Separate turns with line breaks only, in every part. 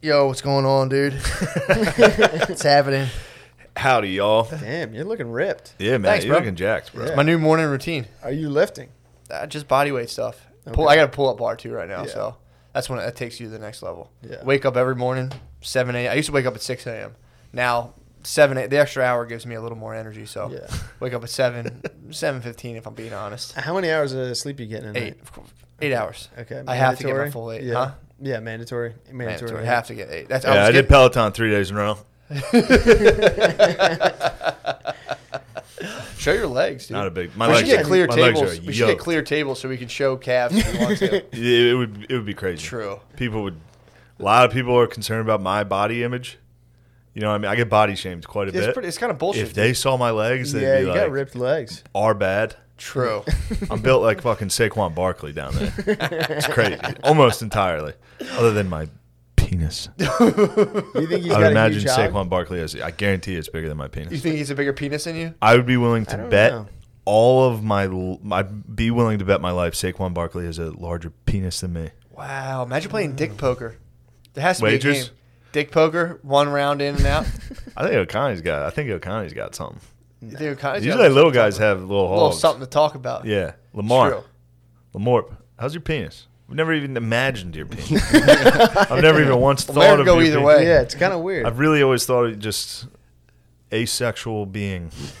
Yo, what's going on, dude? it's happening.
Howdy, y'all.
Damn, you're looking ripped.
Yeah, man.
Thanks,
you're
bro.
looking jacked, bro.
Yeah.
My new morning routine.
Are you lifting?
Uh, just body weight stuff.
Okay.
Pull, I got a pull up bar too right now,
Yeah.
so that's when it takes you to the next level.
Yeah.
Wake up every morning, seven a.m. I used to wake up at six a.m. Now seven a. The extra hour gives me a little more energy, so
Yeah.
wake up at seven, seven fifteen if I'm being honest.
How many hours of sleep you getting in? a
Eight, of course. eight hours.
night? Okay.
I have to get my
mandatory?
full eight.
Yeah.
Huh?
Yeah, mandatory. Mandatory.
Mandatory. Have to get eight. That's
Yeah, I,
was
did
getting-
Peloton three days in a row.
show your legs, dude.
Not a big. My
we should
legs
get
are-
clear
my legs
tables.
are
We should get
yoked.
clear tables so we can show calves if we want to.
Yeah, It would. It would be crazy.
True.
People would. A lot of people are concerned about my body image. You know, what I mean, I get body shamed quite a
It's
bit.
pretty. It's kind of bullshit.
if they saw my legs, they'd
Yeah,
be
you got
like,
ripped legs.
"Are bad."
True.
I'm built like fucking Saquon Barkley down there. It's crazy, almost entirely, other than my penis.
You think
I
he's got
would
a
imagine
huge hog?
Saquon Barkley has. I guarantee it's bigger than my penis.
you think he's a bigger penis than you?
I would be willing
I
to
don't
bet
know.
all of my. l- I'd be willing to bet my life Saquon Barkley has a larger penis than me.
Wow. Imagine playing dick poker. There has to be a
Wagers?
game. Dick poker, one round in and out.
I think Okani's got. I think Okani's got something.
You think it kinda-
Usually little guys have little
a little
holes.
something to talk about.
Yeah,
It's
Lamar.
true.
Lamorp, how's your penis? We've never even imagined your penis. I've never even once
Well, mine
thought
would
of
go
your
either
penis.
way.
Yeah, it's kind of weird.
I've really always thought of just asexual being.
Yeah,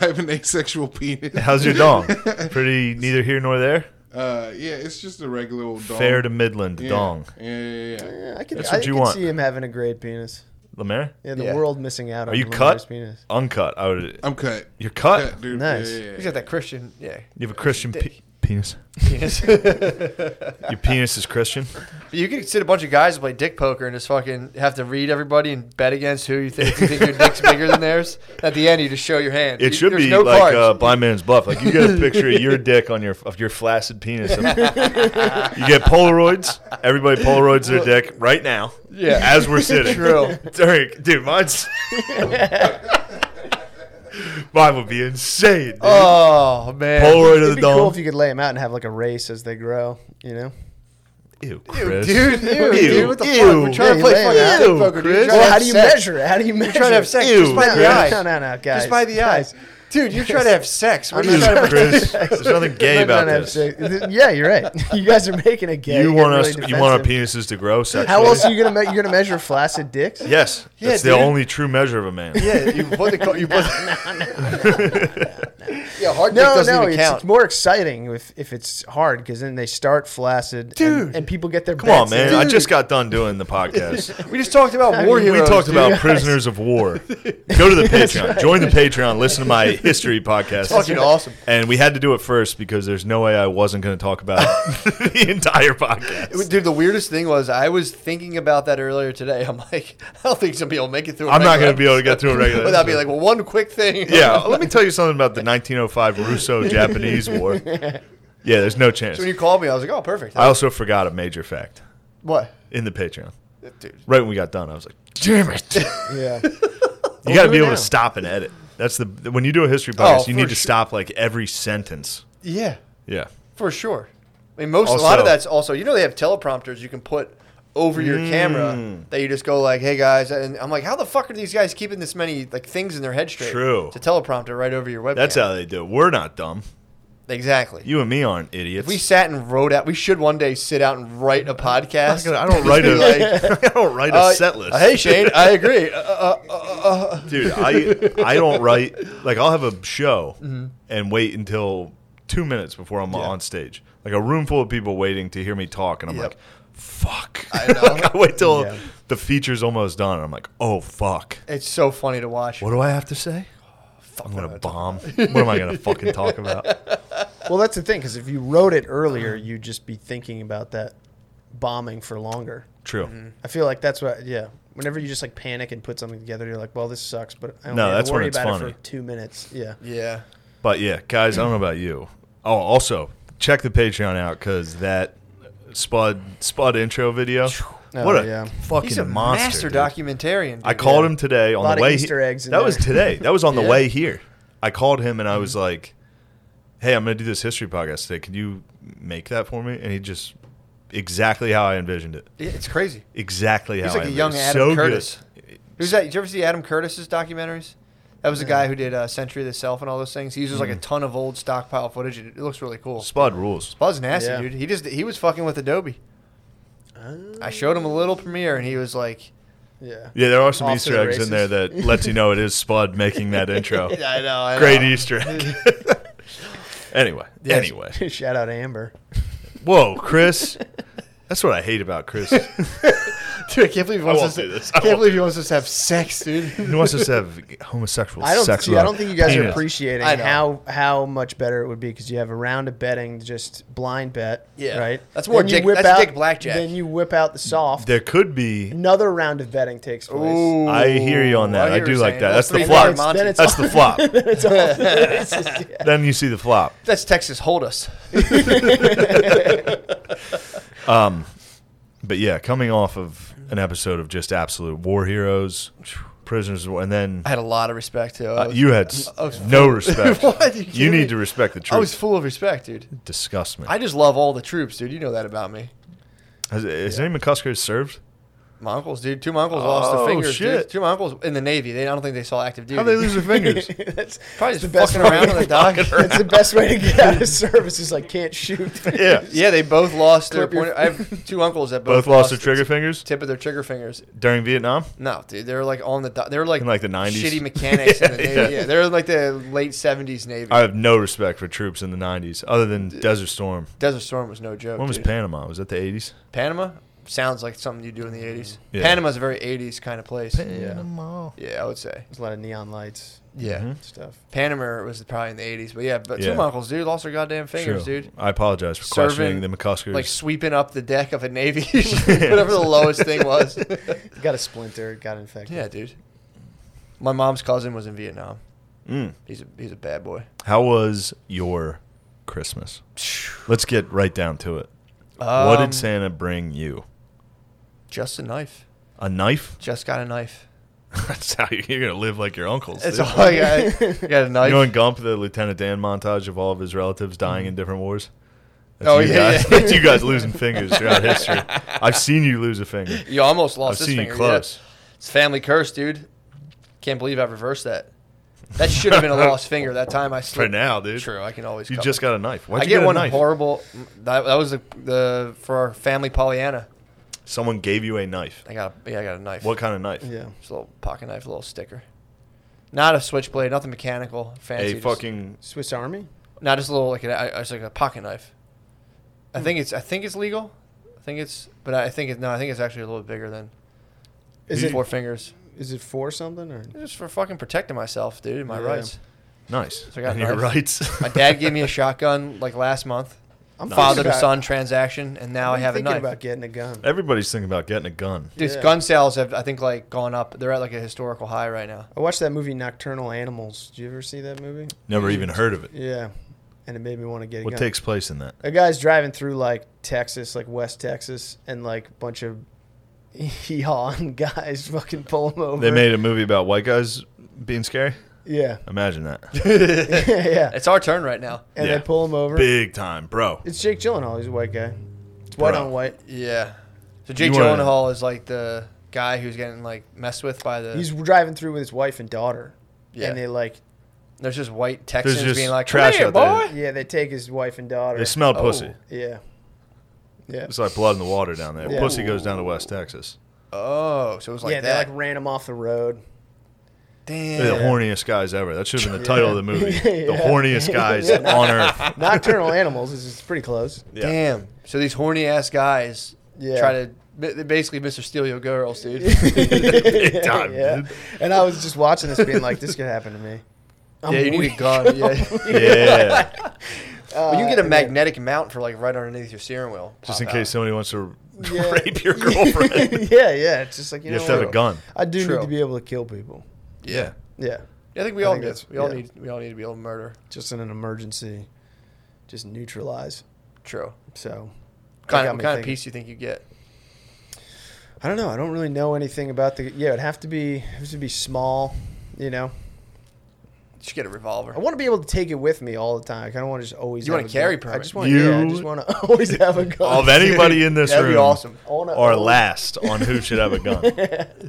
I have an asexual penis.
How's your dong? Pretty neither here nor there.
Uh, yeah, it's just a regular old dong.
Fair to Midland
yeah.
dong.
Yeah, yeah, yeah.
Yeah, I could,
That's
I
what you
could
want.
see him having a great penis.
Lemaire,
Yeah, the
Yeah.
world missing out on
are you
Lamar's
cut?
penis.
Uncut. I would.
I'm cut.
You're cut.
Cut, dude.
Nice.
Yeah, yeah,
He's
yeah.
got that Christian, yeah,
You have a Christian pe-
Dick.
penis.
penis.
Your penis is Christian.
you could sit a bunch of guys and play dick poker and just fucking have to read everybody and bet against who you think you think your dick's bigger than theirs. At the end, you just show your hand.
It
You-
should
there's
be
no
like
cards.
uh, blind man's bluff. Like you get a picture of your dick on your of your flaccid penis. you get Polaroids. Everybody Polaroids their dick right now.
Yeah.
as we're sitting.
True.
Derek, dude, mine's mine would be insane. Dude.
oh man,
Polaroid
It'd
of
be
the
cool
dome.
if you could lay him out and have like a race as they grow. You know,
Ew,
dude,
Chris.
dude,
Ew,
dude, what the
ew.
fuck? We're trying
Hey,
to play
man,
fucking
ew,
dick poker, dude.
Chris.
You're trying to
well,
have
how do you
sex.
measure it? How do you measure?
trying to have
it?
sex
Ew.
just by
No,
the eye.
no, no, no, guys.
Just by the
guys.
eyes. Dude, you're trying to have sex. We're
Ew,
just trying to
Chris. There's nothing gay
Men
about
don't have
this.
sex. Yeah, you're right. You guys are making a gay.
you
You're
want us?
really
You want our
defensive.
penises to grow sexually?
How else are you gonna me- you're gonna measure flaccid dicks?
Yes,
Yeah,
that's
dude.
the only true measure of a man.
Yeah, you put the. co- You put yeah, hard dick
No,
doesn't
no,
even
it's,
count.
it's more exciting if, if it's hard because then they start flaccid,
Dude.
and, and people get their
Come on,
bets
man.
in.
I just got done doing the podcast.
we just talked about war
we
heroes.
talked
dude.
about
Yes.
prisoners of war. Go to the Patreon. Join the Patreon. Listen to my history podcast.
fucking awesome.
And we had to do it first because there's no way I wasn't going to talk about the entire podcast.
Dude, the weirdest thing was I was thinking about that earlier today. I'm like, I don't think somebody will make it through. a
I'm not
regular
going to be able to get through a
episode
regular.
without being
episode.
like, well, one quick thing.
yeah. Let me tell you something about the 1905 Russo-Japanese War. Yeah, there's no chance.
So when you called me, I was like, oh, perfect.
I also forgot a major fact
what?
in the Patreon.
Dude,
Right when we got done, I was like, "Damn it! You
yeah.
got to
do
be
it
able
now.
to stop and edit." That's the when you do a history podcast, you
Oh, for
need to
sure.
stop like every sentence.
yeah,
Yeah.
for sure. I mean, most a lot
Also-
of that's also you know they have teleprompters you can put over your
Hmm.
camera that you just go like, hey guys, and I'm like, how the fuck are these guys keeping this many like things in their head straight?
True.
It's a teleprompter right over your webcam.
That's how they do it. We're not dumb.
exactly.
You and me aren't idiots.
we sat and wrote out. We should one day sit out and write a podcast.
I don't write a I don't write a
Uh,
set list.
Hey Shane, I agree. Uh, uh, uh, uh,
Dude, I I don't write like I'll have a show
Mm-hmm.
and wait until two minutes before I'm on stage. Like a room full of people waiting to hear me talk and I'm
Yep.
like, fuck.
I know.
like, I wait till
Yeah.
the feature's almost done and I'm like, oh fuck.
it's so funny to watch.
What do I have to say? I'm gonna bomb. what am I gonna fucking talk about?
Well, that's the thing because if you wrote it earlier, you'd just be thinking about that bombing for longer.
True.
I feel like that's what. Yeah. Whenever you just like panic and put something together, you're like, "Well, this sucks," but I don't
No,
have to
that's when
worry
it's
about it
funny.
for two minutes. Yeah.
Yeah,
But yeah, guys, I don't know about you. Oh, also check the Patreon out because that Spud Spud intro video. what a
Oh, yeah.
fucking
he's a
monster,
master
dude.
documentarian. dude.
I called him today on
Lot
the
of
way.
Easter eggs in
that was
there.
today. That was on the
Yeah. Mm-hmm.
way here. I called him and I was like, "Hey, I'm going to do this history podcast today. Can you make that for me?" And he just exactly how I envisioned it.
Yeah, It's crazy.
Exactly
He's
how
like
I
a young
envisioned it.
Adam
So good.
Curtis. Who's that? Did you ever see Adam Curtis's documentaries? That was the guy who did uh, Century of the Self and all those things. He uses
Mm.
like a ton of old stockpile footage. and It looks really cool.
Spud rules.
Buzz nasty,
Yeah.
dude. He just he was fucking with Adobe. I showed him a little premiere, and he was like,
Yeah.
Yeah, there are some
Off to
Easter
the
eggs in there
races.
that lets you know it is Spud making that intro.
"I know, I know.
Great Easter egg. anyway,
Yes.
anyway.
Shout out Amber.
Whoa, Chris. That's what I hate about Chris.
dude, I can't believe he wants
won't
us.
do
To,
this. I
I can't
won't
believe he wants us to have sex, dude.
He wants us to have homosexual
I don't
sex.
see,
with
I
our
don't think you guys are
penis.
appreciating
I know.
how how much better it would be because you have a round of betting, just blind bet.
Yeah.
Right.
That's more
Then you
dick-
whip
that's
out-
dick blackjack.
Then you whip out the soft.
There could be.
Another round of betting takes place.
I hear you on that.
hear
I
what
do
you're
like
saying.
that.
All
That's the
three
flop.
Monty.
Then it's
That's the flop.
It's all- it's just- yeah.
then you see the flop.
That's Texas. Hold us.
But yeah, coming off of an episode of just absolute war heroes, prisoners, of war, and then
I had a lot of respect too. I
uh,
was-
you had s-
I was
no respect.
What? You
You
kidding me?
need to respect the truth.
I was full of respect, dude.
Disgust me.
I just love all the troops, dude. You know that about me.
Has, has any McCusker served?
My uncles, dude. Two of my uncles lost
Oh,
their fingers.
shit.
Dude. Two of my uncles in the Navy. They I don't think they saw active duty.
How they lose their fingers?
that's,
Probably just
the best
fucking around
way-
on the dock.
that's the best way to get out of service is like can't shoot.
yeah.
yeah, they both lost their
Clip your-
point. I have two uncles that
Both
both,
lost their trigger fingers
tip of their trigger fingers.
during Vietnam.
No, dude, they were like on the dock. They were like
In, like, the 90s?
shitty mechanics in the
Yeah,
Navy.
yeah.
Yeah. they were like the late seventies Navy.
I have no respect for troops in the 90s other than Desert Storm.
Desert Storm was no joke.
When was
dude.
Panama? Was that the 80s?
Panama? Sounds like something you do in the eighties.
Mm-hmm. Yeah.
Panama's a very eighties kind of place.
Panama.
yeah, I would say.
There's a lot of neon lights
Yeah.
Mhm.
and stuff.
Panama was probably in the eighties, but yeah, but
Yeah.
two my uncles, dude, lost their goddamn fingers,
True.
dude.
I apologize for
Serving,
questioning the McCuskers.
Like sweeping up the deck of a navy, whatever the lowest thing was.
Got a splinter. Got infected.
yeah, dude. My mom's cousin was in Vietnam.
Mm.
He's a he's a bad boy.
How was your Christmas? Let's get right down to it. what
Um,
did Santa bring you?
Just a knife.
A knife?
Just got a knife.
That's how you- you're gonna live like your uncles.
That's
dude.
all I got. I got a knife.
you know in Gump the Lieutenant Dan montage of all of his relatives dying in different wars. That's
Mm-hmm. Oh,
you
yeah,
guys,
yeah.
that's you guys losing fingers throughout history. I've seen you lose a finger.
You almost lost
I've
this
seen you
finger.
close.
yeah. It's family curse, dude. Can't believe I reversed that. That should have been a lost finger. That time I
For
slipped.
now, dude,
True, I can always.
you
cover.
just got a knife. Why'd
I
you
get,
get a
one
knife?
horrible. That, that was the, the for our family Pollyanna.
Someone gave you a knife.
I got a, yeah, I got a knife.
What kind of knife?
Yeah.
Just a little pocket knife, a little sticker. Not a switchblade, nothing mechanical, fancy.
A
just-
fucking
Swiss Army.
Not just a little like an, I, I- it's like a pocket knife. I think it's I think it's legal. I think it's but I think it no I think it's actually a little bigger than
Is
You-
it
four fingers.
is it for something or
Just for fucking protecting myself, dude. My
Yeah.
rights.
nice.
So I got
and your
knife.
rights.
My dad gave me a shotgun like last month.
I'm
Father to
thinking
son transaction, and now
about-
I
I'm
have a
thinking
knife.
about getting a gun.
Everybody's thinking about getting a gun.
These
Yeah.
gun sales have, I think, like gone up. They're at like a historical high right now.
I watched that movie Nocturnal Animals. Did you ever see that movie?
Never even heard of it.
Yeah, and it made me want to get a
What
gun.
takes place in that?
a guy's driving through like Texas, like West Texas, and like a bunch of hee-haw guys fucking pull him over.
They made a movie about white guys being scary.
yeah,
Imagine that.
yeah, yeah.
It's our turn right now.
And
Yeah.
they pull him over.
Big time, bro.
It's Jake Gyllenhaal. He's a white guy. It's white
Bro.
on white.
Yeah. So Jake
You wanna-
Gyllenhaal is like the guy who's getting like messed with by the.
He's driving through with his wife and daughter,
yeah.
and they like,
there's just white Texans
just
being like,
trash
trash "Come here,
out there."
boy."
yeah, they take his wife and daughter.
They smell
Oh.
pussy.
yeah, yeah,
It's like blood in the water down there.
Yeah.
Pussy goes down to West Texas.
Oh, so it was like
yeah. They
that.
like ran him off the road.
Damn.
They're the horniest guys ever. That should have been the title of the movie. The
Yeah.
horniest guys on earth.
Nocturnal Animals is is pretty close.
Yeah.
Damn. So these horny ass guys
Yeah.
try to ba- basically Mr. Steal Your Girls, dude.
Big time, dude.
And I was just watching this, being like, this could happen to me. I'm
yeah, you need a
weak.
gun. Yeah.
Yeah.
Well, you can get a
Uh,
magnetic mount for like right underneath your steering wheel.
Just
Pop
in
out.
case somebody wants to
Yeah.
rape your girlfriend.
yeah, yeah. It's just like you,
You
know,
have to have a
what?
gun.
I do
True.
need to be able to kill people.
Yeah.
Yeah,
Yeah, I think we
I
all
think
need.
that's-
We all
yeah.
need. We all need to be able to murder.
just in an emergency, just neutralize.
True.
So,
Kind
that got
of, what
me
kind of
thinking.
piece do you think you get?
I don't know. I don't really know anything about the. Yeah, it'd have to be. It would have to be small. You know,
Just get a revolver.
I want to be able to take it with me all the time. I kind of want to just always.
You
have
want a
a
carry
gun. I just
permit.
want. Yeah, I
You-
just want to always have a gun.
Of anybody in this
That'd be
room,
awesome.
I wanna
or
own-
last on who should have a gun.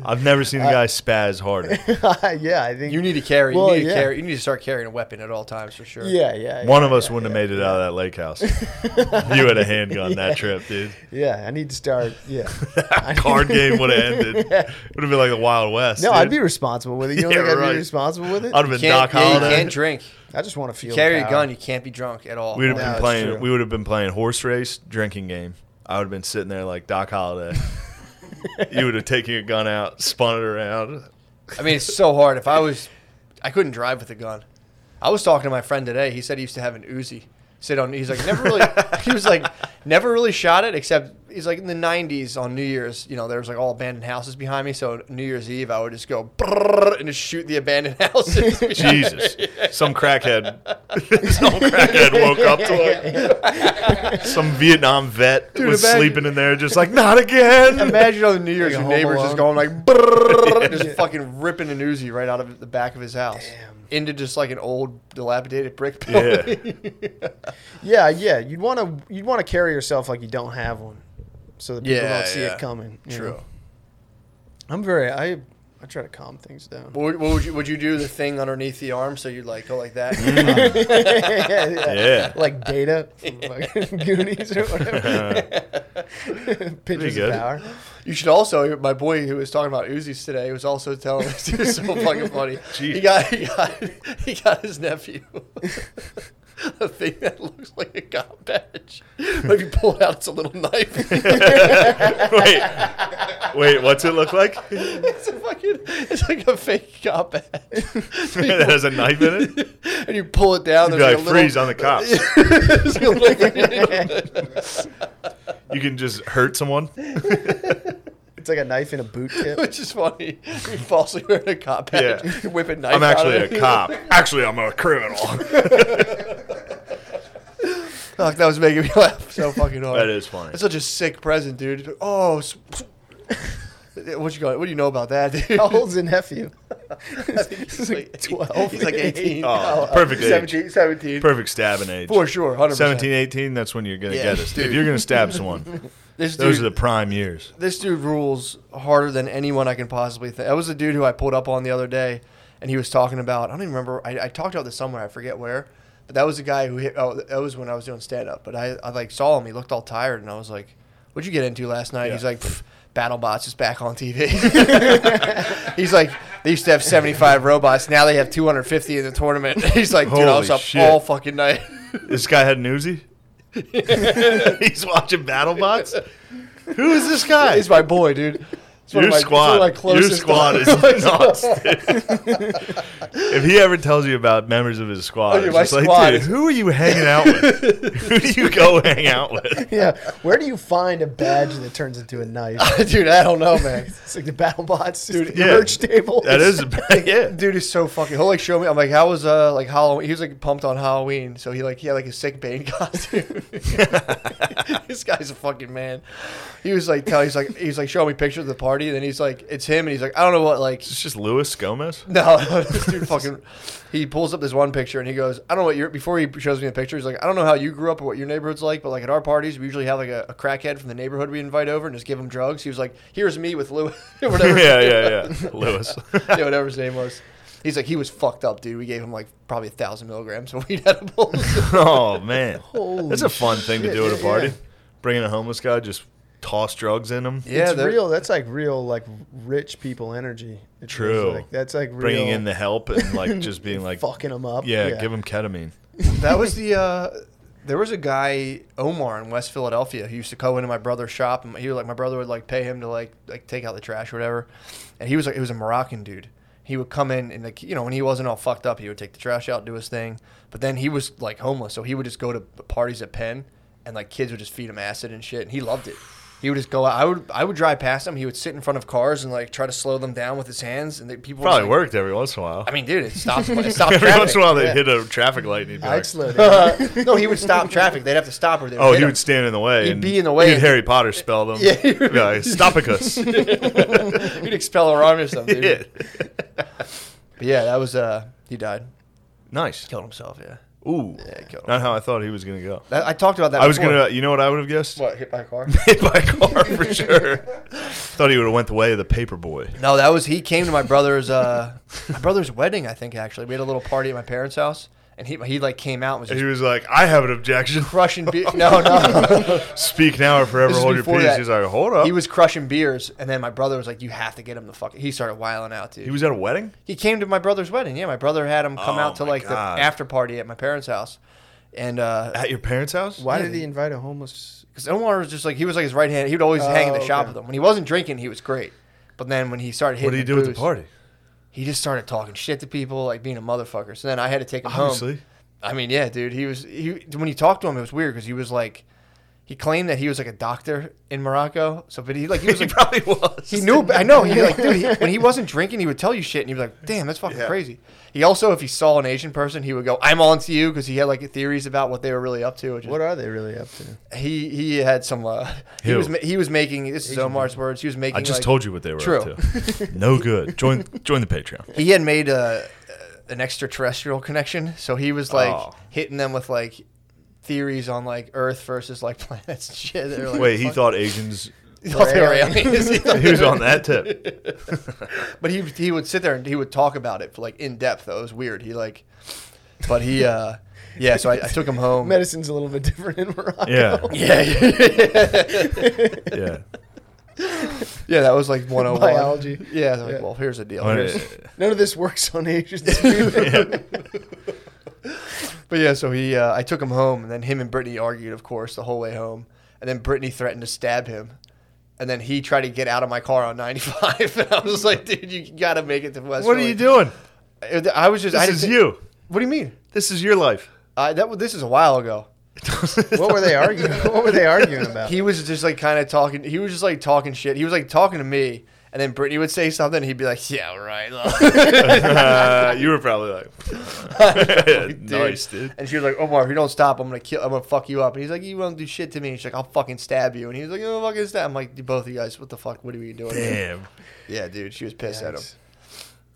I've never seen a guy spaz harder.
yeah, I think
You need to carry.
Well,
you need to
yeah.
carry. You need to start carrying a weapon at all times for sure.
Yeah, yeah.
One
yeah,
of us
yeah,
wouldn't
yeah.
have made it out of that lake house. you had a handgun that trip, dude.
Yeah, I need to start. Yeah.
That card game would have ended. It would have been like the Wild West.
No,
dude.
I'd be responsible with it. You don't
Yeah,
think I'd
right.
be responsible with it?
I'd have been
You can't,
Doc
yeah, you
Holliday.
can't drink.
I just want to feel.
Carry a
power.
gun. You can't be drunk at all.
We'd have
Yeah,
been
that's
playing.
true.
We would have been playing horse race, drinking game. I would have been sitting there like Doc Holliday. you would have taken your gun out, spun it around.
I mean, it's so hard. If I was, I couldn't drive with a gun. I was talking to my friend today. He said he used to have an Uzi. Sit on. He's like never really. he was like never really shot it except he's like in the '90s on New Year's. You know, there was like all abandoned houses behind me. So New Year's Eve, I would just go brrrr and just shoot the abandoned houses.
Jesus, some crackhead, some crackhead woke up to it. Some Vietnam vet was
imagine-
sleeping in there, just like not again.
Imagine on New Year's, your
Like a Home
neighbor's just
Alone.
going like, brrrr, just fucking ripping an Uzi right out of the back of his house
Damn.
into just like an old dilapidated brick building.
Yeah,
Yeah, yeah. You'd want to. You'd want to carry yourself like you don't have one, so that people
Yeah,
don't see
yeah.
it coming. you
True.
know? I'm very. I. I try to calm things down.
What would, what would you would you do the thing underneath the arm so you'd like go like that?
Mm.
yeah, yeah.
yeah.
Like data from fucking Goonies or whatever. Pictures
good.
of power.
you should also my boy who was talking about Uzis today was also telling us he was so fucking funny. He
Jeez.
got he got he got his nephew. A thing that looks like a cop badge. But if you pull it out, it's a little knife.
wait, wait. What's it look like?
It's a fucking, it's like a fake cop badge. So you
that has a knife in it.
pull- and you pull it down.
You'd be
There's
like
like, a
freeze
little,
on the cops.
there's a little-
You can just hurt someone.
It's like a knife in a boot tip.
which is funny. You falsely wearing a cop badge.
Yeah.
You whip a knife.
I'm
out
actually
of
a
it.
cop. Actually, I'm a criminal.
Fuck, that was making me laugh so fucking hard.
That is funny.
That's such a sick present, dude. Oh, s- what you got? What do you know about that, dude?
How old's your nephew?
He's
like 12.
He's like 18.
Oh, perfect age.
17. 17.
Perfect stabbing age.
For sure, 100%.
17, 18, that's when you're going to
Yeah,
get us.
dude.
If you're going to stab someone,
This
those
dude-
are the prime years.
this dude rules harder than anyone I can possibly think. That was the dude who I pulled up on the other day, and he was talking about. I don't even remember. I, I talked about this somewhere. I forget where. But that was the guy who hit. Oh, that was when I was doing stand up. But I, I like saw him. He looked all tired, and I was like, "What'd you get into last night?" He's like, "Pff, "BattleBots is back on TV." He's like, "They used to have seventy five robots. Now they have two hundred fifty in the tournament." He's like, "Dude, I
Holy
was up
shit.
all fucking night."
This guy had an Uzi? He's watching BattleBots? Who is this guy?
He's my boy, dude. He's one
your
of my- he's one of
squad,
my
your squad
closest-
is nuts. dude. if he ever tells you about members of his squad,
Okay,
it's
my
just like,
squad
dude,
is-
who are you hanging out with? who do you go hang out with?
Yeah. Where do you find a badge that turns into a knife?
dude. I don't know, man.
It's like the battle bots, dude.
yeah.
merch table.
That is a bad, yeah.
Dude is so fucking. He'll like show me. I'm like, how was uh like Halloween? He was like pumped on Halloween, so he like he had like a sick Bane costume. this guy's a fucking man. He was like, tell he's like he's like showing me pictures of the party, and then he's like, it's him, and he's like, I don't know what like.
It's just Luis Gomez.
No, no, this dude fucking. He pulls up this one picture and he goes, I don't know what your. Before he shows me the picture, he's like, I don't know how you grew up or what your neighborhood's like, but like at our parties, we usually have like a, a crackhead from the neighborhood we invite over and just give him drugs. He was like, here's me with Lou, whatever
yeah, yeah, yeah. Lewis.
yeah, whatever his name was. He's like, he was fucked up, dude. We gave him like probably a thousand milligrams of weed edibles.
oh man, that's a fun thing to
shit,
do at a
yeah,
party.
yeah.
Bringing a homeless guy, just toss drugs in him.
yeah,
it's
they're-
real. That's like real, like rich people energy. It feels
True.
Like. That's like real
Bringing in the help and like just being like,
fucking them up.
yeah, give him ketamine.
that was the. Uh, there was a guy Omar in West Philadelphia who used to go into my brother's shop, and he was like, my brother would like pay him to like like take out the trash or whatever, and he was like, it was a Moroccan dude. He would come in and like you know when he wasn't all fucked up, he would take the trash out, do his thing. But then he was like homeless, so he would just go to parties at Penn, and like kids would just feed him acid and shit, and he loved it. He would just go out. I would I would drive past him. He would sit in front of cars and like try to slow them down with his hands, and the people would,
Probably
like-
worked every once in a while.
I mean, dude, it stops. It stops
every
traffic.
once in a while, they'd hit a traffic light and he'd be
I'd
like,
slow down.
Uh, no, he would stop traffic. They'd have to stop or they would
"Oh,
hit
he
him.
would stand in the way.
He'd
and
be in the way
You'd
and-
Harry Potter spell them.
Yeah.
You'd be like, Stopicus.
He'd expel her arm or something.
yeah.
But yeah, that was uh he died.
Nice.
Killed himself. Yeah.
Ooh.
Yeah, killed
Not how I thought he was gonna go.
That, I talked about that.
I was
before.
gonna. You know what I would have guessed?
What hit by a car?
Hit by a car for sure. thought he would have went the way of the paper boy.
No, that was he came to my brother's uh, my brother's wedding. I think actually we had a little party at my parents' house, and he he like came out and was
He
just
was like, I have an objection.
crushing beer. No, no,
Speak now or forever
This is
hold your
before
peace.
that.
He's like, hold up.
he was crushing beers, and then my brother was like, "You have to get him the fuck." He started wiling out, dude.
He was at a wedding.
he came to my brother's wedding. Yeah, my brother had him come
Oh,
out to
my
like
God.
the after party at my parents' house, and uh,
At your parents' house?
Why did he invite a homeless?
because Omar was just like he was like his right hand. He would always hang in the
Oh,
shop
okay.
with him. When he wasn't drinking, he was great. But then when he started hitting,
What did he do at the
booze,
party?
He just started talking shit to people, like being a motherfucker. So then I had to take him home.
Obviously.
I mean, yeah, dude. He was he when you talked to him, it was weird because he was like, he claimed that he was like a doctor in Morocco. So, but he like he was
he
like
probably was.
he knew. I know. He like dude. He, when he wasn't drinking, he would tell you shit, and he was like, "Damn, that's fucking
Yeah.
crazy." He also, if he saw an Asian person, he would go, "I'm on to you," because he had like theories about what they were really up to. Which is,
What are they really up to?
he he had some. Uh, he
Who?
was ma- he was making this is Omar's words. He was making.
I just
like-
told you what they were
True.
up to. No good. Join join the Patreon.
he had made a, an extraterrestrial connection, so he was like
Oh.
hitting them with like theories on like Earth versus like planets. and Shit, They were like,
Wait, he
"Fuck."
thought Asians.
He thought they were aliens. He thought-
He was on that tip.
but he he would sit there and he would talk about it for like in depth. Though it was weird. He like, but he uh yeah. So I, I took him home.
Medicine's a little bit different in Morocco.
Yeah,
Oh, Yeah, yeah,
yeah.
yeah. That was like 101.
Biology.
Oh, Yeah, they're like,
Yeah.
well, here's the deal.
I mean,
Here's-
None of this works on Asians. dude.
But yeah, so he, uh, I took him home, and then him and Brittany argued, of course, the whole way home. And then Brittany threatened to stab him, and then he tried to get out of my car on 95. And I was like, dude, you gotta make it to West.
What are you doing?
doing? I was just. I
This
didn't
is
thi-
you.
What do you mean?
This is your life.
I that was- this is a while ago.
what were they arguing? What were they arguing about?
He was just like kind of talking. He was just like talking shit. He was like talking to me, and then Brittany would say something, and he'd be like, "Yeah, right."
Uh, you were probably like, nice, dude.
And she was like, Omar, if you don't stop, I'm gonna kill. I'm gonna fuck you up. And he's like, you won't do shit to me. And she's like, I'll fucking stab you. And he's like, you will fucking stab. I'm like, "You both of you guys, what the fuck? What are you doing?
Damn.
Yeah, dude, she was pissed at him.
Yikes.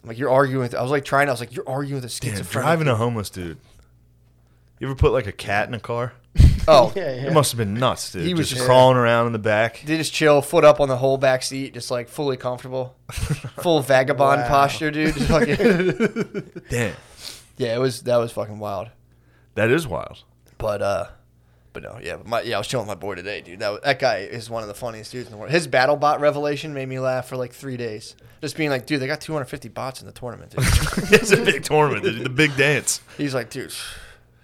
I'm like, you're arguing with. I was like trying. I was like, you're arguing with a
Damn,
schizophrenic.
driving a homeless dude. You ever put like a cat in a car?
Oh,
Yeah, yeah.
It must have been nuts, dude.
He was
just
just-
crawling around in the back.
they just chill, foot up on the whole back seat, just like fully comfortable, full vagabond
Wow.
posture, dude. Just fucking-
Damn,
yeah, it was that was fucking wild.
that is wild.
But uh, but no, yeah, but my yeah, I was chilling with my boy today, dude. That was- that guy is one of the funniest dudes in the world. His battle bot revelation made me laugh for like three days. Just being like, dude, they got 250 bots in the tournament. Dude.
it's a big tournament. dude, The big dance.
He's like, dude.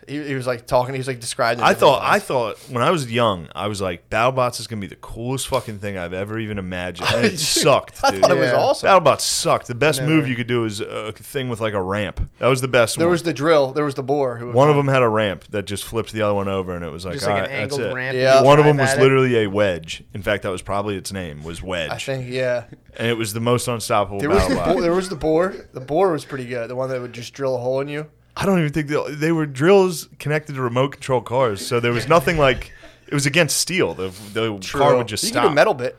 He, he was like talking. He was like describing.
I thought I thought when I was young, I was like, BattleBots is gonna be the coolest fucking thing I've ever even imagined. And it sucked.
I
dude.
thought it was
Yeah.
awesome.
BattleBots sucked. The best
Never.
move you could do is a thing with like a ramp. That was the best.
There
one.
was the drill. There was the boar. Who
one of them had a ramp that just flipped the other one over, and it was like,
Just like uh,
all
an
right, that's
angled
it.
ramp.
Yeah.
You
One of
drive
them was
at it.
literally a wedge. In fact, that was probably its name was Wedge,
I think yeah.
and it was the most unstoppable
There was
battle
the
bot.
boar, there was the boar. The boar was pretty good. The one that would just drill a hole in you.
I don't even think they, they were drills connected to remote control cars, so there was nothing like it was against steel. The, the car would just
you
stop.
Could do metal bit.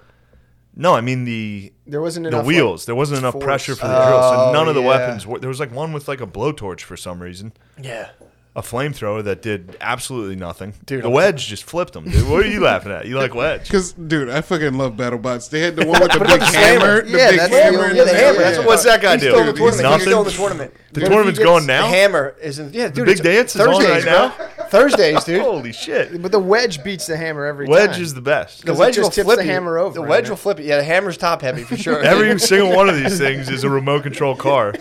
No, I mean the
There wasn't
the
enough like,
wheels. there wasn't enough
force.
pressure for the drill, so
Oh,
none of the
yeah.
weapons were. There was like one with like a blowtorch for some reason,
Yeah.
a flamethrower that did absolutely nothing.
Dude,
the
I'm-
wedge just flipped them. Dude, what are you laughing at? You like wedge?
Because, dude, I fucking love BattleBots. They had the one with the
about
big
the
hammer.
slammer?
The
Yeah,
big
that's
hammer.
the-
in
yeah, the
middle.
hammer, that's
Yeah.
what-
What's that guy
He's
do?
still in the
tournament. He's
Nothing.
still in the tournament.
The
What if
tournament's
he gets-
going now.
The hammer is in. Yeah, dude.
big
it's
dance is on right
bro. Thursdays, dude.
Holy shit!
But the wedge beats the hammer every
Wedge
time.
is the best.
The
'Cause it
wedge
just
will
tips
flip
the
you.
hammer over,
The wedge
right?
will flip it. Yeah, the hammer's top heavy for sure.
Every single one of these things is a remote control car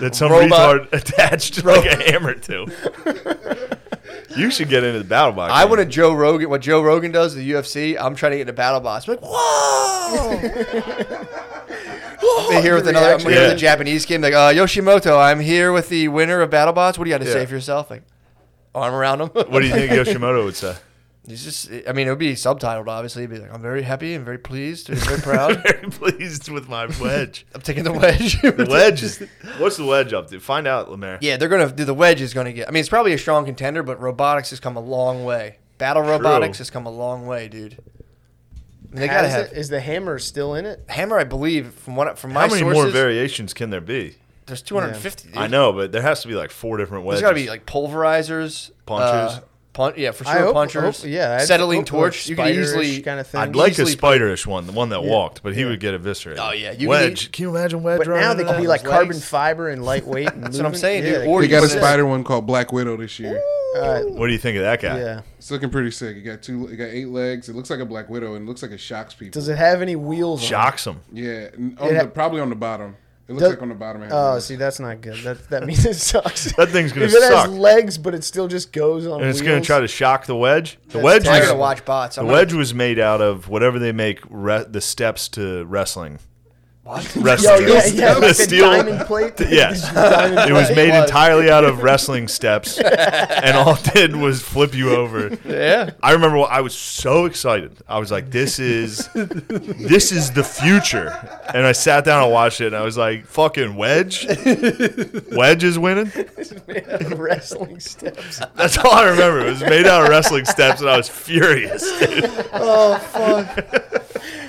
that some
Robot.
retard attached like a hammer to. you should get into the battle box.
I want to Joe Rogan. What Joe Rogan does, the UFC. I'm trying to get into battle bots. I'm like, whoa! I'm here with
the
another. I'm here
reaction.
with a Japanese game. Like uh, Yoshimoto. I'm here with the winner of battle bots. What do you got to
Yeah.
say for yourself? Like arm around him.
What do you think Yoshimoto would say?
He's just. I mean, it would be subtitled. Obviously, It'd be like, I'm very happy. and very pleased. and very proud.
Very pleased with my wedge.
I'm taking the wedge.
The wedge is. What's the wedge up to? Find out, Lemaire.
Yeah, they're gonna do the wedge is gonna get. I mean, it's probably a strong contender, but robotics has come a long way. Battle robotics has come a long way, dude. I mean, they gotta
Has
have
it- Is the hammer still in it?
hammer. I believe from what from my
How many
sources,
more variations can there be?
There's 250. Dude.
I know, but there has to be like four different ways.
There's got to be like pulverizers,
Punches.
uh, pun- yeah, for
I
sure.
hope-
punchers.
hope- yeah, I'd
Acetylene
hope a
torch. You can
spider-ish
easily
kinda thing.
I'd like a
easily-
spiderish one, the one that walked, but he
Yeah.
would get eviscerated.
Oh, yeah, you
wedge.
could
Can you imagine wedge?
But now
running
they
into
can be
that?
like
Those
carbon
legs.
fiber and lightweight. And
That's what I'm
moving.
saying, dude.
they
Or
They
you
got a
said-
spider one called Black Widow this year.
can- uh,
What do you think of that guy?
yeah.
It's looking pretty sick. It got two. It got eight legs. It looks like a Black Widow and it looks like it shocks people.
Does it have any wheels?
Shocks him.
Yeah, n- on
It ha-
the, probably on the bottom. It looks
Does-
like on the bottom.
On
it has
it? Oh,
legs.
see, that's not good. That that means it sucks.
That thing's gonna
if it
suck.
has legs, but it still just goes on.
And it's going to try to shock the wedge. The
That's
wedge.
I gotta
terrible.
Is,
watch bots.
the
I'm
wedge was made out of whatever they make re- the steps to wrestling.
Not, what?
Yo,
Wrestling.
yeah, yeah,
The
like the
steel-
diamond plate.
Yes.
Diamond
It was
plate.
made
was.
entirely out of wrestling steps, and all it did was flip you over.
yeah.
I remember what, I was so excited. I was like, "This is, this is the future." And I sat down and watched it, and I was like, "Fucking Wedge, Wedge is winning."
made out of wrestling steps.
That's all I remember. It was made out of wrestling steps, and I was furious.
Oh fuck.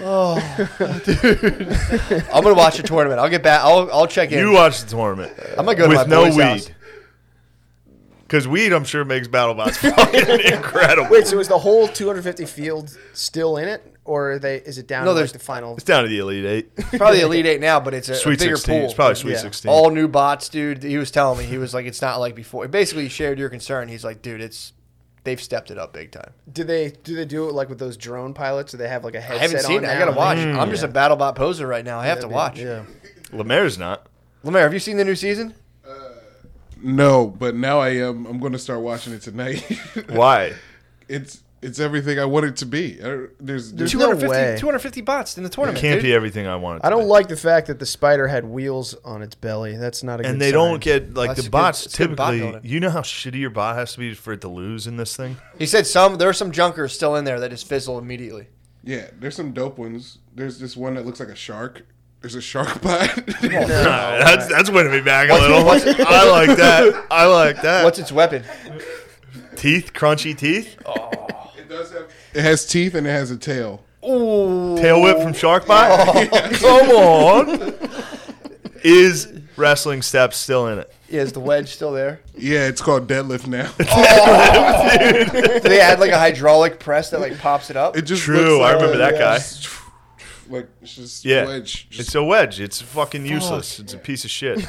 Oh, dude. I'm gonna watch the tournament. I'll get back. I'll I'll check in.
You watched the tournament.
I'm gonna go to
with
my
no
boy's house.
weed. Because weed, I'm sure, makes BattleBots fucking incredible.
Wait, so is the whole 250 field still in it, or are they? Is it down
No,
to
there's-
like the final?
it's down to the Elite Eight.
probably Elite Eight now, but it's a, a
Sweet
bigger
16.
pool.
It's probably Sweet
Yeah.
16.
all new bots, dude. He was telling me he was like, it's not like before. Basically, he shared your concern. He's like, dude, it's they've stepped it up big time.
Do they do they do it like with those drone pilots? Do they have like a headset?
I haven't seen
on
it.
now
I gotta
and
watch.
they-
I'm
Hmm.
just a BattleBot poser right now. I have to watch.
Yeah.
Lemaire's not.
Lemaire, have you seen the new season?
No, but now I am. I'm going to start watching it tonight.
Why?
it's it's everything I want it to be. I don't- there's, there's
no
250,
way.
250 bots in the
It
tournament.
can't be
dude.
everything I wanted.
I
to
don't
be.
like the fact that the spider had wheels on its belly. That's not a.
And
good
they
sign.
don't get like
That's a
the
good-
bots
it's a good bot
typically.
building.
you know how shitty your bot has to be for it to lose in this thing.
He said some there are some junkers still in there that just fizzle immediately.
yeah, there's some dope ones. There's this one that looks like a shark. There's a shark bot.
that's that's winning me back a little. I like that. I like that.
What's its weapon?
teeth? Crunchy teeth?
it does have. It has teeth and it has a tail.
Ooh,
Tail whip from shark bot?
Oh.
Come on. Is wrestling steps still in it?
yeah, is the wedge still there?
Yeah, it's called deadlift now.
Do they had like a hydraulic press that like pops it up?
It just
True,
looks
I
like-
remember that guy.
uh, Like it's just
Yeah.
wedge. Just
It's a wedge. It's fucking useless. It's a piece of shit.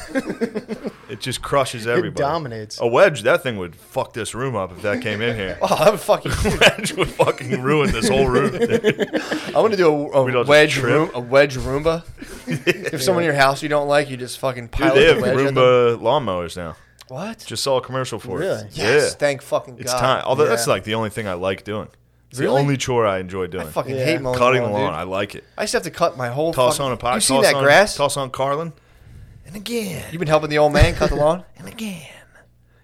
it just crushes everybody.
dominates.
A wedge, that thing would fuck this room up if that came in here.
oh, I'm fucking.
wedge would fucking ruin this whole room.
I want to do a, a
We'd all just
wedge
trip.
room, a wedge Roomba. if someone in your house you don't like, you just fucking
Dude,
pile
they
the
have
wedge. at them.
Roomba lawnmowers now.
What?
Just saw a commercial for
Really?
it.
yes,
Yeah.
thank fucking god.
It's time. Although that's
Yeah.
like the only thing I like doing. It's
Really?
the only chore I enjoy doing.
I fucking
Yeah.
hate mowing
Cutting
the
the lawn.
dude.
I like it.
I used to have to cut my whole.
Toss
fucking,
on a pot.
You seen
toss
that
on-
grass?
Toss on Carlin. And again.
You've been helping the old man cut the lawn.
And again.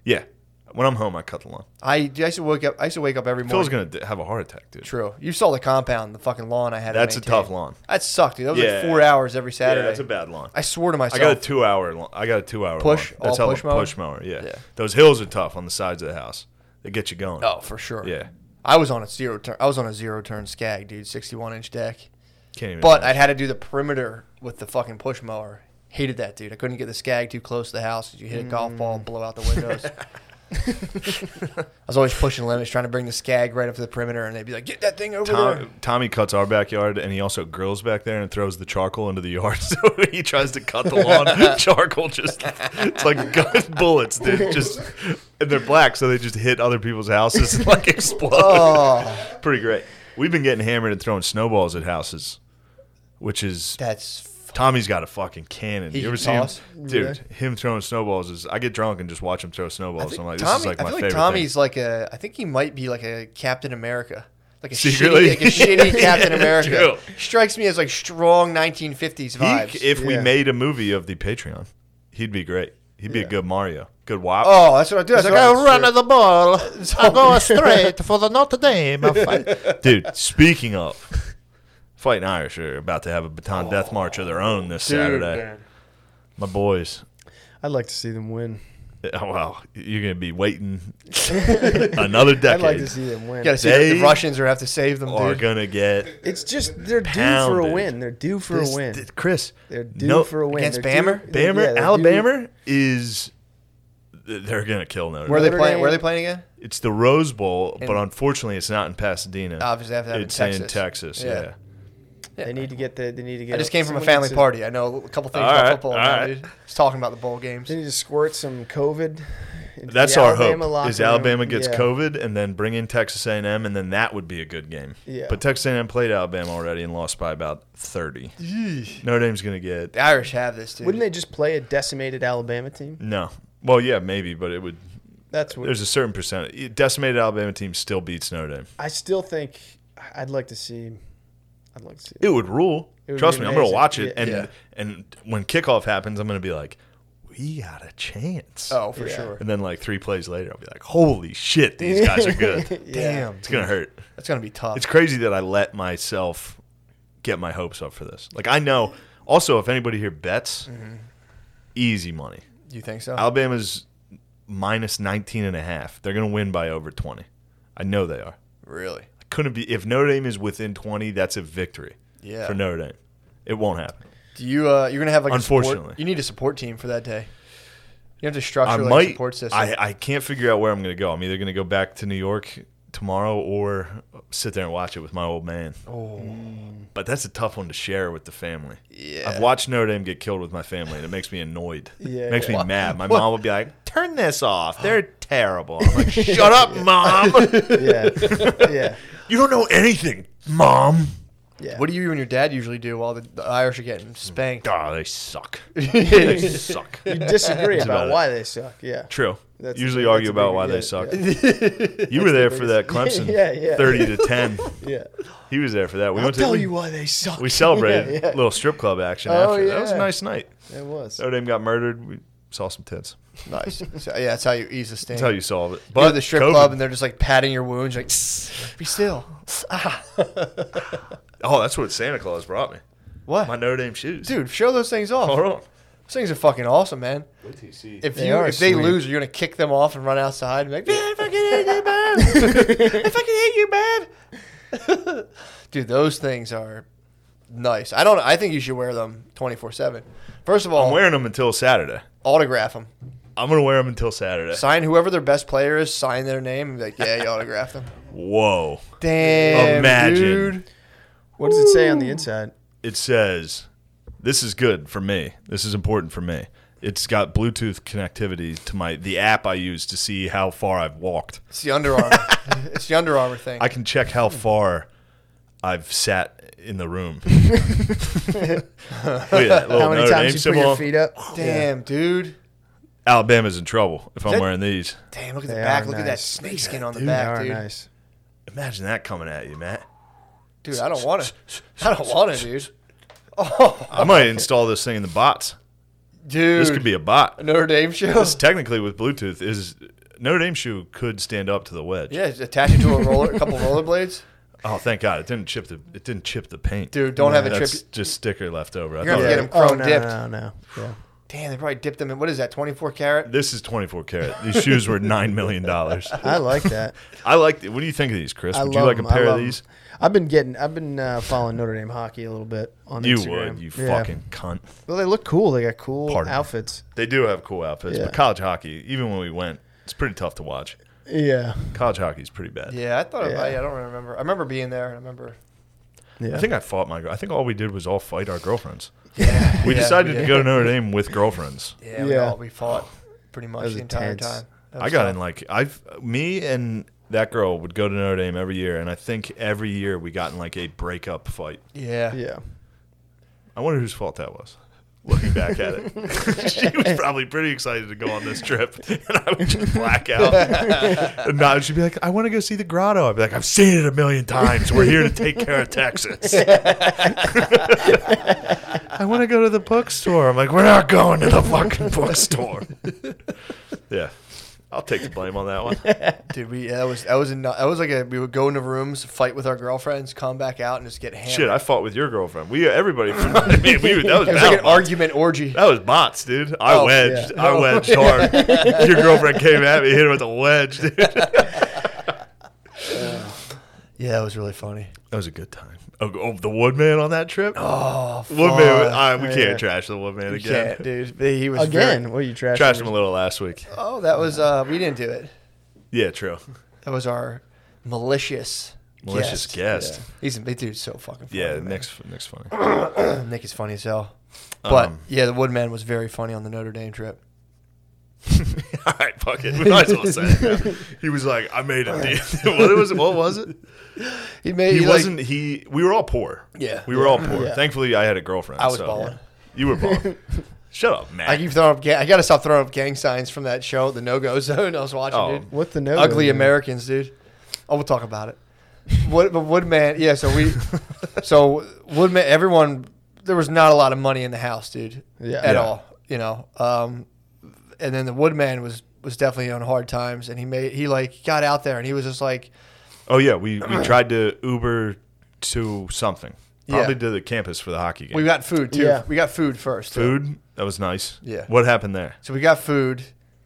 Yeah. When I'm home, I cut the lawn.
I, dude, I used to wake up. I used to wake up every morning.
Phil's gonna d- have a heart attack, dude.
True. You saw the compound, the fucking lawn I had. to
That's a
maintain.
tough lawn.
That sucked, dude. That was
Yeah.
like four hours every Saturday.
Yeah, that's a bad lawn.
I swore to
I
myself.
got a two hour. Long, I got a two hour.
Push?
Lawn. That's
All
how
push mower?
push mower. Yeah.
Yeah.
Those hills are tough on the sides of the house. They get you going.
oh, for sure.
Yeah.
I was on a zero turn. I was on a zero turn scag, dude. Sixty-one inch deck.
Can't even.
But
imagine.
I had to do the perimeter with the fucking push mower. Hated that, dude. I couldn't get the scag too close to the house. 'cause You hit a golf ball
Mm.
and blow out the windows. I was always pushing limits, trying to bring the scag right up to the perimeter, and they'd be like, "Get that thing over there."
Tom, Tommy cuts our backyard, and he also grills back there and throws the charcoal into the yard. So when he tries to cut the lawn. charcoal just—it's like gun bullets, dude. Just and they're black, so they just hit other people's houses and like explode.
Oh,
Pretty great. We've been getting hammered and throwing snowballs at houses, which is
that's f-
Tommy's got a fucking cannon.
He
you
can
ever see him?
toss?
Dude, him throwing snowballs is. I get drunk and just watch him throw snowballs. I'm like, this
Tommy.
is like
I
my
feel like
favorite.
Tommy's like a. I think he might be like a Captain America. Like a
Secretly?
shitty, like a shitty Captain
Yeah,
America.
true.
Strikes me as like strong 1950s
thing.
vibes.
He, if we
Yeah.
made a movie of the Patreon, he'd be great. He'd be a good Mario, good WAP.
oh, that's what I do. That's what I-
the ball. I go straight for the Notre Dame. Dude, speaking of, fighting Irish are about to have a baton death march of their own this Saturday.
man.
My boys,
I'd like to see them win.
Oh, wow, you're gonna be waiting another
I'd
decade.
like to see them win.
gotta see
They
the Russians are have to save them,
Are
dude.
gonna get
It's just they're due for
Pounded.
a win. They're due for
this-
a win.
th- Chris.
They're due
no-
for a win.
Against
They're due-
Bama?
they're-
Bama,
yeah, they're due-
Alabama is they're gonna kill Notre
Where
Dame.
are they
Notre
playing? Where are they
Dame.
playing again?
It's the Rose Bowl, but
In-
unfortunately, it's not in Pasadena.
Obviously, they have to have it in
it's in
Texas.
Texas.
Yeah.
Yeah.
They need to get the. They need to get.
I just came from a
someone
family
needs to-
party. I know a couple things
All
about
right,
football.
all
now,
right.
dude. Just talking about the bowl games.
They need to squirt some COVID. into
That's
the
our
Alabama
hope.
locker
Is
room.
Alabama gets
Yeah.
COVID and then bring in Texas A&M, and then that would be a good game.
Yeah.
But Texas A&M played Alabama already and lost by about thirty.
Yeesh.
Notre Dame's gonna get
The Irish have this, dude.
Wouldn't they just play a decimated Alabama team?
no. Well, yeah, maybe, but it would.
That's what
There's a certain percent. Decimated Alabama team still beats Notre Dame.
I still think. I'd like to see. I'd like to see.
It would rule.
It would
Trust
be
me, I'm gonna
amazing.
watch it,
Yeah.
and
Yeah.
and when kickoff happens, I'm gonna be like, we got a chance.
Oh, for
Yeah.
sure.
And then like three plays later, I'll be like, holy shit, these guys are good.
Yeah.
Damn,
It's gonna hurt.
that's gonna be tough.
It's crazy that I let myself get my hopes up for this. Like I know. Also, if anybody here bets, easy money.
you think so?
Alabama's minus 19 and a half. They're going to win by over 20. I know they are.
really?
I couldn't be if Notre Dame is within 20, that's a victory
Yeah.
for Notre Dame. It won't happen.
Do you? Uh, you're gonna have like a
Unfortunately.
support, you need a support team for that day. You have to structure
I
like a
might
support system.
I, I can't figure out where I'm going to go. I'm either going to go back to New York tomorrow or sit there and watch it with my old man.
oh,
Mm.
But that's a tough one to share with the family.
Yeah.
I've watched Notre Dame get killed with my family, and it makes me annoyed.
Yeah,
It makes
yeah.
me mad. My
What?
mom would be like, "Turn this off. They're terrible." I'm like, "Shut up, mom.
Yeah. yeah.
you don't know anything, mom."
Yeah.
what do you and your dad usually do while the, the Irish are getting spanked?
God, Ah, they suck. They
yeah,
suck.
you disagree
about
about
it.
why they suck? Yeah.
True.
That's-
Usually
that's
argue
a
about
big-
why
yeah,
they suck. You were there for that Clemson,
Yeah, yeah.
thirty to ten.
Yeah.
He was there for that. We
I'll
went to
tell
we,
you why they suck.
we celebrated
Yeah, yeah.
a little strip club action
Oh,
after. That was a
yeah.
nice night.
It was.
Notre Dame got murdered. We saw some tits.
nice. So, yeah, that's how you ease the sting.
That's how you solve it.
But the strip
COVID.
club and they're just like patting your wounds, like be still. Ah.
Oh, that's what Santa Claus brought me.
what,
My Notre Dame shoes.
dude? Show those things off.
Hold on.
Those things are fucking awesome, man.
Wait till you see.
If
They
you
are
if they
sweet.
lose, you're gonna kick them off and run outside and be like, man, I fucking hate you, man. I fucking hate you, man. Dude, those things are nice. I don't. I think you should wear them 24 seven. First of all,
I'm wearing them until Saturday.
autograph them.
I'm gonna wear them until Saturday.
Sign whoever their best player is. Sign their name. And be like, yeah, you autograph them.
Whoa!
Damn,
Oh, Imagine.
dude.
What does it say on the inside?
It says, "This is good for me. This is important for me." It's got Bluetooth connectivity to my the app I use to see how far I've walked.
It's the Under Armour. it's the Under Armour thing.
I can check how
Hmm.
far I've sat in the room. Look at that little
How
Oh, Notre
many
Dame
times you put
symbol.
your feet up?
Damn, dude.
Alabama's in trouble if I'm
That-
wearing these.
Damn, look at
They
the back.
are
Look at that
nice.
snake skin on the
Dude, they
back,
are
dude.
nice.
Imagine that coming at you, Matt.
Dude, I don't want to. I don't want to, dude. Oh,
I might install this thing in the bots.
dude.
This could be a bot.
Notre Dame show.
This technically with Bluetooth is Notre Dame shoe could stand up to the wedge.
Yeah, just attach it to a roller, a couple rollerblades.
Oh, thank God it didn't chip the it didn't chip the paint.
Dude, don't have it
That's
chip-
just sticker left over. I
You're gonna
thought
have to
that-
get 'em chrome
oh, no,
dipped.
No, no, no. Yeah.
Damn, they probably dipped them in what is that? Twenty four carat.
this is 24 karat. These shoes were nine million dollars.
I like that.
I like. What do you think of these, Chris?
I
Would
love
you like a
'em. I
pair
love
of
'em.
these?
I've been getting, I've been uh, following Notre Dame hockey a little bit on
You
Instagram.
would. You
Yeah.
fucking cunt.
Well, they look cool. They got cool
Pardon me.
outfits.
They do have cool outfits,
Yeah.
but college hockey, even when we went, it's pretty tough to watch.
Yeah.
College hockey's pretty bad.
Yeah, I thought
Yeah.
I, I don't remember. I remember being there. I remember.
Yeah.
I think I fought my. I think all we did was all fight our girlfriends.
Yeah,
We
yeah,
decided
we
to
did.
go to Notre Dame with girlfriends.
Yeah, we,
Yeah.
all, we fought pretty much
was
the entire
intense.
time. That
I
was
got
tough.
in like I've me and that girl would go to Notre Dame every year, and I think every year we got in like a breakup fight.
Yeah.
Yeah.
I wonder whose fault that was. Looking back at it, she was probably pretty excited to go on this trip, and I would just black out. and now she'd be like, "I want to go see the grotto." I'd be like, "I've seen it a million times. We're here to take care of Texas." I want to go to the bookstore. I'm like, "We're not going to the fucking bookstore." yeah, I'll take the blame on that one.
Dude, we yeah, that was that was in, that was like a, we would go into rooms, fight with our girlfriends, come back out, and just get hammered.
Shit, I fought with your girlfriend. We everybody. I mean, we, that was,
it was like an
battle.
argument orgy.
That was bots, dude. I
Oh,
wedged.
yeah.
I wedged hard. Your girlfriend came at me, hit her with a wedge, dude. That
Yeah, that was really funny.
was a good time. Oh, oh, the Woodman on that trip.
Oh,
Woodman,
fuck.
I, we
Yeah.
can't trash the Woodman
You
again.
can't, dude. He was
Again,
very-
what are you trashing?
Trashed him a little last week.
oh, that was uh, we didn't do it.
Yeah, true.
That was our malicious,
Malicious
guest.
guest.
He's that dude's so fucking funny.
Yeah,
man.
next Oh, next funny.
Nick is funny as hell. But
Um,
yeah, the Woodman was very funny on the Notre Dame trip.
All right, fuck it. We might as well say it. now. He was like, I made a deal. what was it? What was it?
He made
He,
he, like-
wasn't. he. We were all poor.
Yeah.
we were all poor.
Yeah.
Thankfully, I had a girlfriend.
I was
so-
balling.
You were balling. Shut up, man.
I keep throwing up. Gang, I gotta stop throwing up gang signs from that show, the No Go Zone. I was watching,
Oh.
dude.
What the no?
Ugly Americans, dude. Oh, we'll talk about it. Wood, but Woodman, yeah. So we, so Woodman, everyone. There was not a lot of money in the house, dude.
Yeah.
At
Yeah.
all, you know. Um, and then the Woodman was was definitely on hard times, and he made he like got out there, and he was just like,
oh yeah, we we tried to Uber to something. Probably
Yeah.
to the campus for the hockey game.
we got food too.
Yeah.
We got food first. too.
food. That was nice.
Yeah.
What happened there?
So we got food,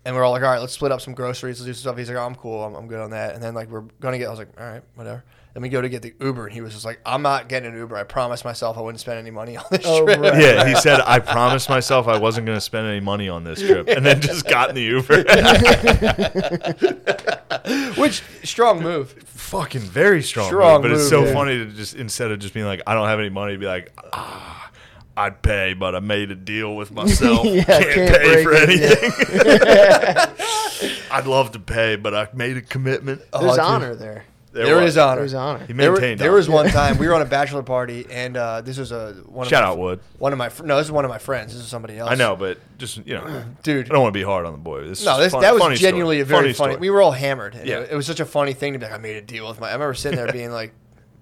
and we're all like, all right, let's split up some groceries, let's do some stuff. He's like, oh, I'm cool, I'm, I'm good on that. And then like we're gonna get, I was like, all right, whatever. Then we go to get the Uber, and he was just like, I'm not getting an Uber. I promised myself I wouldn't spend any money on this
Oh,
trip.
right.
Yeah, he said, I promised myself I wasn't going to spend any money on this trip, and then just got in the Uber.
Which strong move.
fucking very strong, move,
Strong
but it's so
move, yeah.
funny to just instead of just being like I don't have any money, be like ah I'd pay, but I made a deal with myself.
Yeah,
can't,
can't
pay
break
for
it,
anything. I'd love to pay, but I made a commitment.
Oh,
There's
dude.
honor there.
There
was.
is honor.
There's honor.
He
There, were-
maintained.
there
honor.
was one time we were on a bachelor party, and uh, this was a one. Of
shout
my,
out Wood.
One of my fr- no, this is one of my friends. This is somebody else.
I know, but just you know,
Dude.
I don't want to be hard on the boy. This
No,
is
this,
fun-
that was
funny story.
genuinely a very funny.
story.
We were all hammered. And
Yeah.
it, it was such a funny thing to be like, I made a deal with my. I remember sitting there being like,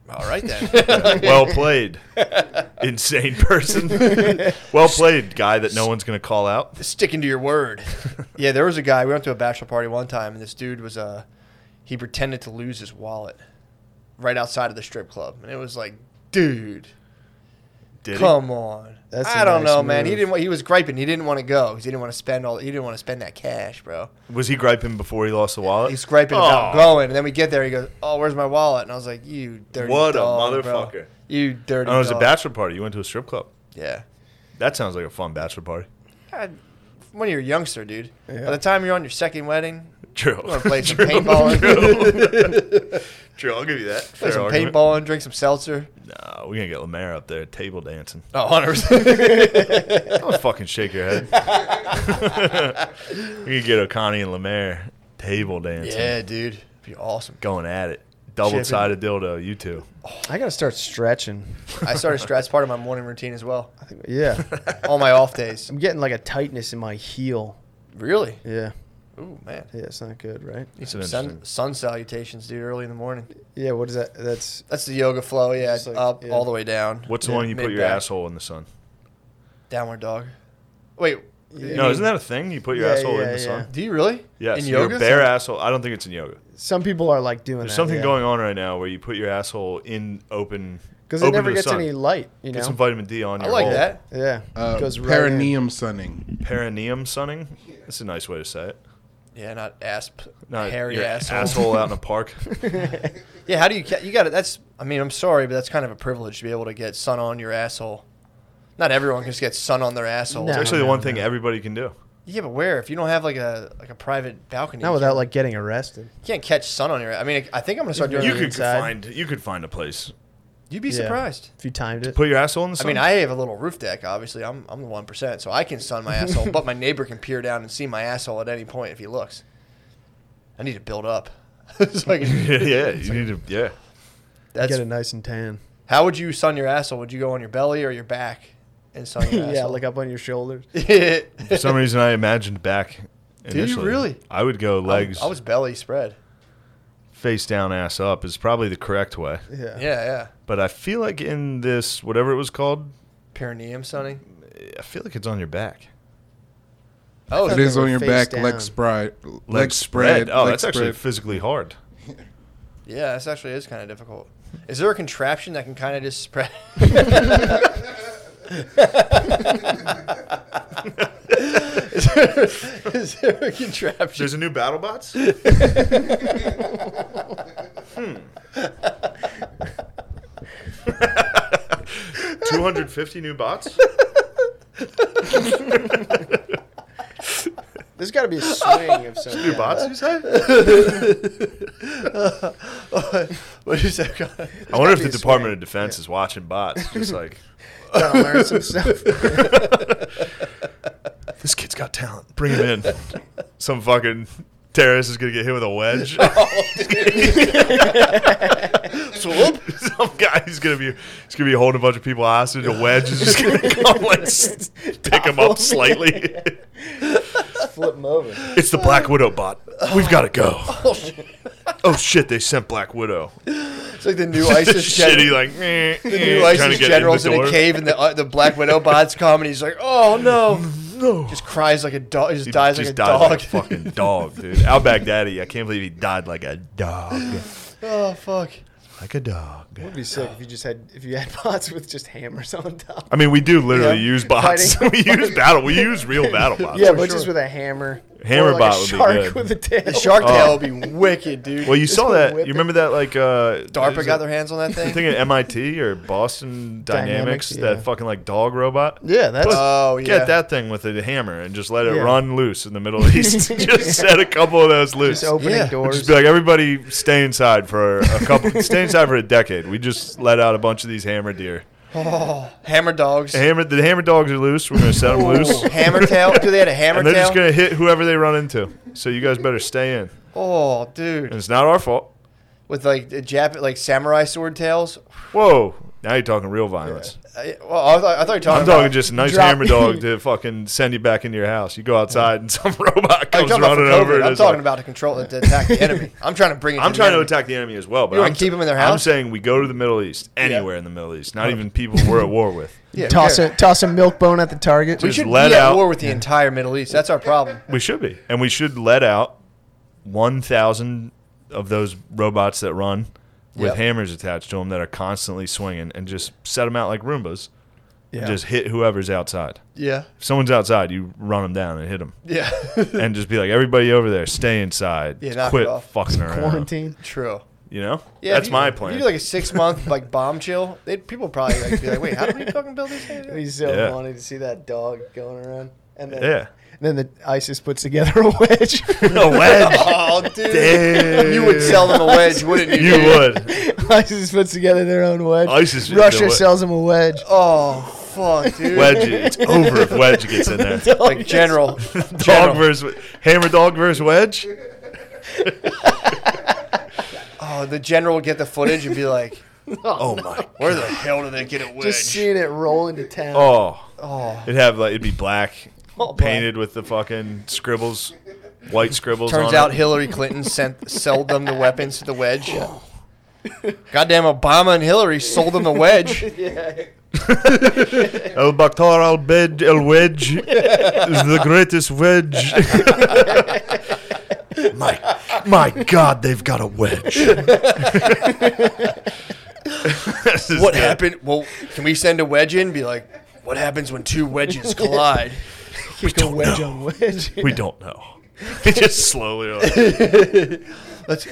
all right then.
well played, insane person. well played, guy that no one's going to call out.
sticking to your word. yeah, there was a guy. We went to a bachelor party one time, and this dude was uh, he pretended to lose his wallet right outside of the strip club, and it was like, dude,
Did he?
come on.
That's
I
a
don't
nice
know, man. He
move.
didn't. wa- He was griping. He didn't want to go because he didn't want to spend all. He didn't want to spend that cash, bro.
Was he griping before he lost the wallet?
He's griping about
Oh.
going, and then we get there. He goes, "Oh, where's my wallet?" And I was like, "You dirty
What a
dog, bro.
motherfucker.
You dirty."
Oh, it was a
dog."
bachelor party. You went to a strip club.
Yeah.
That sounds like a fun bachelor party.
God, when you're a youngster, dude.
Yeah.
By the time you're on your second wedding,
True.
you want to play some
True.
paintball.
True. I'll give you that. Fair
play some
argument.
paintball and drink some seltzer.
Nah, we're gonna get Lemaire up there table dancing.
Oh, 100%.
Don't fucking shake your head. we could get O'Connie and Lemaire table dancing.
yeah, dude. Be awesome.
Going at it. Double sided dildo. You two.
I gotta start stretching.
I started stretch part of my morning routine as well.
I think, yeah,
On my off days.
I'm getting like a tightness in my heel.
Really?
Yeah,
Ooh, man.
yeah, it's not good, right?
Need
That's
some
interesting.
sun, sun salutations, dude, early in the morning.
Yeah, what is that? That's
That's the yoga flow. Yeah,
Just like-
up
yeah.
all the way down.
What's the
Yeah,
one you put your
mid-back.
asshole in the sun?
Downward dog. Wait,
Yeah.
No, isn't that a thing? You put your
Yeah,
asshole in
yeah,
the sun.
do you really?
Yes,
In
your
yoga?
bare asshole. I don't think it's in yoga.
some people are like doing.
There's
that,
something
yeah.
going on right now where you put your asshole in open
because it
open to
never
the
gets
sun.
any light. You
Get
know.
some vitamin D on
I
your
like
hole.
that.
yeah,
Uh,
goes right in.
perineum sunning.
perineum sunning. That's a nice way to say it.
Yeah, not asp.
Not
hairy
your
asshole.
out in a park.
Yeah, how do you ca- you got it? That's I mean, I'm sorry, but that's kind of a privilege to be able to get sun on your asshole. Not everyone can just get sun on their asshole.
No.
It's actually the one
no,
thing
no.
everybody can do.
Yeah, but where if you don't have like a like a private balcony?
Not
you
without
can't-
like getting arrested.
you can't catch sun on your. I mean, I think I'm gonna start doing.
You
You
that.
could
inside.
find you could find a place.
You'd be
Yeah.
surprised.
If you timed it,
Put your asshole in the
I
sun.
mean, I have a little roof deck. Obviously, I'm I'm the one percent, so I can sun my asshole. but my neighbor can peer down and see my asshole at any point if he looks. I need to build up. so I
yeah,
can,
yeah, you need to yeah.
that's,
get it nice and tan.
how would you sun your asshole? Would you go on your belly or your back and sun your asshole?
yeah, like up on your shoulders.
For some reason, I imagined back.
you
Initially.
really?
I would go legs
I, was belly spread.
face down, ass up is probably the correct way.
Yeah.
Yeah, yeah.
But I feel like in this whatever it was called,
Perineum sunning.
I feel like it's on your back.
Oh,
thought
It
they
is
were
on your
face
back,
down.
leg spread, leg spread.
Oh,
leg
that's actually
spread.
physically hard.
Yeah, this actually is kind of difficult. Is there a contraption that can kind of just spread? is, there, is there a contraption?
There's a new BattleBots. hmm. Two hundred fifty new bots.
There's got to be a swing of some
New
kind.
bots, you say?
what did you say? Connor?
I wonder if
be
the
a
Department
swing.
of Defense is watching bots, just like
Gotta learn some stuff.
this kid's got talent. Bring him in. Some fucking terrorist is gonna get hit with a wedge.
Oh, Swoop.
Some guy's gonna be he's gonna be holding a bunch of people hostage. A wedge is just gonna come like s- pick him up slightly.
Flip 'em over.
it's the Black Widow bot. We've got to go. Oh shit! They sent Black Widow.
It's like the new
Just
ISIS gen-
shitty, like meh,
the new
meh,
ISIS generals in,
the
a
door.
cave, and the uh, the Black Widow bots come, and he's like, "Oh no!"
No,
Just cries like a dog. He just
He
dies
just
like a
died
dog.
Like a fucking dog, dude. Al Baghdadi. I can't believe he died like a dog.
oh fuck!
Like a dog.
It'd be sick if you just had if you had bots with just hammers on top.
I mean, we do literally
Yeah.
use bots.
Fighting.
we use battle. We use real battle bots.
yeah,
for
but just
sure.
with a hammer.
Hammer
or like
bot
a
would be
shark
good.
with a tail. Oh.
The shark tail would be wicked, dude.
Oh. Well, you saw
gonna
that.
whip
You
it.
remember that like uh,
DARPA
there's
got
a-
their hands on that
I
thing.
think at MIT or Boston Dynamics,
Dynamics, yeah.
that fucking like dog robot.
yeah, that's
Oh yeah.
Get that thing with a hammer and just let it
Yeah.
run loose in the Middle East. just set a couple of those loose.
just opening
Yeah.
Just
doors.
be like everybody stay inside for a couple stay inside for a decade. We just let out a bunch of these hammer deer.
Oh, hammer dogs.
Hammer the hammer dogs are loose. We're gonna set them loose.
Ooh, hammer tail. Do they had a hammer
And they're
tail?
just gonna hit whoever they run into. So you guys better stay in.
Oh,
And
dude,
it's not our fault.
with like the Jap, like samurai sword tails.
Whoa. Now you're talking real violence.
I, well, I thought, I thought you were talking.
I'm talking
about,
just a nice
drop-
hammer dog to fucking send you back into your house. You go outside and some robot
I'm
comes
Oh, talking about, for
running
COVID.
over. and
I'm
is
talking
like-
about to control to attack the enemy. I'm trying to bring. It
I'm
the
trying to
enemy.
attack the enemy as well, but
You wanna
I'm
keep 'em in their
I'm
house?
saying we go to the Middle East, anywhere in the Middle East, not even people we're at war with.
Yeah, we
toss
should.
a toss a milk bone at the target.
We
just
should be
let
at
out-
war with the entire Middle East. That's our problem.
We should be, and we should let out one thousand of those robots that run with
Yep.
hammers attached to them that are constantly swinging, and just set them out like Roombas.
yeah.
And just hit whoever's outside.
Yeah,
If someone's outside, you run them down and hit them,
yeah,
and just be like, "Everybody over there, stay inside.
Yeah, knock it
Quit
off.
fucking around."
quarantine.
true.
You know,
Yeah, if
that's
you-
my
If
plan.
you do like a six month like bomb chill, they'd, people probably like, be like, "Wait, how do we fucking build this thing?"
It'd be so
Yeah.
funny to see that dog going around, and then
yeah,
and then the ISIS puts together a wedge.
a wedge.
Oh, dude,
Damn.
you would sell them a wedge, wouldn't you?
You
dude?
would.
ISIS puts together their own wedge.
ISIS would do
Russia
it.
sells them a wedge.
Oh, fuck, dude.
Wedge. It's over if Wedge gets in there. Dog
Oh,
like general, general.
versus hammer. Dog versus Wedge.
Oh, the general would get the footage and be like,
Oh my.
"Where the hell did they get a
Just
wedge?"
seeing it roll into town.
Oh,
Oh,
it'd have like it'd be black,
All black.
painted with the fucking scribbles, white scribbles.
turns
on
out
it.
Hillary Clinton sent sold them the weapons to the wedge. Goddamn, Obama and Hillary sold them the wedge.
Yeah.
El Bakhtar Al Bed El Wedge is the greatest wedge. my, my God, they've got a wedge. This is
What
good.
happened? Well, can we send a wedge in? Be like, what happens when two wedges collide?
Kick a wedge on wedge.
We don't know. It just slowly. Like,
Let's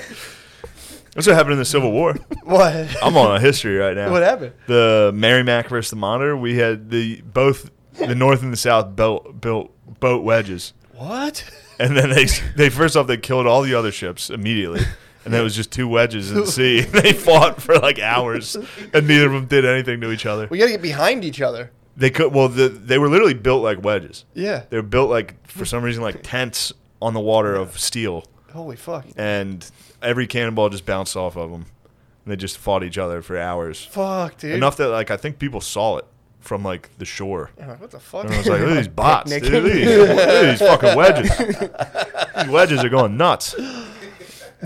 that's what happened in the Civil War.
what?
I'm on a history right now.
What happened?
The Merrimack versus the Monitor. We had the both the North and the South built built boat wedges,
What?
and then they they first off they killed all the other ships immediately. And then it was just two wedges in the sea. They fought for like hours, and neither of them did anything to each other.
We gotta get behind each other.
They could well, the, they were literally built like wedges.
Yeah.
They were built like for some reason like tents on the water of steel,
Holy fuck.
and every cannonball just bounced off of them. And they just fought each other for hours.
Fuck, dude.
enough that like I think people saw it from like the shore.
I'm like, what the fuck?
And I was like, look at these bots, dude.
Uh-huh. Picnic.
Look at these, look at these fucking wedges. these wedges are going nuts.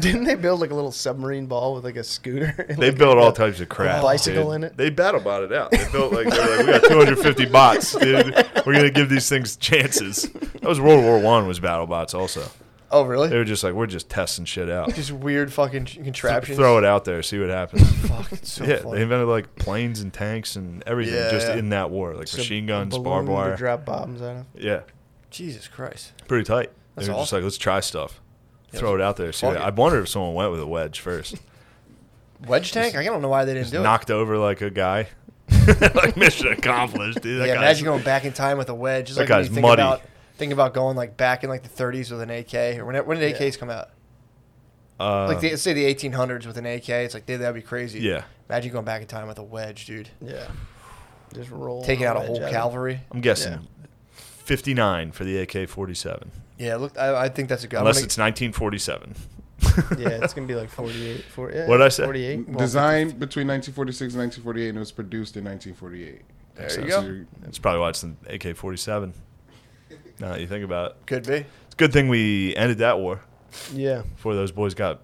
Didn't they build like a little submarine ball with like a scooter? and,
They
like,
built
a-
all types of crap.
bicycle
dude.
in it?
They battle bought it out. They built like they were like, we got 250 bots, dude. We're gonna give these things chances. That was World War One was battle bots also.
Oh,
They
really?
were just like, we're just testing shit out.
Just weird fucking ch- contraptions.
Throw it out there, see what happens.
Fuck, it's so
yeah,
funny.
they invented like planes and tanks and everything
Yeah,
just
yeah.
in that war, like
Just a
machine guns,
balloon
barbed
to
wire.
drop bombs out of.
Yeah,
Jesus Christ.
pretty tight.
That's
they were just
awesome.
like, let's try stuff.
Yeah,
Throw it out there. See,
fuck
what-
it.
I wonder if someone went with a wedge first.
Wedge tank? I don't know why they didn't
Just
do it.
knocked over like a guy. like mission accomplished, dude. That
yeah,
guy's-
imagine going back in time with a wedge. It's
That
like when
guy's
you think
muddy.
About, think about going like back in like the 30s with an AK. Or when, when did AKs come out?
uh,
Like the, let's say the 1800s with an AK. It's like dude, that'd be crazy.
Yeah.
Imagine going back in time with a wedge, dude.
Yeah. Just roll.
Taking
the
out a
wedge
whole
of it.
cavalry.
I'm guessing
Yeah.
59 for the AK-47,
Yeah, look, I, I think that's a good. I'm
unless
gonna-
it's 1947.
Yeah, it's gonna be like 48. 40, yeah,
What'd I say?
48. Well,
Designed between 1946 and 1948, and it was produced in 1948.
There you
So
go.
you're-
That's probably why it's an AK-47. Now that you think about it,
Could be.
it's a good thing we ended that war
yeah.
before those boys got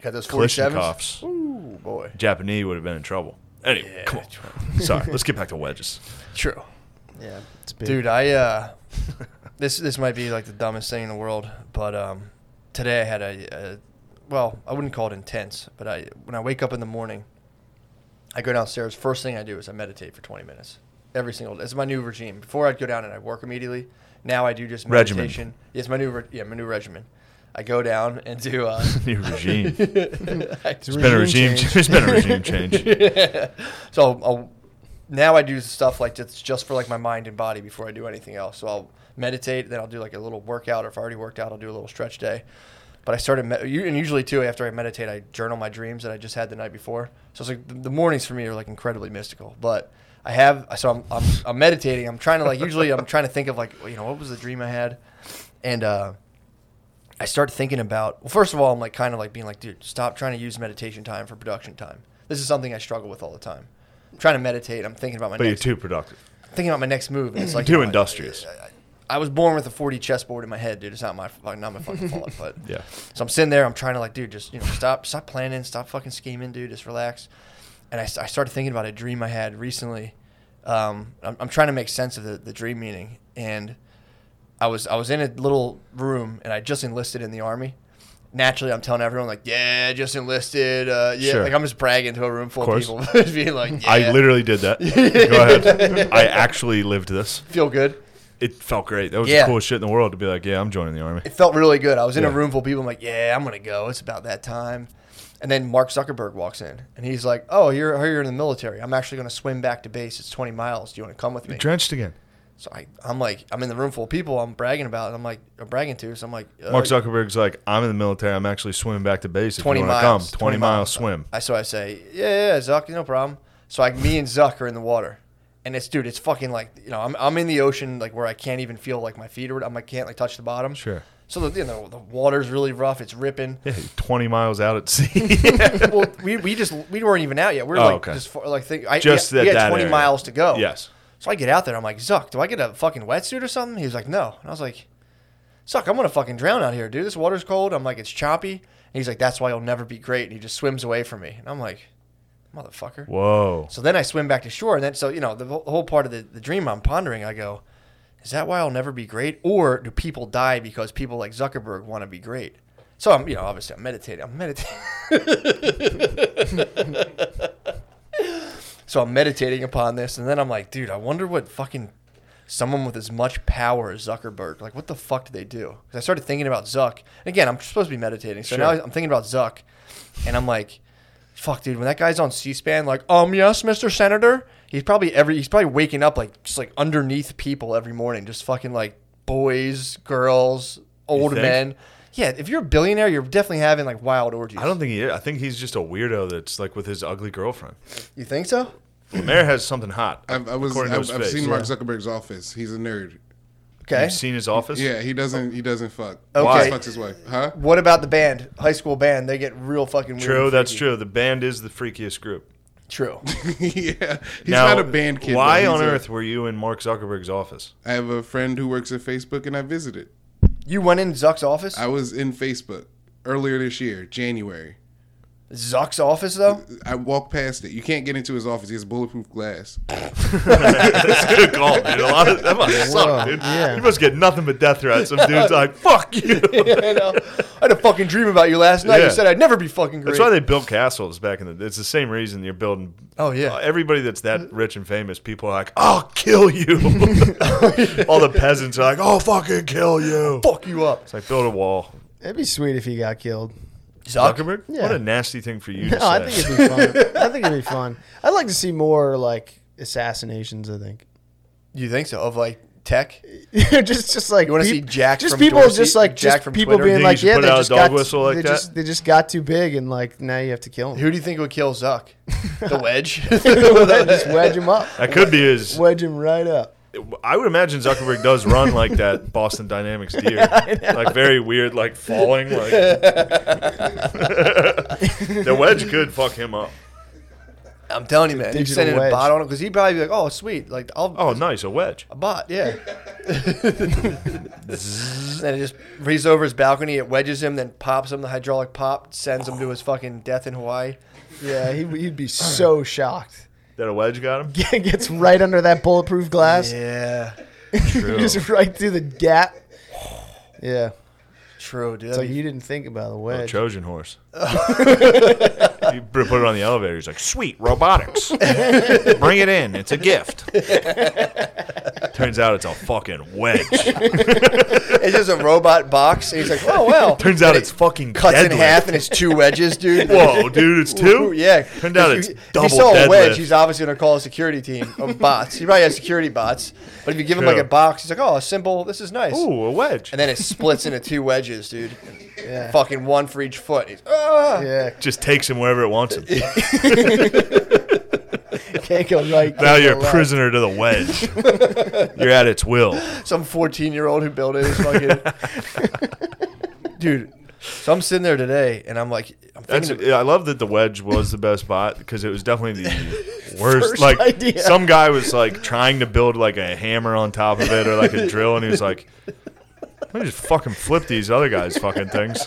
Got those 47s.
Kalashnikovs.
Ooh boy.
Japanese would have been in trouble. Anyway,
Yeah,
come on. Sorry, let's get back to wedges.
True.
Yeah. It's big.
Dude, I uh, this this might be like the dumbest thing in the world, but um, today I had a, a well, I wouldn't call it intense, but I when I wake up in the morning, I go downstairs. First thing I do is I meditate for 20 minutes every single day. It's my new regime. Before I'd go down and I work immediately. Now I do just meditation.
Regimen.
Yeah, It's my new re- yeah my new regimen. I go down and do uh,
New regime.
I
It's been a
Regime
regime.
change.
It's been a regime change.
so I'll, I'll- now I do stuff like that's just for like my mind and body before I do anything else. So I'll meditate, then I'll do like a little workout. Or if I already worked out, I'll do a little stretch day. But I started, med- you- and usually too, after I meditate, I journal my dreams that I just had the night before. So it's like the, the mornings for me are like incredibly mystical. But I have, so I'm, I'm, I'm meditating. I'm trying to like, usually I'm trying to think of like, you know, what was the dream I had? And, uh, I start thinking about. Well, first of all, I'm like kind of like being like, dude, stop trying to use meditation time for production time. This is something I struggle with all the time. I'm trying to meditate. I'm thinking about my
But you're
next,
too productive.
thinking about my next move. And it's like
Too
you know,
industrious.
I, I was born with a 40 chessboard in my head, dude. It's not my fu- not my fucking fault. But
Yeah.
so I'm sitting there. I'm trying to like, dude, just you know, stop, stop planning, stop fucking scheming, dude. Just relax. And I, s- I started thinking about a dream I had recently. Um, I'm, I'm trying to make sense of the, the dream meaning, and I was I was in a little room, and I just enlisted in the army. Naturally, I'm telling everyone like, yeah, just enlisted. Uh, yeah,
Sure.
like I'm just bragging to a room full of,
Course.
people, being like, yeah,
I literally did that. Go ahead. I actually lived this.
feel good.
It felt great. That was
Yeah.
the coolest shit in the world to be like, yeah, I'm joining the army.
it felt really good. I was in a
Yeah.
room full of people. I'm like, yeah, I'm gonna go. It's about that time. And then Mark Zuckerberg walks in, and he's like, "Oh, you're oh, you're in the military. I'm actually gonna swim back to base. It's 20 miles. Do you want to come with me?"
Drenched again.
So I, I'm like, I'm in the room full of people. I'm bragging about, and I'm like, I'm bragging to. So I'm like, uh,
Mark Zuckerberg's like, I'm in the military. I'm actually swimming back to base. If 20
20
you
miles,
want to come, 20, miles, swim.
I so I say, yeah, yeah, yeah, Zuck, no problem. So like me and Zuck are in the water, and it's dude, it's fucking like you know, I'm, I'm in the ocean like where I can't even feel like my feet or I'm like can't like touch the bottom.
Sure.
So the you know the water's really rough. It's ripping.
Yeah, 20 miles out at sea.
well, we, we just we weren't even out yet. We were
Oh,
like
okay.
just far, like think, I,
Just
we,
at
we had
that
twenty
area.
miles to go.
Yes.
So I get out there. I'm like Zuck, do I get a fucking wetsuit or something? He was like, no. And I was like, Zuck, I'm gonna fucking drown out here, dude. This water's cold. I'm like, it's choppy. And he's like, that's why you'll never be great. And he just swims away from me. And I'm like, motherfucker.
Whoa.
So then I swim back to shore, and then so you know the whole- whole part of the, the dream I'm pondering. I go, is that why I'll never be great, or do people die because people like Zuckerberg want to be great? So I'm you know obviously I'm meditating. I'm meditating. so I'm meditating upon this, and then I'm like, dude, I wonder what fucking someone with as much power as Zuckerberg, like, what the fuck do they do? 'Cause I started thinking about Zuck. And again, I'm supposed to be meditating, so now
Sure.
I'm thinking about Zuck, and I'm like, fuck, dude, when that guy's on C-SPAN, like, um, yes, Mr. Senator, he's probably every, he's probably waking up like just like underneath people every morning, just fucking like boys, girls, old
think?
men. Yeah, if you're a billionaire, you're definitely having like wild orgies.
I don't think he is. I think he's just a weirdo that's like with his ugly girlfriend.
You think so?
Lemaire has something hot.
I've, I was,
according
I've,
to his
I've
face.
seen Mark Zuckerberg's office. He's a nerd.
Okay.
You've seen his office?
Yeah, he doesn't. He doesn't fuck.
Okay.
He just fucks his wife, huh?
What about the band, high school band? They get real fucking weird.
True,
and
that's
freaky.
true. The band is the freakiest group.
True.
yeah, he's
Now,
not a band kid.
Why
though.
on
He's a-
earth were you in Mark Zuckerberg's office?
I have a friend who works at Facebook, and I visited.
You went in Zuck's office.
I was in Facebook. earlier this year, January.
Zuck's office though.
I walked past it. You can't get into his office. He has bulletproof glass.
That's a good call, dude. A lot of, that must suck, dude.
yeah.
You must get nothing but death threats. Some dude's like, "Fuck you."
I know. I had a fucking dream about you last night.
Yeah.
You said I'd never be fucking great.
That's why they built castles back in the. It's the same reason you're building.
Oh, yeah.
Uh, everybody that's that rich and famous, people are like, "I'll kill you." All the peasants are like, "I'll fucking kill you."
fuck you up.
It's like build a wall.
It'd be sweet if he got killed.
Zuck.
Zuckerberg.
Yeah.
What a nasty thing for you.
No,
to say.
I think it'd be fun. I think it'd be fun. I'd like to see more like assassinations. I think
You think so? Of like tech?
just just like
You wanna
peop-
see Jack
Just
from
people
Dorsey-
just like
Jack
just
from
people
Twitter?
You
being
think
like
you should
yeah
put
they
out a
just
dog
got
whistle like
they
that?
just they just got too big and like now you have to kill them.
Who do you think would kill Zuck? The wedge.
just wedge them up,
that could be his.
wedge them right up.
I would imagine Zuckerberg does run like that Boston Dynamics deer, like very weird, like falling. Like the wedge could fuck him up.
I'm telling you, man. You
Digital
send in a
wedge.
bot on him because he'd probably be like, "Oh, sweet, like I'll
Oh, nice, a wedge.
a bot, yeah." and it just reaches over his balcony, it wedges him, then pops him the hydraulic pop, sends him to his fucking death in Hawaii.
Yeah, Uh, he, he'd be so shocked.
That a wedge got him.
Gets right under that bulletproof glass,
Yeah,
True.
just right through the gap. Yeah,
true, Oh, dude.
it's
That'd
like
be-
you didn't think about the
A
wedge.
Trojan horse. you put it on the elevator. He's like, sweet, robotics. Bring it in. It's a gift. Turns out it's a fucking wedge.
it's just a robot box, and he's like, "Oh wow."
Turns out it's fucking
Cuts in
deadlift.
half, and it's two wedges, dude.
Whoa, dude, it's two?
Ooh, yeah.
Turned out
If
it's
you-
double
If he saw a wedge,
deadlift.
he's obviously going to call a security team of bots. He probably has security bots. But if you give him like
Sure.
a box, he's like, oh, a symbol. This is nice.
Ooh, a wedge.
And then it splits into two wedges, dude.
Yeah.
Fucking one for each foot. He's, ah!
Yeah,
Just takes him wherever it wants him.
can't go right.
Now
can't go
you're a
left.
prisoner to the wedge. you're at its will.
Some 14 year old who built it is fucking. dude. So I'm sitting there today and I'm like, I'm
That's,
thinking,
yeah, I love that the wedge was the best bot because it was definitely the worst.
First
like
idea.
some guy was like trying to build like a hammer on top of it or like a drill, and he was like, "Let me just fucking flip these other guys' fucking things.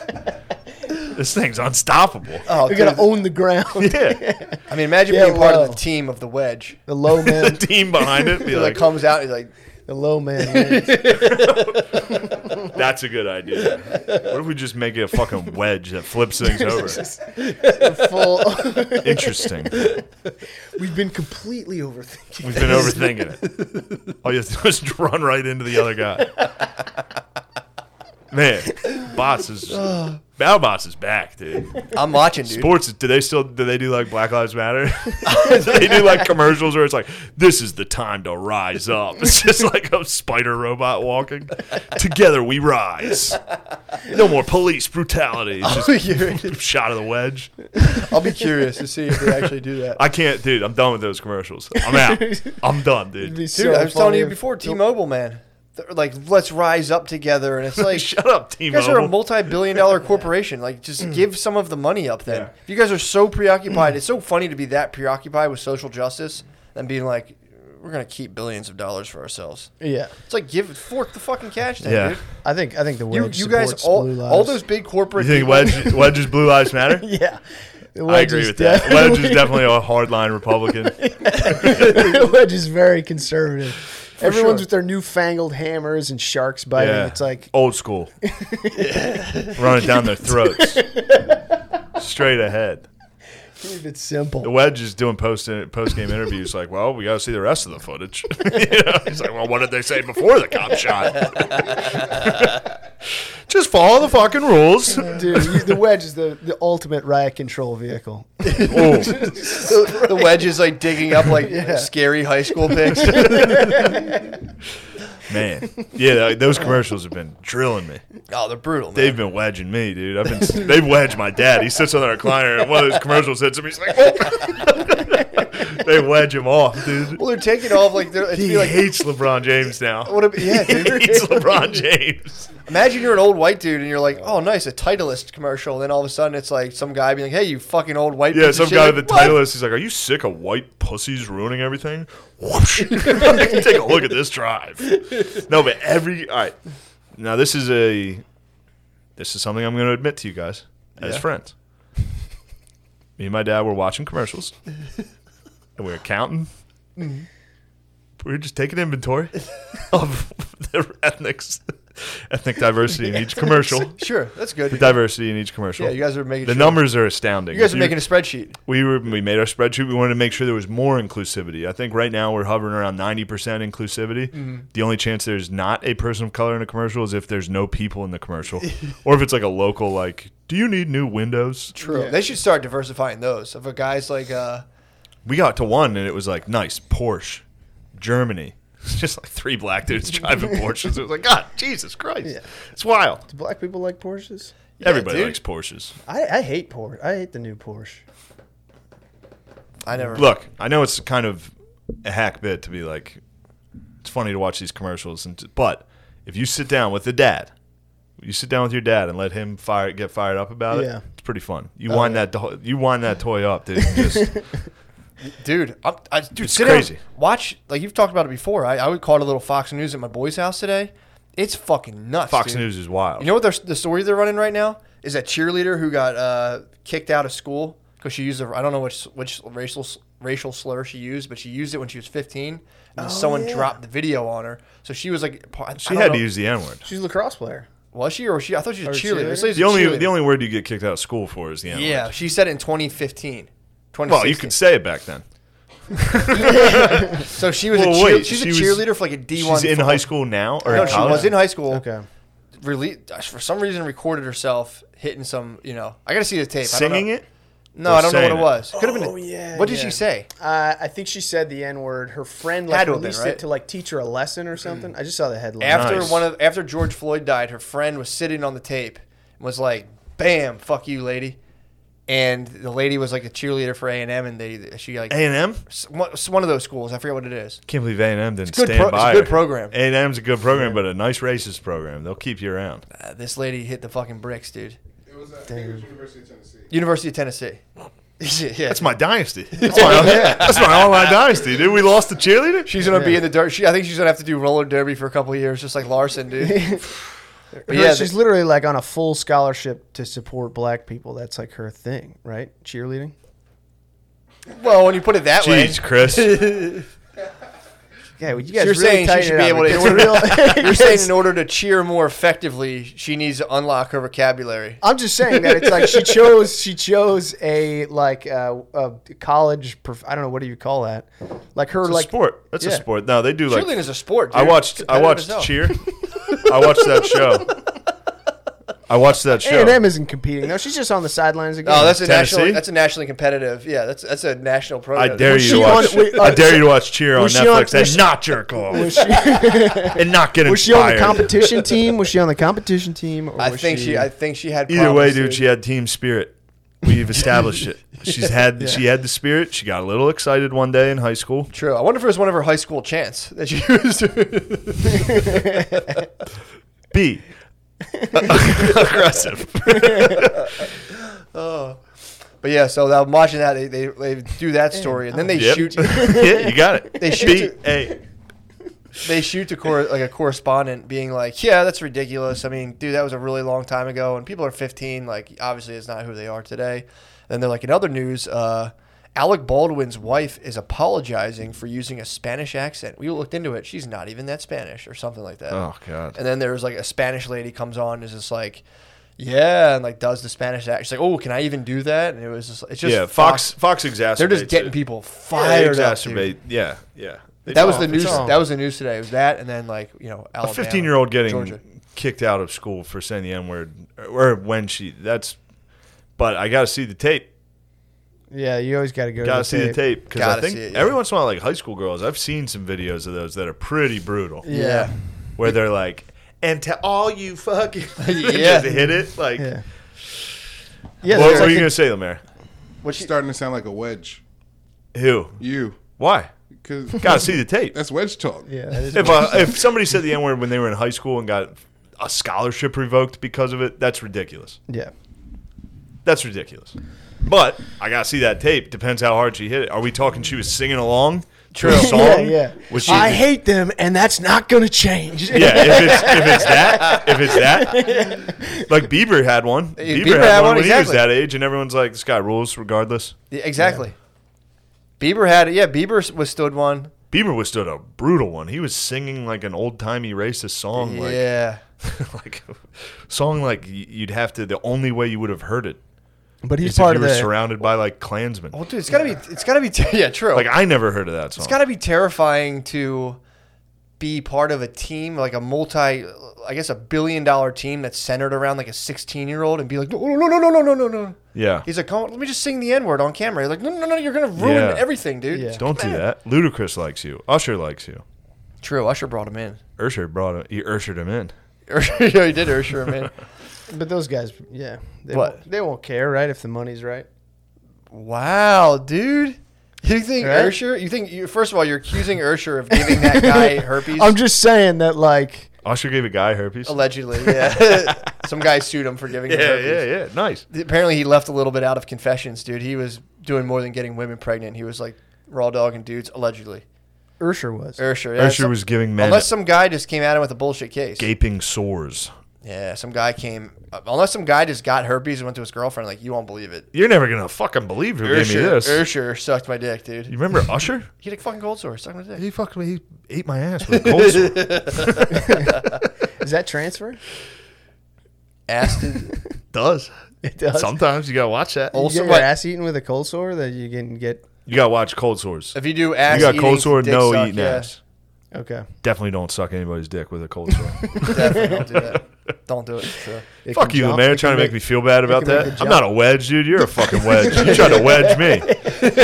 This thing's unstoppable."
oh,
You're gonna
dude.
own the ground.
Yeah,
I mean, imagine
Yeah,
being part
wow.
of the team of the wedge.
The low
the
man,
team behind it be
He like
like,
comes out and he's like,
the low man. wins.
"That's a good idea." What if we just make it a fucking wedge that flips things over?
Full.
Interesting.
We've been completely overthinking.
We've been overthinking it. All you have to do is to run right into the other guy. Man, boss is Bow Boss is back, dude.
I'm watching, dude.
Sports do they still do they do like Black Lives Matter? Do they do like commercials where it's like, this is the time to rise up. It's just like a spider robot walking. Together we rise. No more police brutality. It's just shot of the wedge.
I'll be curious to see if they actually do that.
I can't, dude. I'm done with those commercials. I'm out. I'm done,
It'd
dude.
be
Dude,
so
I was telling
funny
you
if-
before, T-Mobile, man. They're like, let's rise up together, and it's like, you
Shut up, team.
guys are a multi-billion-dollar corporation. Like,
Mm.
just give some of the money up. Then if you guys are so preoccupied. it's so funny to be that preoccupied with social justice and being like, we're gonna keep billions of dollars for ourselves.
Yeah,
It's like give fork the fucking cash, then,
Yeah.
dude.
I think I think the
You,
wedge.
you guys,
supports Blue
all,
Lives.
all those big corporate.
You think
people-
Wedge Wedge's Blue Lives Matter?
Yeah, The
I
wedge
agree
is
with that. Wedge
definitely-
is definitely a hardline Republican.
The wedge is very conservative.
sure.
Everyone's with their newfangled hammers and sharks biting.
Yeah.
It's like
old school. Run it down their throats. Straight ahead.
keep it simple.
The Wedge is doing post post game interviews like, well, we got to see the rest of the footage. you know? He's like, well, what did they say before the cop shot? Just follow the fucking rules.
Dude, you- the wedge is the, the ultimate riot control vehicle.
Oh,
the, the wedge is like digging up like scary high school pics.
man. Yeah, those commercials have been drilling me.
oh, they're brutal. Man.
They've been wedging me, dude. I've been they've wedged my dad. He sits on the recliner, and one of those commercials hits him. He's like, "Oh." they wedge him off, dude.
well, they're taking off like they're. It's
He
be like,
hates LeBron James now.
what a, yeah,
he
dude.
hates LeBron James.
Imagine you're an old white dude and you're like, oh, nice, a Titleist commercial. And then all of a sudden it's like some guy being like, hey, you fucking old white
Yeah,
piece of
some guy
shit.
with the
What?
titleist. He's like, "Are you sick of white pussies ruining everything?" Whoosh. Take a look at this drive. No, but every all right. Now this is a this is something I'm going to admit to you guys as
Yeah.
friends. Me and my dad were watching commercials, and we were counting. We were just taking inventory of the ethnics, ethnic diversity in each commercial.
Sure, that's
The
good.
diversity in each commercial.
Yeah, you guys are making
the
sure-
numbers are astounding.
You guys
If
are making a spreadsheet.
we were we made our spreadsheet. We wanted to make sure there was more inclusivity. I think right now we're hovering around ninety percent inclusivity. The only chance there's not a person of color in a commercial is if there's no people in the commercial, or if it's like a local like, do you need new windows?
True.
Yeah.
They should start diversifying those. If a guy's like, uh,
We got to one and it was like nice Porsche, Germany. It's just like three black dudes driving Porsches. It was like God, Jesus Christ,
Yeah.
it's wild.
Do black people like Porsches?
Everybody
dude.
likes Porsches.
I, I hate Porsche. I hate the new Porsche.
I never.
Look, I know it's kind of a hack bit to be like, it's funny to watch these commercials, and but if you sit down with the dad, you sit down with your dad and let him fire get fired up about
Yeah.
it. It's pretty fun. You
Oh,
wind
yeah.
that do- you wind that toy up, dude. and Just,
dude. I'm, I, dude,
It's
sit down,
crazy.
watch, like you've talked about it before. I, I would call it a little Fox News at my boy's house today. It's fucking nuts.
Fox
dude.
News is wild.
You know what they're, the story they're running right now is that cheerleader who got uh, kicked out of school because she used a, I don't know which which racial s- racial slur she used, but she used it when she was 15, and then someone
Oh, yeah.
dropped the video on her. So she was like, pa- I,
she
don't
had
know-
to use the N word.
She's a lacrosse player.
was she or was she? I thought she was a
Or
cheerleader.
cheerleader?
This lady's
The
a
only
cheerleader.
the only word you get kicked out of school for is the N word.
yeah, she said it in 2015.
Well, you could
2016.
say it back then.
So she was
Well,
a cheer,
wait,
she's
she
a
was-
cheerleader for like a D1.
She's in
football-
high school now, or
No,
in
she
college?
was in high school.
Okay.
Rele- uh, for some reason, recorded herself hitting some. You know, I gotta see the tape. I don't
singing
know.
it.
No,
or
I don't know what
saying
it
it?
was. Could have been.
Oh, yeah,
What did
yeah.
she say?
Uh, I think she said the N word. Her friend
Had to
like
have been,
released
right?
it to like teach her a lesson or something. I just saw the headline.
After
Nice.
one of after George Floyd died, her friend was sitting on the tape and was like, "Bam, fuck you, lady." And the lady was like a cheerleader for A and M, and they she like
A and M.
s- one it's one of those schools. I forget what it is.
Can't believe A and M didn't
It's a good
stand
pro- it's a
by.
good program.
A and M's a good program, but a nice racist program. They'll keep you around.
Uh, this lady hit the fucking bricks, dude.
It was, uh, I think it was University of Tennessee.
University of Tennessee. yeah,
That's my dynasty. That's my, that's my online dynasty, dude. We lost the cheerleader.
she's gonna be in the dirt. She, I think she's gonna have to do roller derby for a couple of years, just like Larson, dude.
Her-
yeah,
she's
the-
literally like on a full scholarship to support black people. That's like her thing, right? Cheerleading.
well, when you put it that way,
Jeez, Chris.
Yeah, well, you guys.
you're
really
saying she
tighten
should
it
be
up.
able
It
to.
gets real- it
you're
gets-
saying in order to cheer more effectively, she needs to unlock her vocabulary.
I'm just saying that it's like she chose she chose a like uh, a college prof- I don't know what do you call that like her
It's a
like
sport. That's
yeah.
a sport. No, they do like.
Cheerleading is a sport. Dude.
I watched. I
Competitive
watched
as hell.
cheer. I watched that show. I watched that show.
A&M isn't competing no she's just on the sidelines again
Oh, that's a
Tennessee?
national. That's a nationally competitive. Yeah, that's that's a national
I
program.
dare you
she
to watch.
on- wait, uh,
I dare you to watch cheer on
was she
Netflix
on- was
and
she-
not jerk off
was she,
and not get
was she on the
inspired.
competition team was she on the competition team or
I
was
think she, I think she had.
Either way,
problems,
dude, she had team spirit. We've established it. She's had she had the spirit. She got a little excited one day in high school.
True. I wonder if it was one of her high school chants that she used.
B. Aggressive.
but yeah, so that, I'm watching that. They, they they do that story, and then they
Yep.
shoot.
yeah, you got it.
They shoot
B A.
they shoot to cor- like a correspondent being like, "Yeah, that's ridiculous. I mean, dude, that was a really long time ago, and people are 15. Like, obviously, it's not who they are today." Then they're like, "In other news, uh, Alec Baldwin's wife is apologizing for using a Spanish accent. We looked into it. She's not even that Spanish, or something like that."
Oh God.
And then there's like a Spanish lady comes on, and is just like. Yeah, and like does the Spanish act? She's like, "Oh, can I even do that?" And it was just, it's just
yeah, Fox Fox exacerbates.
They're just getting
it.
people
Yeah, they
fired up. dude.
exacerbate. Yeah, yeah. They
That
do.
was the
It's
news.
all-
That was the news today. It was that, and then like you know,
a
Alabama,
fifteen-year-old getting
Georgia.
kicked out of school for saying the n-word, or when she. That's. But I got to see the tape.
yeah you always got to go
Got to
to
see the tape because I
Gotta
think
see it, yeah.
every once in a while, like high school girls, I've seen some videos of those that are pretty brutal,
yeah
where they're like, "And to all you fucking,"
Yeah.
just hit it like.
yeah yeah,
what
there's,
were
like,
you gonna say, Lemaire?
What she,
Starting to sound like a wedge.
Who?
You.
Why?
Because
Gotta see the tape.
that's wedge talk.
yeah that is-
if uh, if somebody said the N word when they were in high school and got a scholarship revoked because of it, that's ridiculous.
yeah
That's ridiculous. But I gotta see that tape. Depends how hard she hit it. Are we talking she was singing along
True.
song.
yeah, yeah.
Which
I
you-
hate them, and that's not gonna change.
Yeah, if it's if it's that, if it's that, like Bieber had one.
Yeah,
Bieber, had, one, when he was
exactly.
that age, and everyone's like, "This guy rules." Regardless,
Yeah, exactly. Bieber had it. Yeah, Bieber was stood one.
Bieber withstood a brutal one. He was singing like an old timey racist song, like
yeah.
like song like y- you'd have to. The only way you would have heard it
but he's
is if
part
you
of
were
the.
surrounded by like Klansmen.
Well, dude, it's gotta be. It's gotta be. Ter- yeah, true.
Like I never heard of that song.
it's gotta be terrifying to be part of a team like a multi, I guess a billion dollar team that's centered around like a sixteen year old and be like, no, no, no, no, no, no, no, no.
yeah,
He's like, oh, let me just sing the N word on camera. You're like, no, no, no, you're gonna ruin
Yeah.
everything, dude.
Yeah.
don't do that. Ludacris likes you. Usher likes you.
True. Usher brought him in.
Usher brought him, he ushered him in.
yeah, he did Usher him in.
But those guys, yeah, they
What?
Won't, they won't care, right? If the money's right.
Wow, dude. You think
Right?
Ursher? You think you, first of all you're accusing Ursher of giving that guy herpes?
I'm just saying that, like,
Usher gave a guy herpes.
allegedly, yeah. Some guy sued him for giving him
yeah,
herpes.
yeah, yeah. Nice.
Apparently, he left a little bit out of confessions, dude. He was doing more than getting women pregnant. He was like raw dogging dudes allegedly.
Ursher was.
Ursher, yeah,
Usher
some-
was giving men
unless some guy just came at him with a bullshit case.
gaping sores.
Yeah, some guy came. uh, Unless some guy just got herpes and went to his girlfriend, like you won't believe it.
You're never gonna fucking believe who gave me
Ursher,
this.
Ursher sucked my dick, dude.
You remember Usher?
He had a fucking cold sore. Sucked my dick.
He fucking he ate my ass with a cold sore.
Is that transfer?
Asked. his-
Does.
It does.
Sometimes you gotta watch that.
Oh.
You
Also,
get your
what-
ass eaten with a cold sore that you can get.
You gotta watch cold sores.
If you do ass,
you got
eating,
cold sore,
dick
no
suck,
eating
yeah.
ass.
Okay.
Definitely don't suck anybody's dick with a cold sore.
Definitely don't do that. Don't do it. So.
Fuck you, the mayor, trying to make me feel bad about
can make
that.
the
I'm not a wedge, dude. You're a fucking wedge. You tried to wedge me.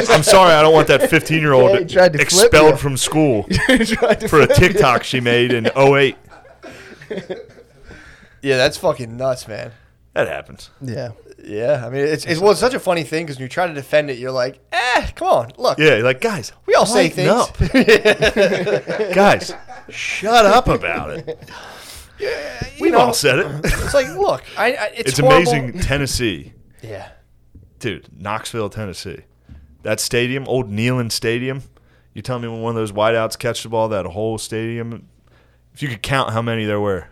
I'm sorry. I don't want that 15 year
Yeah,
old
he tried to flip you.
expelled from school for a TikTok she made in 08.
Yeah, that's fucking nuts, man.
That happens.
Yeah.
Yeah, I mean, it's, it's well, it's such a funny thing because when you try to defend it, you're like, eh, come on, look,
Yeah, like guys,
we all say
lighten
things.
up. guys, shut up about it.
You
We've
know,
all said it.
It's like, look, I, I it's,
It's
horrible.
amazing, Tennessee,
Yeah,
dude. Knoxville, Tennessee, that stadium, old Neyland Stadium. You tell me when one of those wideouts catch the ball, that whole stadium. If you could count how many there were,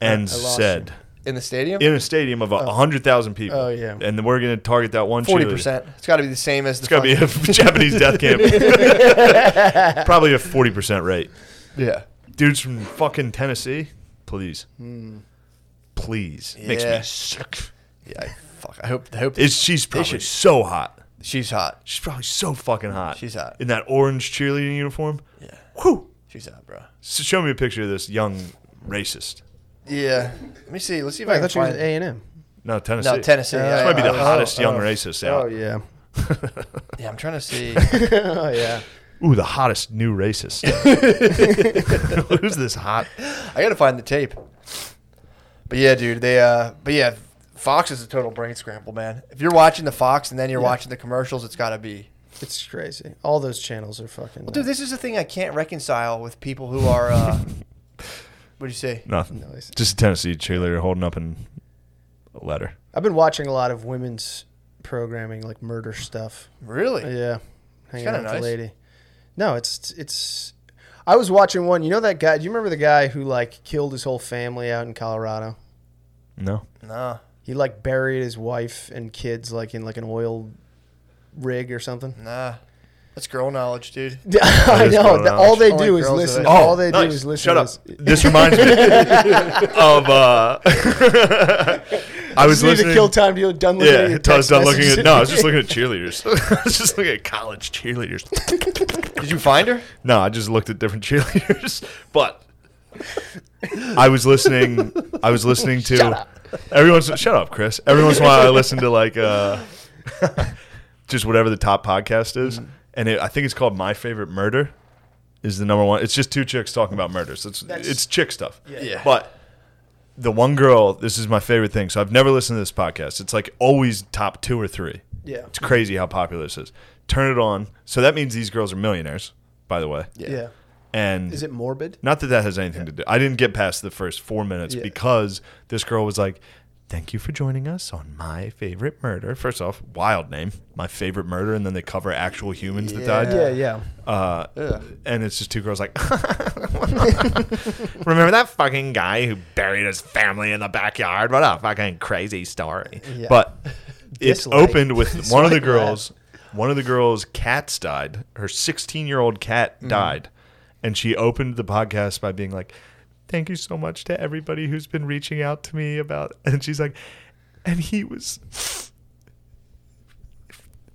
and
I lost
said
in the stadium,
in a stadium of a hundred thousand people.
Oh, yeah.
and we're gonna target that one.
forty
cheerleader.
percent. It's got to be the same as the.
It's gotta be a Japanese death camp. Probably a forty percent rate.
yeah.
dudes from fucking Tennessee, please, please, makes
Hmm. Yeah.
me sick.
Yeah, I, fuck. I hope. I hope
It's, she's probably
should-
so hot.
she's hot.
She's probably so fucking hot.
She's hot.
in that orange cheerleading uniform.
Yeah.
Whew.
She's hot, bro.
So show me a picture of this young racist.
Yeah. Let me see. Let's see if I
I
can
thought she was
find.
at A and M.
No, Tennessee.
no, Tennessee.
This
yeah,
This might be
yeah,
the
yeah.
hottest young
oh.
racist
Oh
out.
yeah.
Yeah, I'm trying to see.
oh yeah.
Ooh, the hottest new racist. Who's this hot?
I gotta find the tape. But yeah, dude, they uh but yeah, Fox is a total brain scramble, man. If you're watching the Fox and then you're watching the commercials, it's gotta be
It's crazy. All those channels are fucking.
Dude, this is the thing I can't reconcile with people who are uh what'd you say?
Nothing.
Nice.
Just a Tennessee cheerleader holding up an, a letter.
I've been watching a lot of women's programming, like murder stuff.
Really?
Yeah, hanging
kinda
out with
nice.
the lady. No, it's it's. I was watching one. You know that guy? Do you remember the guy who like killed his whole family out in Colorado?
No.
No.
He like buried his wife and kids like in like an oil rig or something.
Nah. That's girl knowledge, dude.
I
is
know.
going
that-
on.
all they
Only
do is
girls
listen.
do that.
all they do
Oh, nice.
is listen.
Shut
to
up.
this.
This reminds me of uh, I was
Just need
listening.
to kill time. You're done looking. at
yeah,
your
I was
text
done looking
messages.
at. No, I was just looking at cheerleaders. I was just looking at college cheerleaders.
Did you find her?
No, I just looked at different cheerleaders. But I was listening. I was listening to everyone's. Shut up, Chris. Every once in a while, I listen to like uh, just whatever the top podcast is,
Mm-hmm.
and it, I think it's called My Favorite Murder. Is the number one? It's just two chicks talking about murders. It's
That's-
it's chick stuff.
Yeah.
But the one girl, this is my favorite thing. So I've never listened to this podcast. It's like always top two or three.
Yeah.
It's crazy how popular this is. Turn it on. So that means these girls are millionaires, by the way.
Yeah.
Yeah.
And
Is it morbid?
not that that has anything to do. I didn't get past the first four minutes
Yeah.
because this girl was like, Thank you for joining us on My Favorite Murder. First off, wild name. My Favorite Murder, and then they cover actual humans that died.
Yeah, yeah.
Uh,
Yeah.
and it's just two girls like, remember that fucking guy who buried his family in the backyard? What a fucking crazy story.
Yeah.
But it's
Dislike.
opened with one of the
Dislike that.
girls, one of the girls' cats died. Her 16 year old cat died. And she opened the podcast by being like, thank you so much to everybody who's been reaching out to me about. And she's like, and he was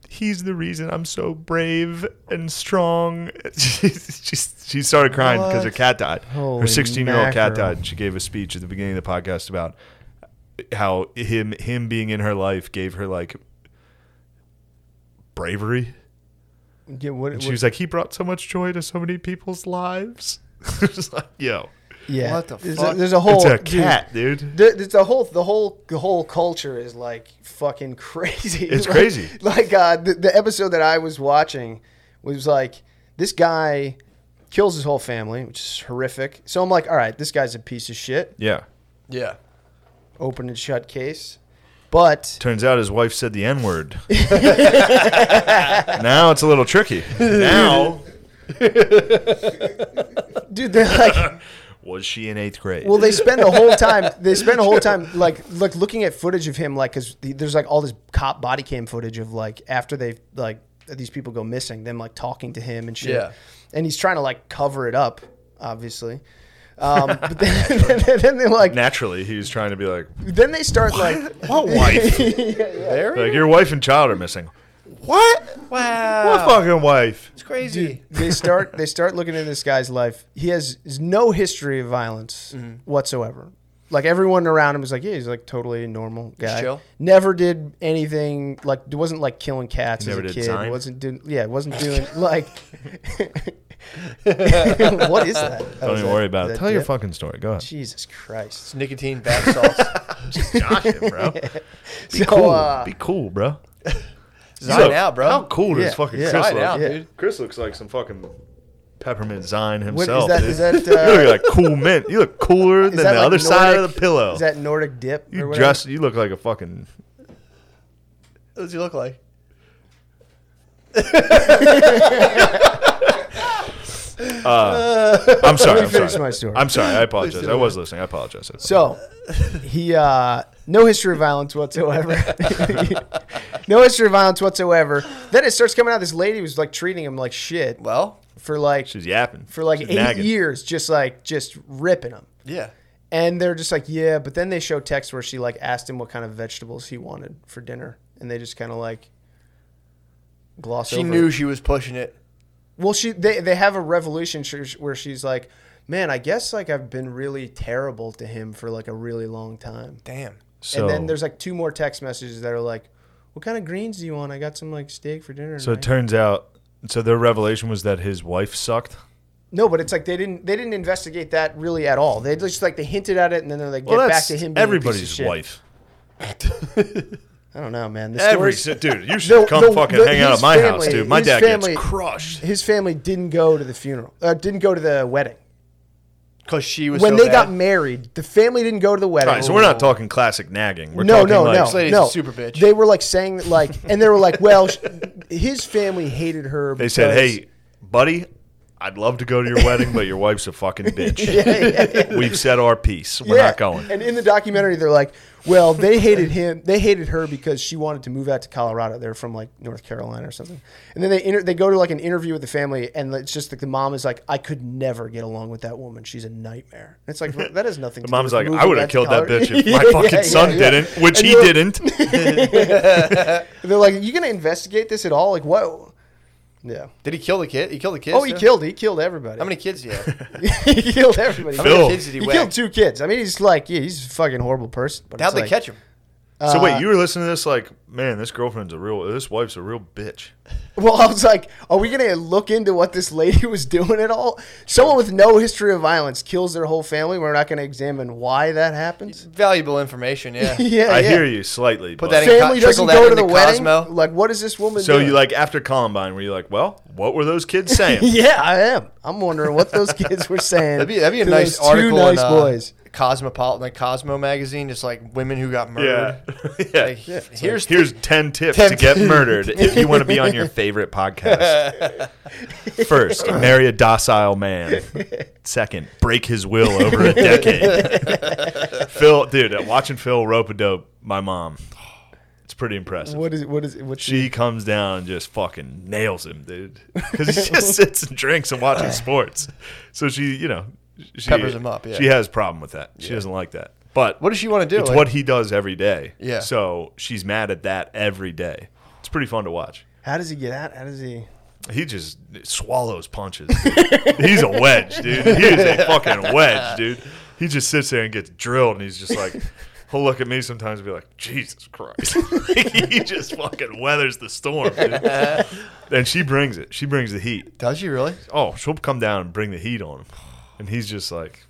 he's the reason I'm so brave and strong. she, she, she started crying because her
What?
cat died. her
Holy
16 year old cat
mackerel.
died. She gave a speech at the beginning of the podcast about how him him being in her life gave her like bravery.
Yeah, what,
And
what,
she was like, he brought so much joy to so many people's lives. Just like, yo,
yeah.
What the
there's
fuck?
A, there's a whole
it's a
dude,
cat, dude.
There- There's a whole the whole the whole culture is like fucking crazy.
It's
Like-
crazy.
Like uh, the, the episode that I was watching was like this guy kills his whole family, which is horrific. So I'm like, all right, this guy's a piece of shit,
Yeah.
Yeah.
open and shut case. But
Turns out his wife said the N word. now it's a little tricky. Now,
dude, they're like.
was she in eighth grade?
Well, they spend the whole time. They spend the whole time like like looking at footage of him, like because there's like all this cop body cam footage of like after they like these people go missing, them like talking to him and shit.
Yeah.
And he's trying to like cover it up, obviously. Um, but then, then, then they like
naturally he was trying to be like
then they start like
what wife
There.
like your wife and child are missing
What? Wow.
Oh.
what fucking wife
It's crazy.
they start they start looking at this guy's life. He has no history of violence whatsoever. Like everyone around him is like, yeah, he's like totally normal guy.
chill.
Never did anything like it wasn't like killing cats
Never
as
did
a kid.
sign?
wasn't doing yeah, wasn't doing like what is that? That
don't
was
even
a-
worry about
that
it tell your
dip?
fucking story go ahead
Jesus Christ.
It's nicotine bath salts.
Josh it, bro be
So
cool
Oh, uh,
be cool bro
Zine
So,
out, bro.
how cool does
Yeah,
fucking
yeah.
Chris
Zine
look
out,
Yeah.
dude.
Chris looks like some fucking peppermint Zine
is
himself
that-
dude.
is that,
you
uh,
look like cool mint you look cooler than the
that, like,
other side of
Nordic-
the pillow
is that Nordic dip or
you
whatever?
dress you look like a fucking
what does he look like?
I'm sorry I'm
finish
sorry
my story.
I'm sorry I apologize I was listening I apologize
So he uh, no history of violence whatsoever. no history of violence whatsoever. Then it starts coming out. This lady was like treating him like shit
Well,
for like
she's yapping
for like
She's
eight
nagging.
years, just like just ripping him.
yeah.
And they're just like, yeah. But then they show text where she like asked him what kind of vegetables he wanted for dinner, and they just kind of like gloss
She
over.
knew she was pushing it.
Well, she they they have a revolution sh- where she's like, man, I guess like I've been really terrible to him for like a really long time.
Damn.
so
and then there's like two more text messages that are like, "What kind of greens do you want? I got some like steak for dinner."
So it
tonight."
turns out, so their revelation was that his wife sucked.
no, but it's like they didn't they didn't investigate that really at all. They just like they hinted at it and then they're like, "Get
Well,
back
that's
to him." being a piece of
everybody's
shit."
wife.
I don't know, man. The
Every
stories-
si- dude, you should
The-
come
the-
fucking
the-
hang out
his
at my house,
family-
dude. My
his
dad
family-
gets crushed.
his family didn't go to the funeral, uh, didn't go to the wedding.
Because she was
When
so
they got
bad.
married, the family didn't go to the wedding.
All right, so we're not talking classic nagging. We're
no,
talking
no,
like,
no,
This lady's
no.
a super bitch.
They were like saying that, like, and they were like, "Well, sh- his family hated her."
They said, "Hey, buddy, I'd love to go to your wedding, but your wife's a fucking bitch. We've said our piece. We're
Yeah.
not going."
And in the documentary, they're like, well, they hated him. They hated her because she wanted to move out to Colorado. They're from like North Carolina or something. And then they inter- they go to like an interview with the family, and it's just like the mom is like, I could never get along with that woman. She's a nightmare. And it's like well, that has nothing.
The
to
mom's
do with
like, "I
moving
would
back
have
to
killed that
Colorado."
bitch if
Yeah,
my
yeah,
fucking
yeah,
son
yeah.
didn't," which
And
he
they're-
didn't.
They're like, you gonna investigate this at all? Like, whoa. Yeah.
Did he kill the kid? He killed the kid.
Oh, he
too?
killed. He killed everybody.
How many kids do you have?
he killed everybody.
How many
Phil.
kids did he,
He
whack?
killed two kids. I mean, he's like, yeah, he's a fucking horrible person. But
How'd
it's
they
like-
catch him?
so
Uh,
wait, you were listening to this like, man, this girlfriend's a real, this wife's a real bitch.
Well, I was like, are we going to look into what this lady was doing at all? Someone with no history of violence kills their whole family. We're not going to examine why that happens.
Valuable information, yeah.
yeah,
I
yeah.
hear you slightly. but-
Put that in
Family
Co- trickle
doesn't
that
go to the
into
wedding.
Cosmo.
Like, what is this woman
So
doing?
you like after Columbine, were you like, well, what were those kids saying?
Yeah, I am. I'm wondering what those kids were saying.
That'd be, that'd be a
to
nice
those
article.
Two nice
in, uh,
boys.
Cosmopolitan, like Cosmo magazine, just like women who got murdered.
yeah.
Like, here's
Here's 10 tips
10
to get murdered if you want to be on your favorite podcast. First, marry a docile man. Second, break his will over a decade. Phil, dude, watching Phil rope a dope my mom. It's pretty impressive.
What is what is what's the-
she comes down and just fucking nails him, dude. Because he just sits and drinks and watches sports. So she, you know, she
Peppers him up, yeah.
She has a problem with that. She doesn't like that. But
what does she want to do?
it's
Like,
what he does every day.
Yeah.
So she's mad at that every day. It's pretty fun to watch.
How does he get out? How does he?
He just swallows punches. he's a wedge, dude. He is a fucking wedge, dude. He just sits there and gets drilled, and he's just like, he'll look at me sometimes and be like, Jesus Christ. he just fucking weathers the storm, dude. and she brings it. She brings the heat.
does she really?
Oh, she'll come down and bring the heat on him. And he's just like,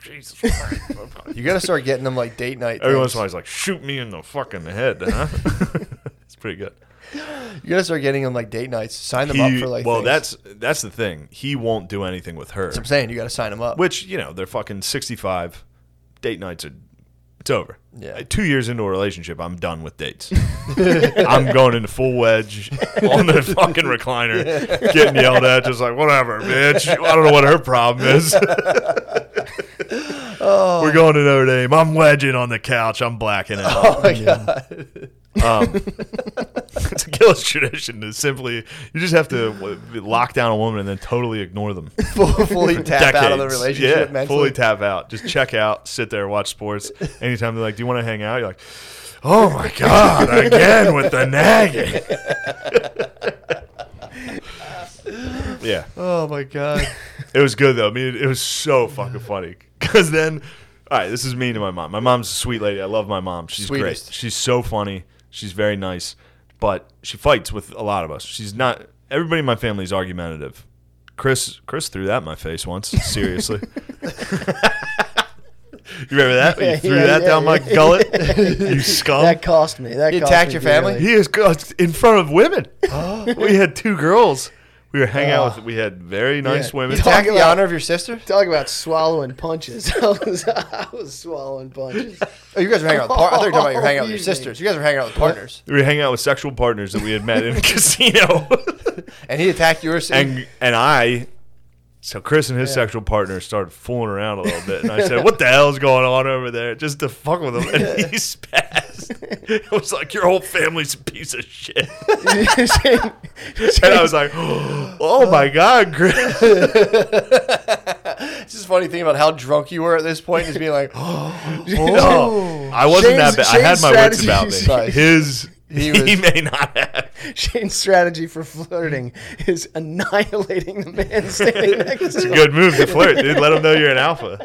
Jesus Christ.
You got to start getting them like date night.
Every once
things.
in a while, he's like, "Shoot me in the fucking head," huh? it's pretty good.
You got to start getting them like date nights. Sign them up
He-
for like.
well,
things.
that's that's the thing. He won't do anything with her,
That's what I'm saying. You got to sign them up.
which you know they're fucking sixty-five. Date nights are it's over.
Yeah.
Uh, Two years into a relationship, I'm done with dates. I'm going into full wedge on the fucking recliner, getting yelled at, just like whatever, bitch. I don't know what her problem is.
Oh.
We're going to Notre Dame. I'm wedging on the couch. I'm blacking out. Um,
oh my god.
it's a killer's tradition to simply you just have to w- lock down a woman and then totally ignore them.
Full- fully tap out of the
Decades.
relationship
yeah,
mentally.
fully tap out. Just check out, sit there, watch sports. Anytime they're like, "Do you want to hang out?" You're like, "Oh my god, again with the nagging." yeah,
oh my god.
it was good though. I mean, it, it was so fucking funny because then, all right, this is me to my mom. My mom's a sweet lady. I love my mom. She's
Sweetest.
great. She's so funny. She's very nice, but she fights with a lot of us. She's not. Everybody in my family is argumentative. Chris, Chris threw that in my face once. Seriously. You remember that?
Yeah,
you threw
yeah,
that
yeah,
down my
yeah.
gullet. you scum.
That cost me. That
You
cost
attacked
me
your family?
dearly.
He is go- in front of women. we had two girls. We were hanging
Oh.
out with. We had very nice women.
You attack
Talk
the
about-
honor of your sister?
Talk about swallowing punches. I was, I was swallowing punches.
Oh, you guys were hanging out. With par- I thought you were talking about you were hanging out with your
Excuse me.
sisters. You guys were hanging out with partners,
We were hanging out with sexual partners that we had met in a casino,
and he attacked your sister.
and and I, so Chris and his sexual partner started fooling around a little bit, and I said, "What the hell's going on over there?" Just to fuck with him, and he spazzed. It was like your whole family's a piece of shit,
Shane-
and I was like, "Oh my god, Chris!"
It's just a funny thing about how drunk you were at this point, is being like,
Oh.
No, I wasn't that
Shane's-
bad. I had
Shane's
my wits
strategy
about me.
is-
His
He
he,
was-
may not have.
Shane's strategy for flirting is annihilating the man standing next to
It's
him.
a good move to flirt, dude. Let them know you're an alpha.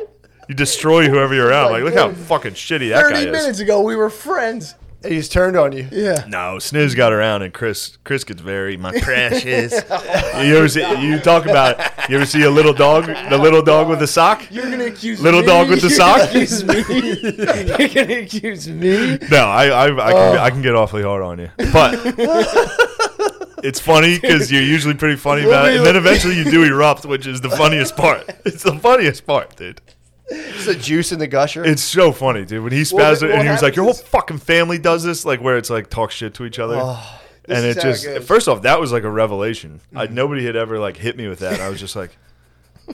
You destroy whoever you're around. Like, look how fucking shitty that guy
30
is.
minutes ago, we were friends.
and he's turned on you.
Yeah.
No, Snooze got around, and Chris Chris gets very my precious. you ever see, you talk about you ever see a little dog, the little dog with a sock?
You're going to accuse
Little
me-
dog with the
you're gonna
sock?
Accuse me. You're going to accuse me.
No, I I, I, can, I can get awfully hard on you, but it's funny because you're usually pretty funny about it, and then eventually you do erupt, which is the funniest part. It's the funniest part, dude.
It's the juice in the gusher.
It's so funny, dude. When he spazzed
Well,
it,
but
and
what
he was like,
happens
"Your whole
is-
fucking family does this," like where it's like talk shit to each other. and
Oh,
it
is how it
just
goes. Mm-hmm.
first off, that was like a revelation. I, nobody had ever like hit me with that. I was just like,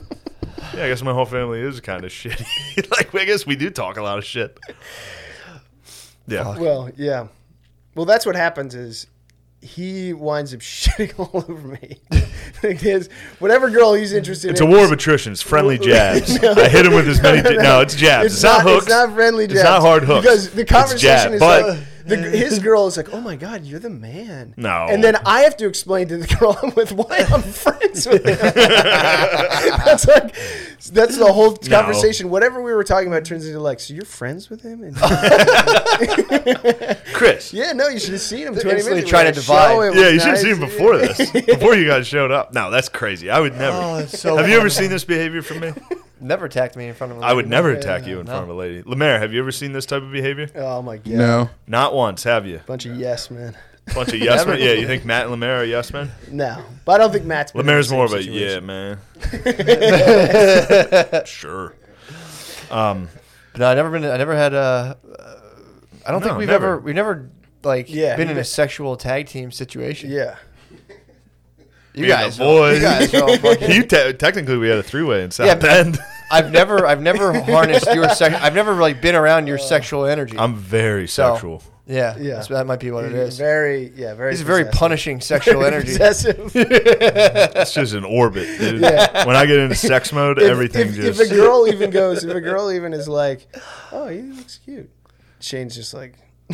"Yeah, I guess my whole family is kind of shitty. like, I guess we do talk a lot of shit." Yeah,
Well, yeah. Well, that's what happens is he winds up shitting all over me. because whatever girl he's interested
it's a
in.
war of attrition. It's friendly jabs. I hit him with as many. No, no it's jabs. It's, not, hooks.
It's not friendly
It's
jabs.
not hard hooks.
Because the
It's jab,
conversation is
but-
like the, his girl is like, "Oh my god, you're the man."
No.
And then I have to explain to the girl I'm with why I'm friends with him. that's like that's the whole conversation. Whatever we were talking about turns into like, "So you're friends with him?" And
Chris.
yeah, no, you should have seen him. Twenty
instantly
minutes
trying to
ago.
divide.
Show, it
Yeah,
was
you should have
nice.
seen him before this, before you guys showed up. No, that's crazy. I would never.
Oh,
that's Oh, so
have you ever
funny.
seen this behavior from me?
Never attacked me in front of. a
I would
lady.
never attack you in front of a lady. Lemaire, have you ever seen this type of behavior?
Oh my god,
No.
Not once, have you?
bunch of yes men.
Bunch of yes men.
Never.
Yeah, you think Matt and Lemaire are yes men?
No, but I don't think Matt's. been in
Lemaire's
the same
more of a
situation.
yeah man. sure. Um,
But no, I never been. I never had a. Uh, I don't
No,
think we've
never.
ever. We've never like
Yeah,
been
you
in a sexual tag team situation.
Yeah.
Me
you
and
guys,
the
are- you
boys.
guys are all fucking-
you te- technically we had a three way in South
Yeah, but-
Bend.
I've never. I've never harnessed your. Sex, I've never like been around your sexual energy.
I'm very
So,
sexual.
Yeah.
Uh, Yeah.
that's- That might be what it
You're
is.
Very, yeah, very.
It's very
possessive.
punishing sexual energy.
Possessive.
It's just an orbit, dude.
Yeah.
When I get into sex mode,
If-
everything
if,
just
If a girl even goes, if a girl even is like, "Oh, he looks cute," Shane's just like,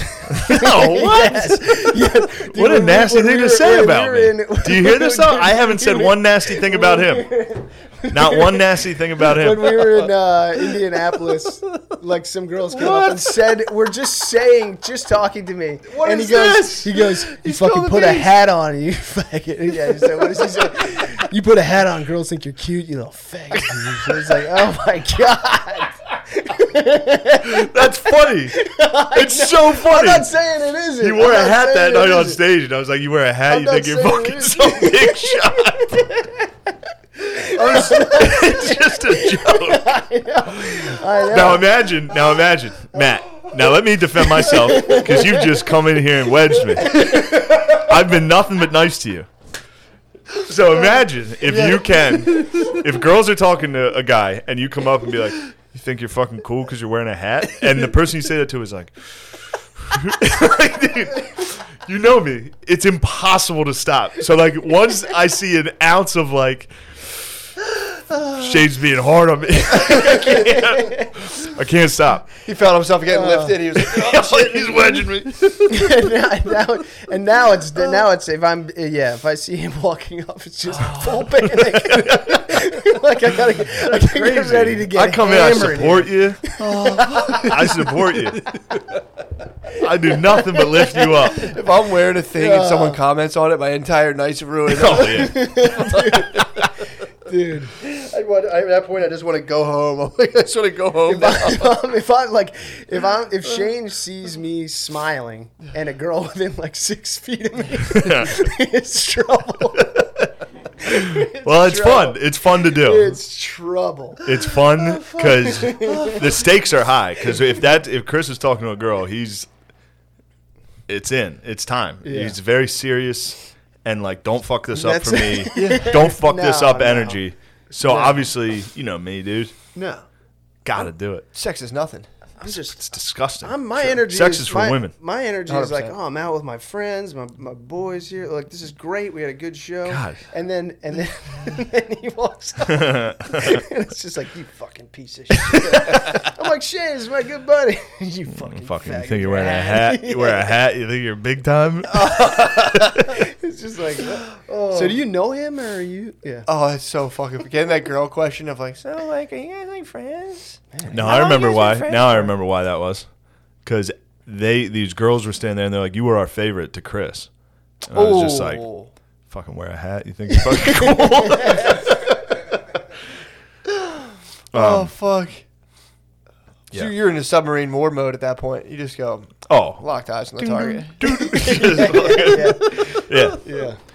No, Oh, what?
Yes, yes. Dude,
what a
when we-
nasty
when
thing
we
to
were-
say
when we
about
were
me.
in-
Do you hear this?
when
Though
we were-
I haven't said one nasty thing about him. Not one nasty thing about
When
him.
we were in uh, Indianapolis, like some girls came up
What?
and said, "We're just saying, just talking to me."
What
and
is
he goes,
this?
"He goes, you,
spilled
fucking
the
put a
beans."
hat on, you faggot." Yeah, he said, "What does he say?" You put a hat on, girls think you're cute, you little faggot. It's like, oh my god.
That's funny. It's so
I'm
funny.
not saying it isn't.
You wore
I'm
a
not
hat
saying
that
it
night on
isn't.
stage, and I was like, "You wear a hat,
I'm
you think
not
you're fucking
saying it
so big shot." it's just a joke.
I know.
Now imagine, now imagine, Matt. Now let me defend myself because you've just come in here and wedged me. I've been nothing but nice to you. So imagine if you can, if girls are talking to a guy and you come up and be like, "You think you're fucking cool because you're wearing a hat," and the person you say that to is like, like, dude, you know me. It's impossible to stop. So like once I see an ounce of like Shade's being hard on me. I, can't, I can't stop.
He found himself getting lifted. He was like, oh, shit.
He's wedging me.
and, now, now- and now it's now it's if I'm yeah if I see him walking up it's just full panic like I gotta get, I gotta get ready to get
I come in, I
hammered.
support you. I support you. I do nothing but lift you up.
If I'm wearing a thing and someone
Uh.
comments on it, my entire night's ruined.
Oh, yeah.
dude
I want, I, at that point, I just want to go home. I'm like, I just want to go home.
if
now.
I'm, if I'm like if I'm if Shane sees me smiling and a girl within like six feet of me it's trouble
Well, it's fun. It's fun to do.
it's trouble
It's fun because the stakes are high. Because if that if Chris is talking to a girl, he's it's in. It's time.
Yeah.
He's very serious and like, don't fuck this up
That's-
for me. Don't fuck this
No,
up
no.
energy. So obviously, you know me, dude.
no
Gotta do it.
Sex is nothing.
I'm just
It's disgusting.
I'm, my energy.
Sex
is,
is, for
my-
women.
My energy is like,
100%.
oh, I'm out with my friends, my, my boys here. Like, this is great. We had a good show.
God.
And then and then, and then he walks up, and it's just like, you fucking piece of shit. I'm like, Shane, this is my good buddy. you fucking.
Fucking, you
faggot.
think you're wearing a hat? You wear a hat? You think you're big time?
It's just like, oh. so do you know him or are you? Yeah.
Oh, it's so fucking. Getting that girl question of like, so like, are you guys like friends?
No,
long
I
you
remember
guys
why.
been friends
Now I
for?
remember why that was. Because they these girls were standing there and they're like, "You were our favorite to Chris." And I was just like,
Oh.
"Fucking wear a hat? You think you're fucking cool?" Um,
oh fuck.
yeah.
So you're in a submarine war mode at that point. You just go
oh,
locked eyes on the target.
yeah. yeah.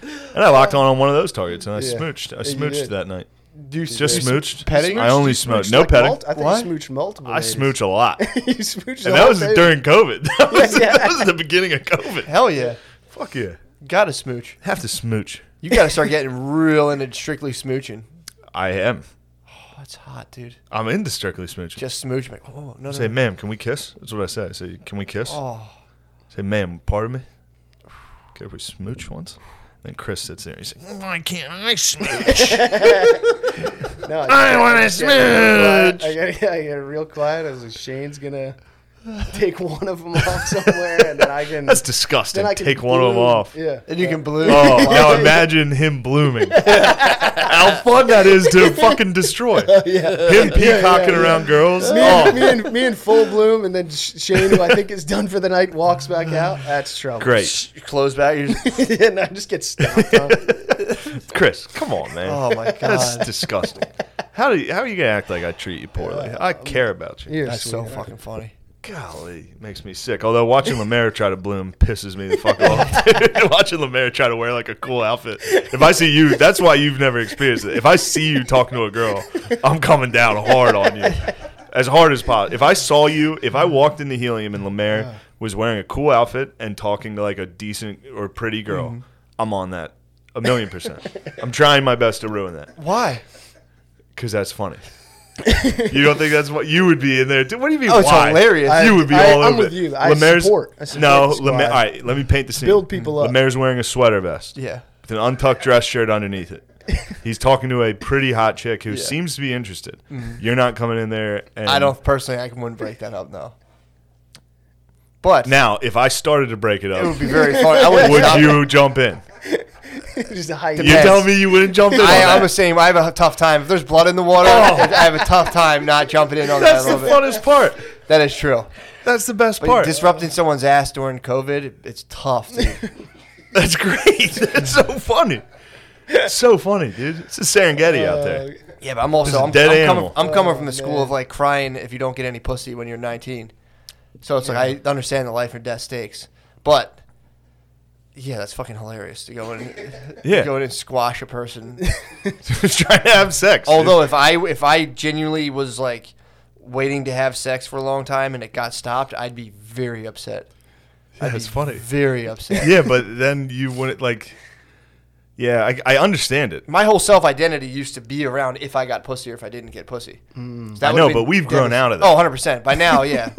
Yeah.
And I locked on on one of those targets and I
Yeah.
smooched. I
Yeah, you
smooched
did.
that night.
Do you
Just
do you
smooched.
Petting?
I only
Smooched
smoked. No
like
petting.
mult- I think
What?
you smooched multiple.
I
ladies.
smooch a lot.
you smooched.
And that was during COVID. That was,
Yeah, yeah.
that was the beginning of COVID.
Hell yeah.
Fuck yeah.
Got to smooch.
Have to smooch.
You got to start getting real into strictly smooching.
I am.
Oh, it's hot, dude.
I'm into strictly smooching.
Just smooch. Like, oh no, no.
Say, ma'am, can we kiss? That's what I say. I say, can we kiss?
Oh,
Say, ma'am, pardon me. Okay, we smooch once. Then Chris sits there. He's like, why can't I smooch?
No, I-
I want to
I
smooch.
got, I got real quiet. I was like, Shane's gonna take one of them off somewhere, and then I can.
That's disgusting.
then I can
Take one of them
bloom.
off.
Yeah.
and you can bloom.
Oh, now imagine him blooming. How fun that is to fucking destroy. Him peacocking around girls.
Me
oh,
and, me, and, me in full bloom, and then Sh- Shane, who I think is done for the night, walks back out. That's trouble.
great.
Your clothes back. You're just,
and I just get stomped on.
Chris, come on, man.
oh my
That's
god,
disgusting. How do you, how are you gonna act like I treat you poorly?
Uh,
I care about you.
You're
that's so
sweet.
fucking funny.
Golly, makes me sick. Although watching Lemaire try to bloom pisses me the fuck off. dude. watching Lemaire try to wear like a cool outfit. If I see you, that's why you've never experienced it. If I see you talking to a girl, I'm coming down hard on you. as hard as possible. If I saw you, if I walked into Helium and Lemaire was wearing a cool outfit and talking to like a decent or pretty girl, I'm on that a million percent. I'm trying my best to ruin that
Why?
because that's funny. you don't think that's what you would be in there? Dude, What do you mean?
Oh, it's
why?
hilarious.
you would be
I-
all
I'm
over.
with
it.
you. I support- I support
no,
the squad.
Lemaire. All right, let me paint the scene.
Build people up.
Lemaire's wearing a sweater vest
Yeah.
with an untucked dress shirt underneath it. He's talking to a pretty hot chick who
Yeah.
seems to be interested.
Mm-hmm.
You're not coming in there. And
I don't personally. I wouldn't break that up. No. But
Now, if I started to break it
it would
up,
be very funny. I would.
would you jump in?
Just a high
You
Yes.
tell me you wouldn't jump in. on
I, I'm
that.
the same. I have a tough time. If there's blood in the water, I have a tough time not jumping in on
Oh. That's
that.
the
a little bit.
funnest part.
That is true.
That's the best
But
part.
disrupting someone's ass during COVID, it's tough, dude.
That's great. That's so funny. It's so funny, dude. It's a Serengeti out there.
Yeah, but I'm
This
also
is
I'm,
dead
I'm
animal.
coming, I'm coming from
Oh,
the school
man.
of like crying if you don't get any pussy when you're 19. So it's like I understand the life or death stakes, but yeah, that's fucking hilarious to go in,
Yeah.
yeah. go in and squash a person.
Just trying to have sex. dude.
Uh, Although if I if I genuinely was like waiting to have sex for a long time and it got stopped, I'd be very upset.
yeah, it's funny.
Very upset.
Yeah, but then you wouldn't like. Yeah, I, I understand it.
My whole self identity used to be around if I got pussy or if I didn't get pussy. Mm.
I know, but we've grown out of that.
Oh, 100%. By now, yeah.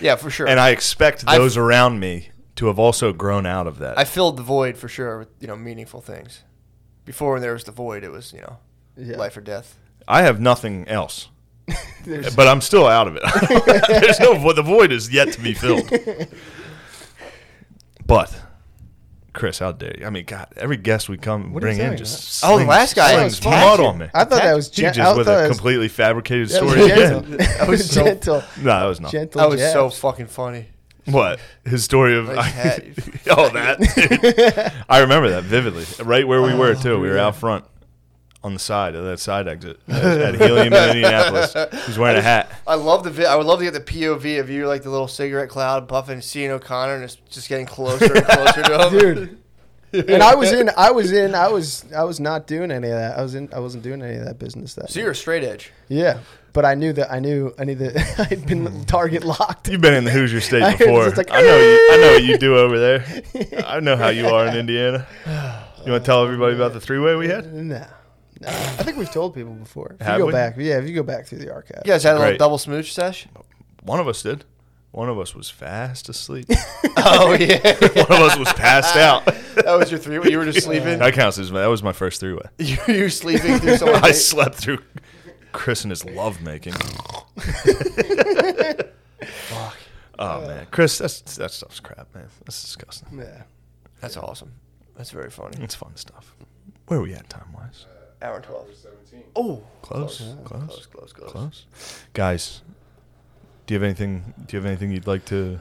yeah, for sure.
And I expect
I've-
those around me to have also grown out of that.
I filled the void for sure with, you know, meaningful things. Before when there was the void, it was, you know,
Yeah.
life or death.
I have nothing else,
There's-
but I'm still out of it. There's no vo- the void is yet to be filled. But Chris, how dare you? I mean, God, every guest we come
are you
bring in
saying,
just
man? Oh, the last guy
slings
was Uh,
mud
fine.
on me.
I thought that was
He
gen- I
just with
thought
a
that was-
completely fabricated
that was
story again.
gentle. That was
so-
gentle.
No, that was not.
Gentle.
That was so
jabs.
fucking funny.
What his story of
Like that.
oh that I remember that vividly. Right where we
Oh,
were too. We were out front on the side of that side exit at Helium in Indianapolis. He's wearing a hat.
I love the vi- I would love to get the POV of you like the little cigarette cloud puffing seeing O'Connor and it's just getting closer and closer to him.
dude. and I was in. I was in. I was. I was not doing any of that. I was in. I wasn't doing any of that business. That
So you're a straight edge.
yeah. But I knew that. I knew. I knew that. I'd been target locked.
You've been in the Hoosier State
I was
before.
just like,
I know you, I know what you do over there. I know how you are in Indiana. You want to tell everybody about the three way we had?
No. No. I think we've told people before. If
Have
you go
we?
back, yeah. If you go back through the archive,
You guys had a
Great.
little double smooch sesh?
One of us did. One of us was fast asleep.
oh, yeah.
One of us was passed out.
That was your three. You were just sleeping.
That counts as that was my first three way.
you you were sleeping through someone.
I slept through Chris and his lovemaking. Oh man, Chris, that's that stuff's crap, man. That's disgusting.
Yeah.
That's awesome. That's very funny.
It's fun stuff. Where are we at time wise?
Hour and twelve.
Seventeen.
Oh,
Close, close,
close, close, close.
close. Guys, do you have anything? Do you have anything you'd like to?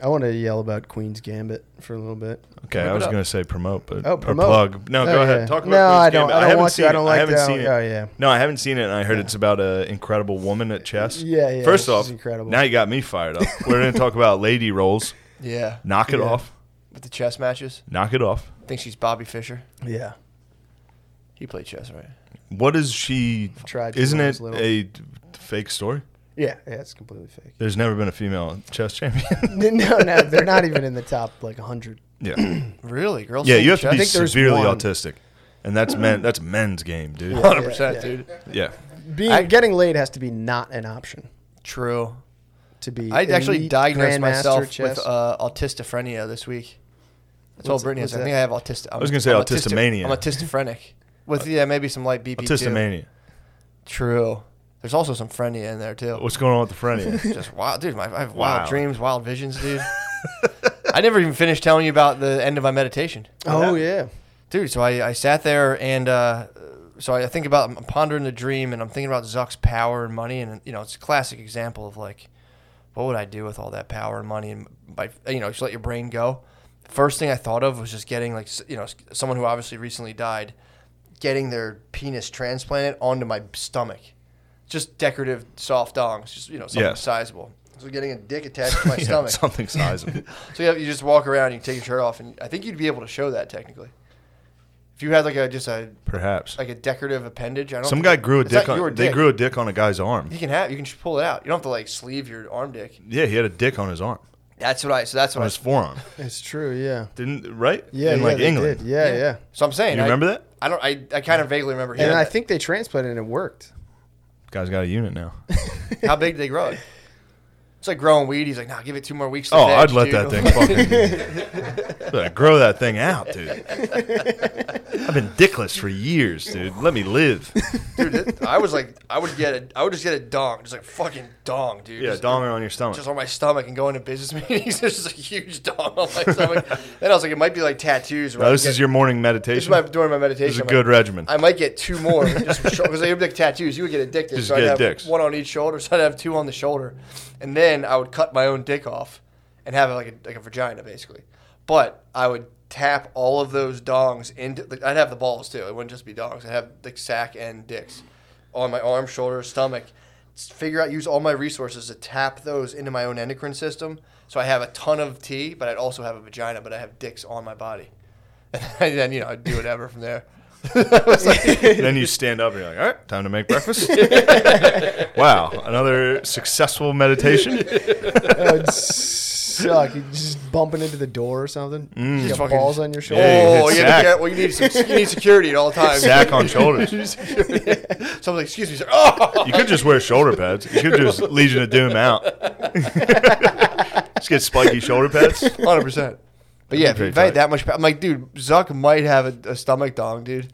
I want to yell about Queen's Gambit for a little bit.
Okay, I
it
was
up.
gonna say promote, but
Oh,
or
promote.
plug. No,
Oh,
go ahead.
yeah.
Talk about
No,
Queen's
I don't-
Gambit.
I don't
haven't
want to.
seen
I
it.
don't like
haven't
that
seen it.
one. Oh, yeah.
No, I haven't seen it, and I heard it's about an incredible woman at chess.
Yeah, yeah,
First
this
off,
is incredible.
now you got me fired up. We're gonna talk about lady rolls.
Yeah,
Knock it
Yeah.
off.
with the chess matches.
Knock it off.
I think she's Bobby Fischer.
Yeah.
He played chess, right?
What is she?
Tried to
isn't
when I
it
was little.
a d- fake story?
Yeah. Yeah. It's completely fake.
There's never been a female chess champion.
no, no, they're not even in the top like 100.
yeah,
Really, girls.
yeah.
played
You have to
chess?
be
think there's
severely
one.
autistic, and that's men. That's men's game, dude.
Yeah.
Yeah.
100, percent dude.
Being
I-
getting laid has to be not an option.
True.
To be,
I actually
elite
diagnosed
grandmaster
myself
chess.
with uh, autistophrenia this week. I told
What's-
Brittany, I,
what's
was like, I
that?
think I have autist. I
was gonna say autistomania.
I'm autistophrenic. With yeah, maybe some light BP. too.
Autistomania.
True. There's also some frenia in there too.
What's going on with the frenia?
Just wild, dude. My, I have wild
Wow.
dreams, wild visions, dude. I never even finished telling you about the end of my meditation,
oh yeah,
dude. So I, I sat there and uh, so I think about I'm pondering the dream and I'm thinking about Zuck's power and money and you know it's a classic example of like what would I do with all that power and money and by you know just let your brain go. First thing I thought of was just getting like s- you know s- someone who obviously recently died, getting their penis transplanted onto my stomach, just decorative soft dongs, just you know something
Yes.
sizable. So getting a dick attached to my
Yeah,
stomach.
something sizable.
So you, have, you just walk around, you take your shirt off, and I think you'd be able to show that technically. If If you had like a just a
Perhaps.
like a decorative appendage, I don't.
Some
think
guy
it-
grew a
it's not
dick
your
on. They
dick.
grew a dick on a guy's arm.
You can have. You can just pull it out. You don't have to like sleeve your arm dick.
Yeah, he had a dick on his arm,
That's what I. So that's what
on
I.
his forearm.
It's true. Yeah.
Didn't right?
Yeah.
in
yeah,
like
they
England.
did. Yeah, yeah.
So I'm saying.
You
I-
remember that?
I don't. I, I kind of vaguely remember.
And
hearing
I
that.
think they transplanted and it worked.
Guy's got a unit now.
how big they grow. it? It's like growing weed. He's like, nah, give it two more weeks. To
Oh,
veg,
I'd let
dude."
that thing fucking Like, grow that thing out, dude. I've been dickless for years, dude. Let me live.
dude. th- I was like, I would get a, I would just get a dong, just like fucking dong, dude.
Yeah,
just,
donger on your stomach.
just on my stomach and go into business meetings. There's just a huge dong on my stomach. then I was like, it might be like tattoos. where
Now,
I
this
get-
is your morning
This is
meditation.
my during my meditation.
This is a
I'm
good
like,
regimen.
I might get two more just because they have like tattoos. You would get addicted.
Just
so I'd
get
have
dicks.
one on each shoulder. So I'd have two on the shoulder, and then I would cut my own dick off and have it like a, like a vagina basically. But I would tap all of those dongs into. Like, I'd have the balls too. It wouldn't just be dongs. I'd have like sack and dicks on my arm, shoulder, stomach. S- Figure out, use all my resources to tap those into my own endocrine system. So I have a ton of T, but I'd also have a vagina, but I have dicks on my body. And then, you know, I'd do whatever from there.
then you stand up and you're like, all right, time to make breakfast. wow, another successful meditation.
That would Oh, suck. You just bumping into the door or something. You got
fucking-
balls on your shoulder.
Mm. Yeah, you
oh,
hit
you have
sack.
to get, well, you need, some, you need security at all times.
Sack on shoulders.
So I'm like, excuse me, sir. Oh!
You could just wear shoulder pads. You could just Legion of Doom out. just get spiky shoulder pads.
100%. But yeah, if
Pretty
if I
tight.
had that much, pa- I'm like, dude, Zuck might have a, a stomach dong, dude.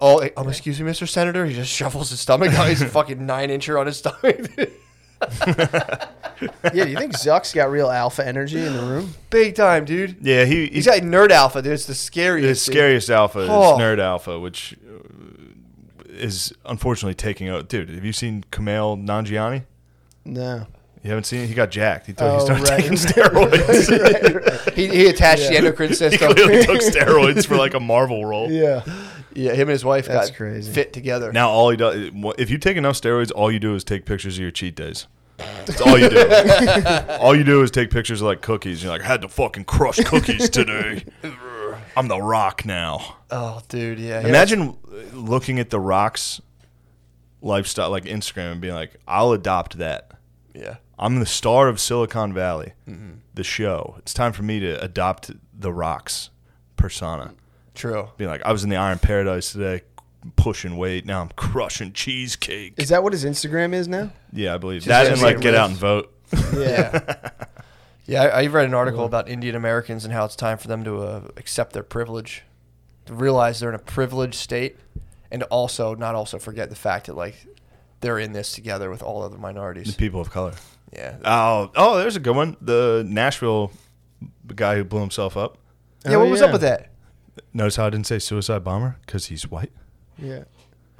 Oh, eh, um, excuse me, Mr. Senator. He just shuffles his stomach down. He's a fucking nine incher on his stomach. dude.
Yeah, do you think Zuck's got real alpha energy in the room?
Big time, dude.
Yeah, he,
He's like nerd alpha, dude. It's the scariest.
His
dude.
scariest alpha is
Oh.
nerd alpha, which uh, is unfortunately taking out. Dude, have you seen Kamel Nanjiani?
No.
You haven't seen it? He got jacked. He, thought he
Oh,
started
right.
taking steroids.
He, he attached the endocrine
he
system.
clearly took steroids for like a Marvel role.
Yeah.
Yeah, him and his wife
That's
got
crazy.
fit together.
Now all he does, if you take enough steroids, all you do is take pictures of your cheat days. That's all you do. all you do is take pictures of like cookies. You're like, I had to fucking crush cookies today. I'm the Rock now.
oh, dude, yeah. yeah.
Imagine uh, looking at the Rock's lifestyle, like Instagram, and being like, I'll adopt that.
Yeah.
I'm the star of Silicon Valley, the show. It's time for me to adopt the Rock's persona.
True.
Being like, I was in the Iron Paradise today, pushing weight. Now I'm crushing cheesecake.
Is that what his Instagram is now?
Yeah, I believe that.
gotta
And
see
like,
it
get
with-
out and vote.
Yeah. yeah, I, I've read an article about Indian Americans and how it's time for them to uh, accept their privilege, to realize they're in a privileged state, and to also not also forget the fact that like they're in this together with all other minorities.
People of color.
Yeah.
Oh, oh, there's a good one. The Nashville guy who blew himself up.
Yeah.
Oh,
What was
yeah.
up with that?
Notice how I didn't say suicide bomber because he's white.
Yeah.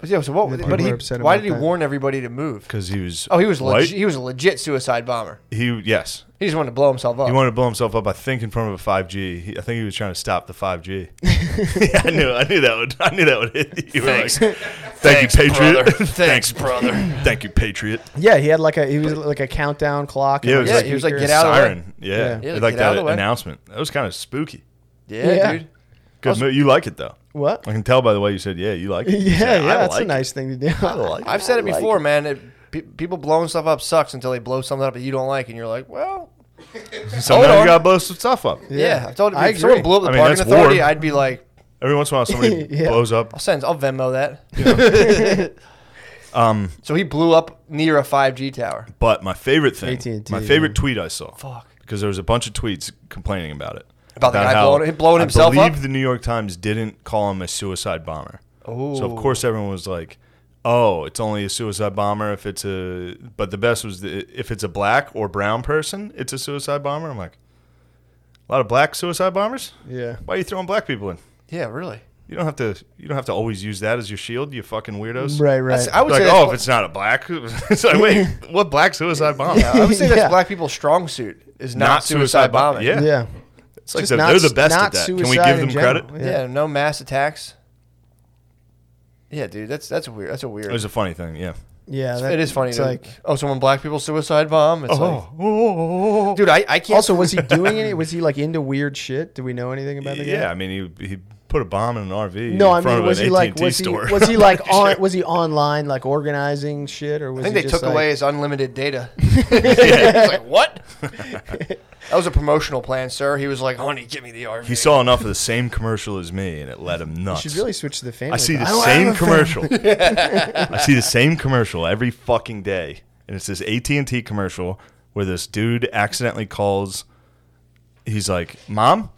Yeah. So what?
people
But
were
he,
upset
why
about
did he
that.
warn everybody to move?
Because he was.
Oh, he was
white.
legit, he was a legit suicide bomber.
He yes.
He just wanted to blow himself up.
He wanted to blow himself up, I think, in front of a 5G. He, I think he was trying to stop the 5G. yeah, I knew, I knew that would, I knew that would hit you. Thanks, thank you, Patriot. Thanks, brother. Thank you, Patriot.
Yeah, he had like a he was like a countdown clock. and
Yeah, it was
Yeah,
like-
he was like,
speakers.
"Get out of the way."
Siren. Yeah,
Yeah.
Yeah,
like
get out
that
of the way.
announcement. That was kind of spooky.
yeah,
Yeah.
dude.
Good mo- You like it though.
What?
I can tell by the way you said, "Yeah, you like it."
Yeah,
You
yeah,
said, "I
that's
like
a
it."
nice thing to do.
I like it.
I've said it
like
before, man. It, pe- people blowing stuff up sucks until they blow something up that you don't like, and you're like, well,
Sometimes
Hold
you
on.
gotta blow some stuff up.
Yeah,
Yeah.
I told you.
I
If someone
agree.
blew up the
I mean,
parking
that's
authority,
war.
I'd be like,
Every once in a while, somebody
Yeah.
blows up.
I'll send, I'll Venmo that.
Um,
So he blew up near a 5G tower.
but my favorite thing,
AT&T,
my favorite tweet I saw,
Fuck.
because there was a bunch of tweets complaining about it.
About the guy blowing- him blowing himself
I believe
up?
the New York Times didn't call him a suicide bomber. So
Ooh.
of course everyone was like, "Oh, it's only a suicide bomber if it's a." But the best was the, if it's a black or brown person, it's a suicide bomber. I'm like, a lot of black suicide bombers.
Yeah.
Why are you throwing black people in?
Yeah, really.
You don't have to. You don't have to always use that as your shield. You fucking weirdos.
Right, right.
That's- I would
like,
say
oh,
that's,
if it's not a black, it's like, wait, what black suicide bomber?
I would say that's
Yeah.
black people's strong suit is not,
Not
suicide,
suicide bom-
bombing.
yeah.
yeah.
It's like
Just
they're,
not
they're
s-
the best
not
at that. Can we
suicide
give
in
them
general.
credit?
yeah, no mass attacks. Yeah, dude, that's that's a weird. That's a weird.
It was a funny thing. Yeah.
Yeah, that-
it is funny.
It's
to-
like
oh, someone black people suicide bomb.
Oh.
It's
oh.
like, dude, I, I can't.
also was he doing any was he like into weird shit? Do we know anything about the guy?
Yeah, I mean, he he put a bomb in an RV.
No, I
in front
mean,
of
was
an
he like
AT&T
was he,
store.
was he like
Sure.
on was he online like organizing shit or was
I think
he
they
just
took
like-
away his unlimited data. It's like, what? that was a promotional plan, sir. He was like, honey, give me the RV.
He saw enough of the same commercial as me, and it led him
You
nuts.
should really switch to the family.
I see the
don't-
same
don't have a
commercial. I see the same commercial every fucking day, and it's this AT and T commercial where this dude accidentally calls. He's like, "Mom,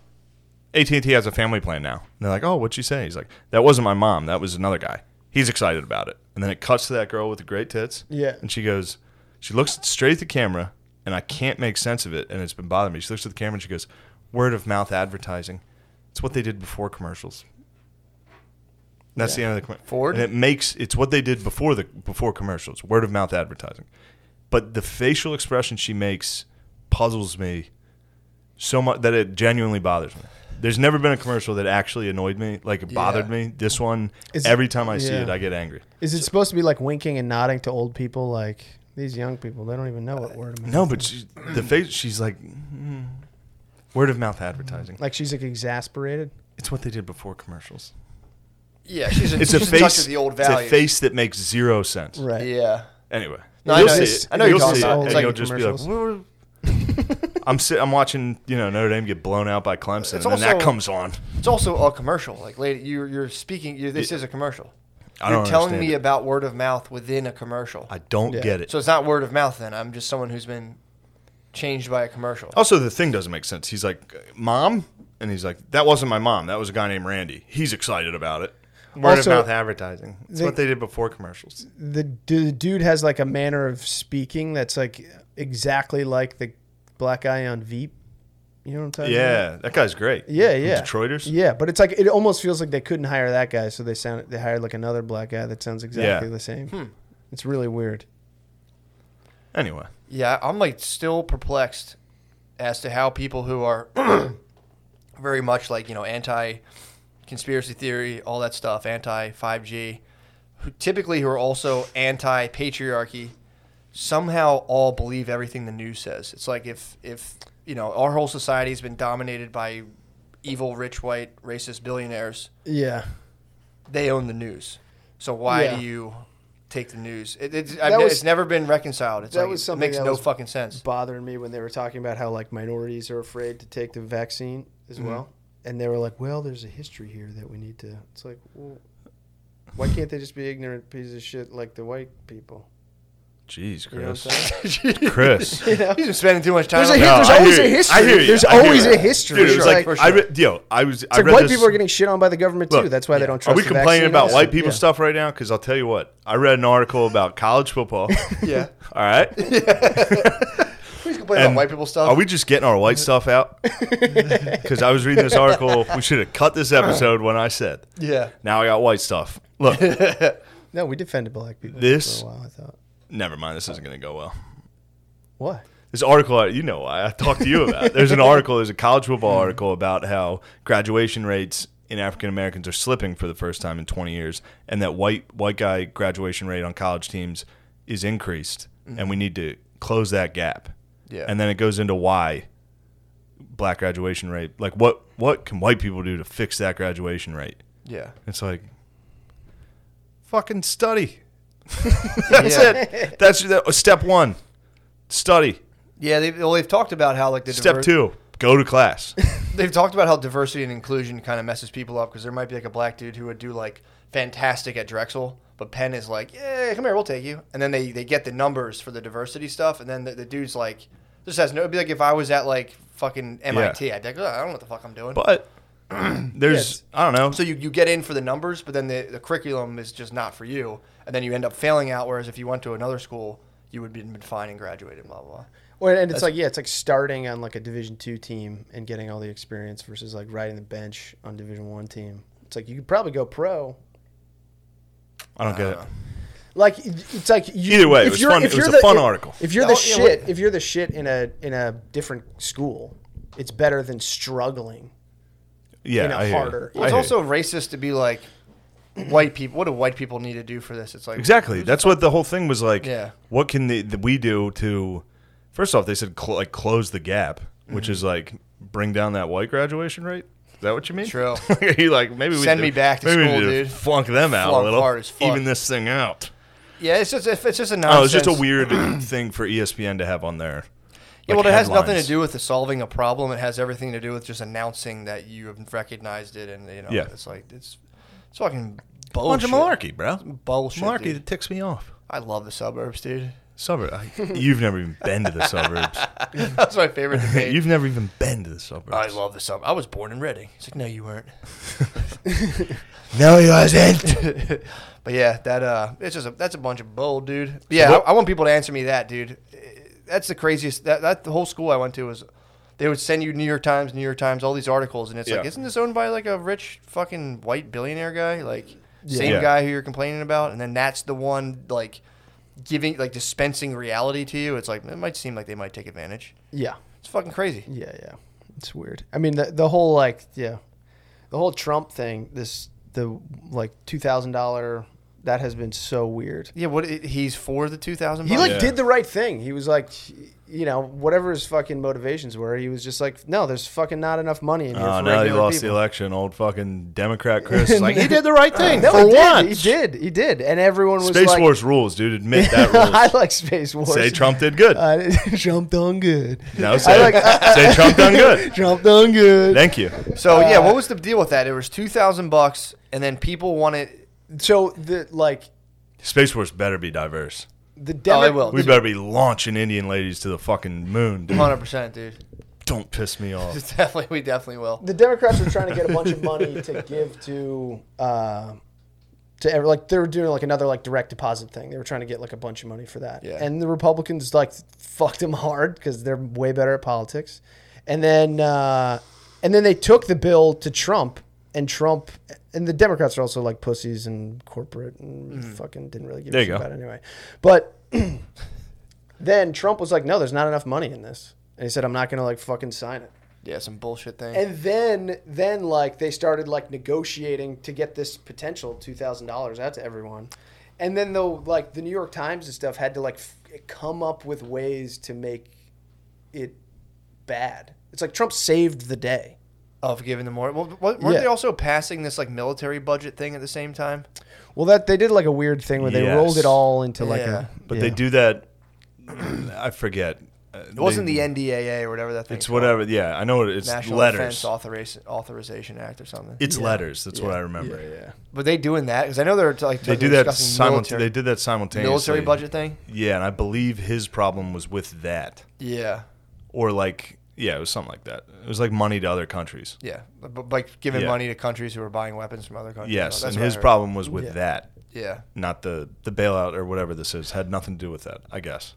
AT and T has a family plan now." And they're like, "Oh, what'd you say?" He's like, "That wasn't my mom. That was another guy. He's excited about it." And then it cuts to that girl with the great tits.
Yeah.
and she goes, she looks straight at the camera, and I can't make sense of it, and it's been bothering me. She looks at the camera and she goes, "Word of mouth advertising. It's what they did before commercials." That's the end of the commercial.
Ford?
And it makes it's what they did before the before commercials, word of mouth advertising. But the facial expression she makes puzzles me so much that it genuinely bothers me. There's never been a commercial that actually annoyed me, like it bothered me. This one,
Is-
every time I see
yeah.
it, I get angry.
Is it supposed to be like winking and nodding to old people? Like these young people, they don't even know what word of mouth.
No, but
is.
she, the face, she's like, mm, word of mouth advertising.
like she's like exasperated.
It's what they did before commercials.
yeah, she's,
It's
it's
a
she's in touch
face.
with the old
it's a
values.
face that makes zero sense.
Right.
Yeah.
Anyway,
No, I
you'll
know-
see
it's-
it.
I know
you'll
you're
see it,
talking about.
and
It's like
you'll just be like, I'm sit, I'm watching you know Notre Dame get blown out by Clemson,
It's
and then that
also-
comes on.
It's also a commercial. Like, lady, you're, you're speaking, you this is a commercial.
I
you're
don't
telling
understand
me
it.
about word of mouth within a commercial.
I don't
Yeah.
get it.
so it's not word of mouth then. I'm just someone who's been changed by a commercial.
also, the thing doesn't make sense. He's like, "Mom," and he's like, "That wasn't my mom. That was a guy named Randy. He's excited about it." Word
Also-
of mouth advertising. It's
They-
what they did before commercials.
The, du- the dude has like a manner of speaking that's like exactly like the black guy on Veep. You know what I'm talking about?
Yeah, that guy's great.
Yeah,
From
yeah.
Detroiters.
Yeah, but it's like it almost feels like they couldn't hire that guy, so they sound they hired like another black guy that sounds exactly
Yeah.
the same. It's really weird.
Anyway,
Yeah, I'm like still perplexed as to how people who are very much like, you know, anti conspiracy theory, all that stuff, anti 5G, who typically who are also anti patriarchy, somehow all believe everything the news says. It's like if if you know, our whole society has been dominated by evil rich white racist billionaires
Yeah,
they own the news. So why
Yeah.
do you take the news? It, it's, I've
That
ne-
was-
it's never been reconciled. It's
that
like,
was
it
something
makes
that
no
was-
fucking sense.
bothering me when they were talking about how like minorities are afraid to take the vaccine as
Mm-hmm.
well, and they were like, "Well, there's a history here that we need to." It's like, well, why can't they just be ignorant pieces of shit like the white people?
jeez,
You know
Chris.
what I'm saying?
Chris.
You know?
He's been spending too much time.
There's a
on
hit-
that.
there's
I
always
hear
a
you.
history.
I hear you.
There's
I hear
always
you.
a history.
Dude, it was
sure.
like
For sure.
I re- yo, I was.
It's
I
like
read
white
this-
people are getting shit on by the government too.
Look,
That's why
yeah.
they don't trust.
Are we
the
complaining
vaccine
about
also.
white people
Yeah.
stuff right now? Because I'll tell you what, I read an article about college football.
yeah.
All right,
Please complain about
And
white people stuff.
Are we just getting our white stuff out? Because I was reading this article. We should have cut this episode when I said.
yeah.
Now I got white stuff. Look,
No, we defended black people
This-
for a while. I thought
never mind. This isn't going to go well.
what?
This article, you know why I talked to you about. it. There's an article. There's a college football article about how graduation rates in African Americans are slipping for the first time in 20 years, and that white white guy graduation rate on college teams is increased, and we need to close that gap.
Mm-hmm. Yeah.
And then it goes into why black graduation rate. Like what what can white people do to fix that graduation rate?
Yeah.
It's like fucking study.
That's yeah.
It. That's that, step 1. Study.
Yeah. They've, well, they've talked about how like the
Step
diver-
2. Go to class.
They've talked about how diversity and inclusion kind of messes people up because there might be like a black dude who would do like fantastic at Drexel, but Penn is like, yeah, come here, we'll take you. And then they, they get the numbers for the diversity stuff, and then the, the dude's like, this has no. It'd be like if I was at like fucking MIT, I'd be like, "Ugh, I don't know what the fuck I'm doing.
But there's,
Yes.
I don't know.
so you, you get in for the numbers, but then the, the curriculum is just not for you, and then you end up failing out. Whereas if you went to another school, you would be been fine and graduated, blah blah. blah.
Well, and it's like yeah, it's like starting on like a Division two team and getting all the experience versus like riding the bench on Division one team. It's like you could probably go pro.
I don't get it.
uh,
Like it's like you,
Either way, it was fun- it was a fun article.
If you're
Oh,
the
yeah,
shit, if you're the shit in a in a different school, it's better than struggling.
Yeah,
You know,
I hear you.
harder.
I
It's
hear you.
also racist to be like white people. What do white people need to do for this? It's like
exactly. That's what the whole thing was like.
Yeah.
What can the, the, we do to?
Mm-hmm.
First off, they said cl- like close the gap, which is like bring down that white graduation rate. Is that what you mean?
True.
you like maybe we
Send
need
me back to
maybe we
school,
need
dude.
Flunk them out
Flunk
a little.
hard as fuck.
Even this thing out.
Yeah, it's just if it's just a nonsense.
Oh, it's just a weird thing for E ESPN to have on there.
Yeah,
Like
well, it has nothing
headlines.
to do with the solving a problem. It has everything to do with just announcing that you have recognized it, and you know,
Yeah.
it's like it's it's fucking
bunch
bullshit.
of malarkey, bro.
Bullshit.
Malarkey
dude.
that ticks me off.
I love the suburbs, dude.
Suburb. I- You've never even been to the suburbs.
That's my favorite debate.
You've never even been to the suburbs.
I love the suburbs. I was born in Reading. It's like, no, you weren't.
No, you wasn't.
but yeah, that uh, it's just a that's a bunch of bull, dude. Yeah,
what-
I, I want people to answer me that, dude. That's the craziest. That that the whole school I went to was, they would send you New York Times, New York Times, all these articles, and it's like,
Yeah.
isn't this owned by like a rich fucking white billionaire guy? Like same
Yeah.
guy who you're complaining about, and then that's the one like giving like dispensing reality to you. It's like it might seem like they might take advantage.
Yeah.
It's fucking crazy.
Yeah, yeah. It's weird. I mean, the the whole like yeah, the whole Trump thing. This the like two thousand dollar that has been so weird.
Yeah, what he's for the two thousand.
He like
Yeah.
did the right thing. He was like, you know, whatever his fucking motivations were, he was just like, no, there's fucking not enough money in here.
Oh,
for
now you
regular
lost the
people.
election, old fucking Democrat Chris. is like he did the right thing
No,
for
he
once.
did. He did. He did. And everyone was
Space
like,
Wars rules, dude. Admit that
I
rules.
like Space Wars.
Say Trump did good.
I jumped on good.
no, say,
like-
say Trump done good.
Jumped on good.
Thank you.
So yeah,
Uh,
what was the deal with that? It was two thousand bucks, and then people wanted.
so the like
Space Wars better be diverse.
the
Oh, I
Demo-
will.
We better be launching Indian ladies to the fucking moon, dude.
Hundred percent, dude.
Don't piss me off.
It's definitely, we definitely will.
the Democrats were trying to get a bunch of money to give to uh, to every, like they were doing like another like direct deposit thing. They were trying to get like a bunch of money for that.
Yeah.
And the Republicans like fucked them hard because they're way better at politics. And then uh, and then they took the bill to Trump. And Trump and the Democrats are also like pussies and corporate and fucking didn't really
Mm-hmm.
give
There
a
you
shit
go.
about it anyway. But then Trump was like, "No, there's not enough money in this," and he said, "I'm not gonna like fucking sign it."
Yeah, some bullshit thing.
and then then like they started like negotiating to get this potential two thousand dollars out to everyone, and then though like the New York Times and stuff had to like f- come up with ways to make it bad. It's like Trump saved the day.
of giving them more. Well, what, weren't
Yeah.
they also passing this like military budget thing at the same time?
Well, that they did like a weird thing where they rolled
Yes.
it all into
like,
like
a- Yeah.
a.
But they do that. I forget.
It wasn't the NDAA or whatever that thing.
It's whatever. Yeah, I know it, it's
National
letters.
Defense Authorization, Authorization Act or something.
It's letters. That's what I remember.
yeah.
but they doing that because I know they're like
They do that.
discussing
Simul-
military,
they did that simultaneously.
military budget thing.
Yeah, and I believe his problem was with that,
Yeah,
or like, yeah, it was something like that. It was like money to other countries.
yeah, but, like giving
Yeah.
money to countries who are buying weapons from other countries.
Yes, and
That's what I
his
heard.
problem was with
Yeah.
that,
Yeah,
not the the bailout or whatever this is. Had nothing to do with that, I guess.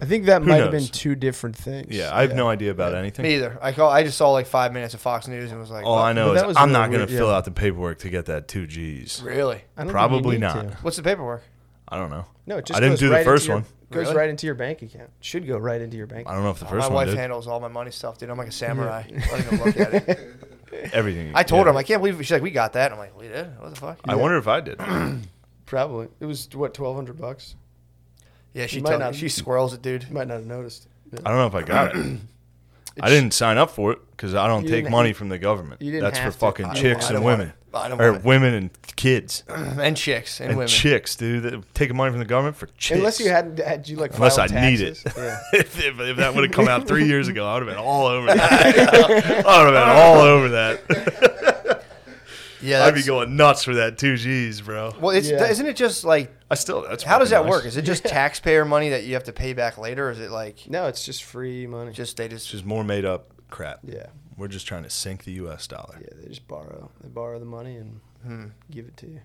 I think that
Who
might have been
knows?
two different things.
Yeah, I have no idea about anything.
me either. I call, I just saw like five minutes of Fox News and was like,
All Oh, I
But
know
that was
is I'm
really
not going
weird,
to fill
yeah.
out the paperwork to get that two G's.
really?
I don't think you
Probably
need
not.
to.
What's the paperwork?
I don't know.
No, it just
I didn't
goes
do
right
the
into
first
your-
one.
Goes
Really?
right into your bank account. Should go right into your bank.
I don't know if the first
my
one
wife
did.
handles all my money stuff, dude. I'm like a samurai. I don't even look at it.
Everything.
I told
yeah.
her, I'm like, I can't believe it." she's like, we got that. And I'm like, we did. What the fuck?
I wonder if I did.
Probably. It was what twelve hundred bucks.
yeah, she
You might
told me.
not-
She squirrels it, dude.
You might not have noticed.
I don't know if I got it. I didn't sign up for it because I don't
You
take
didn't-
money from the government.
you didn't
That's for
have to. I
fucking
don't
chicks
want
and
it.
women,
I don't
or
want it.
women and kids and,
and chicks and, women.
chicks, dude. They're Taking money from the government for chicks.
Unless you hadn't had you like
Unless I
filed
need it.
taxes. Yeah.
if, if, if that would have come out three years ago, I would have been all over that. I would have been all over that.
yeah,
I'd be
that's-
going nuts for that two G's, bro.
Well, it's,
Yeah.
isn't it just like
I still. That's
how does that
fucking nice.
work? Is it just taxpayer money that you have to pay back later? Or is it like
No, it's just free money.
just they just,
It's just more made up crap.
yeah.
We're just trying to sink the U.S. dollar.
Yeah, they just borrow. They borrow the money and give it to you.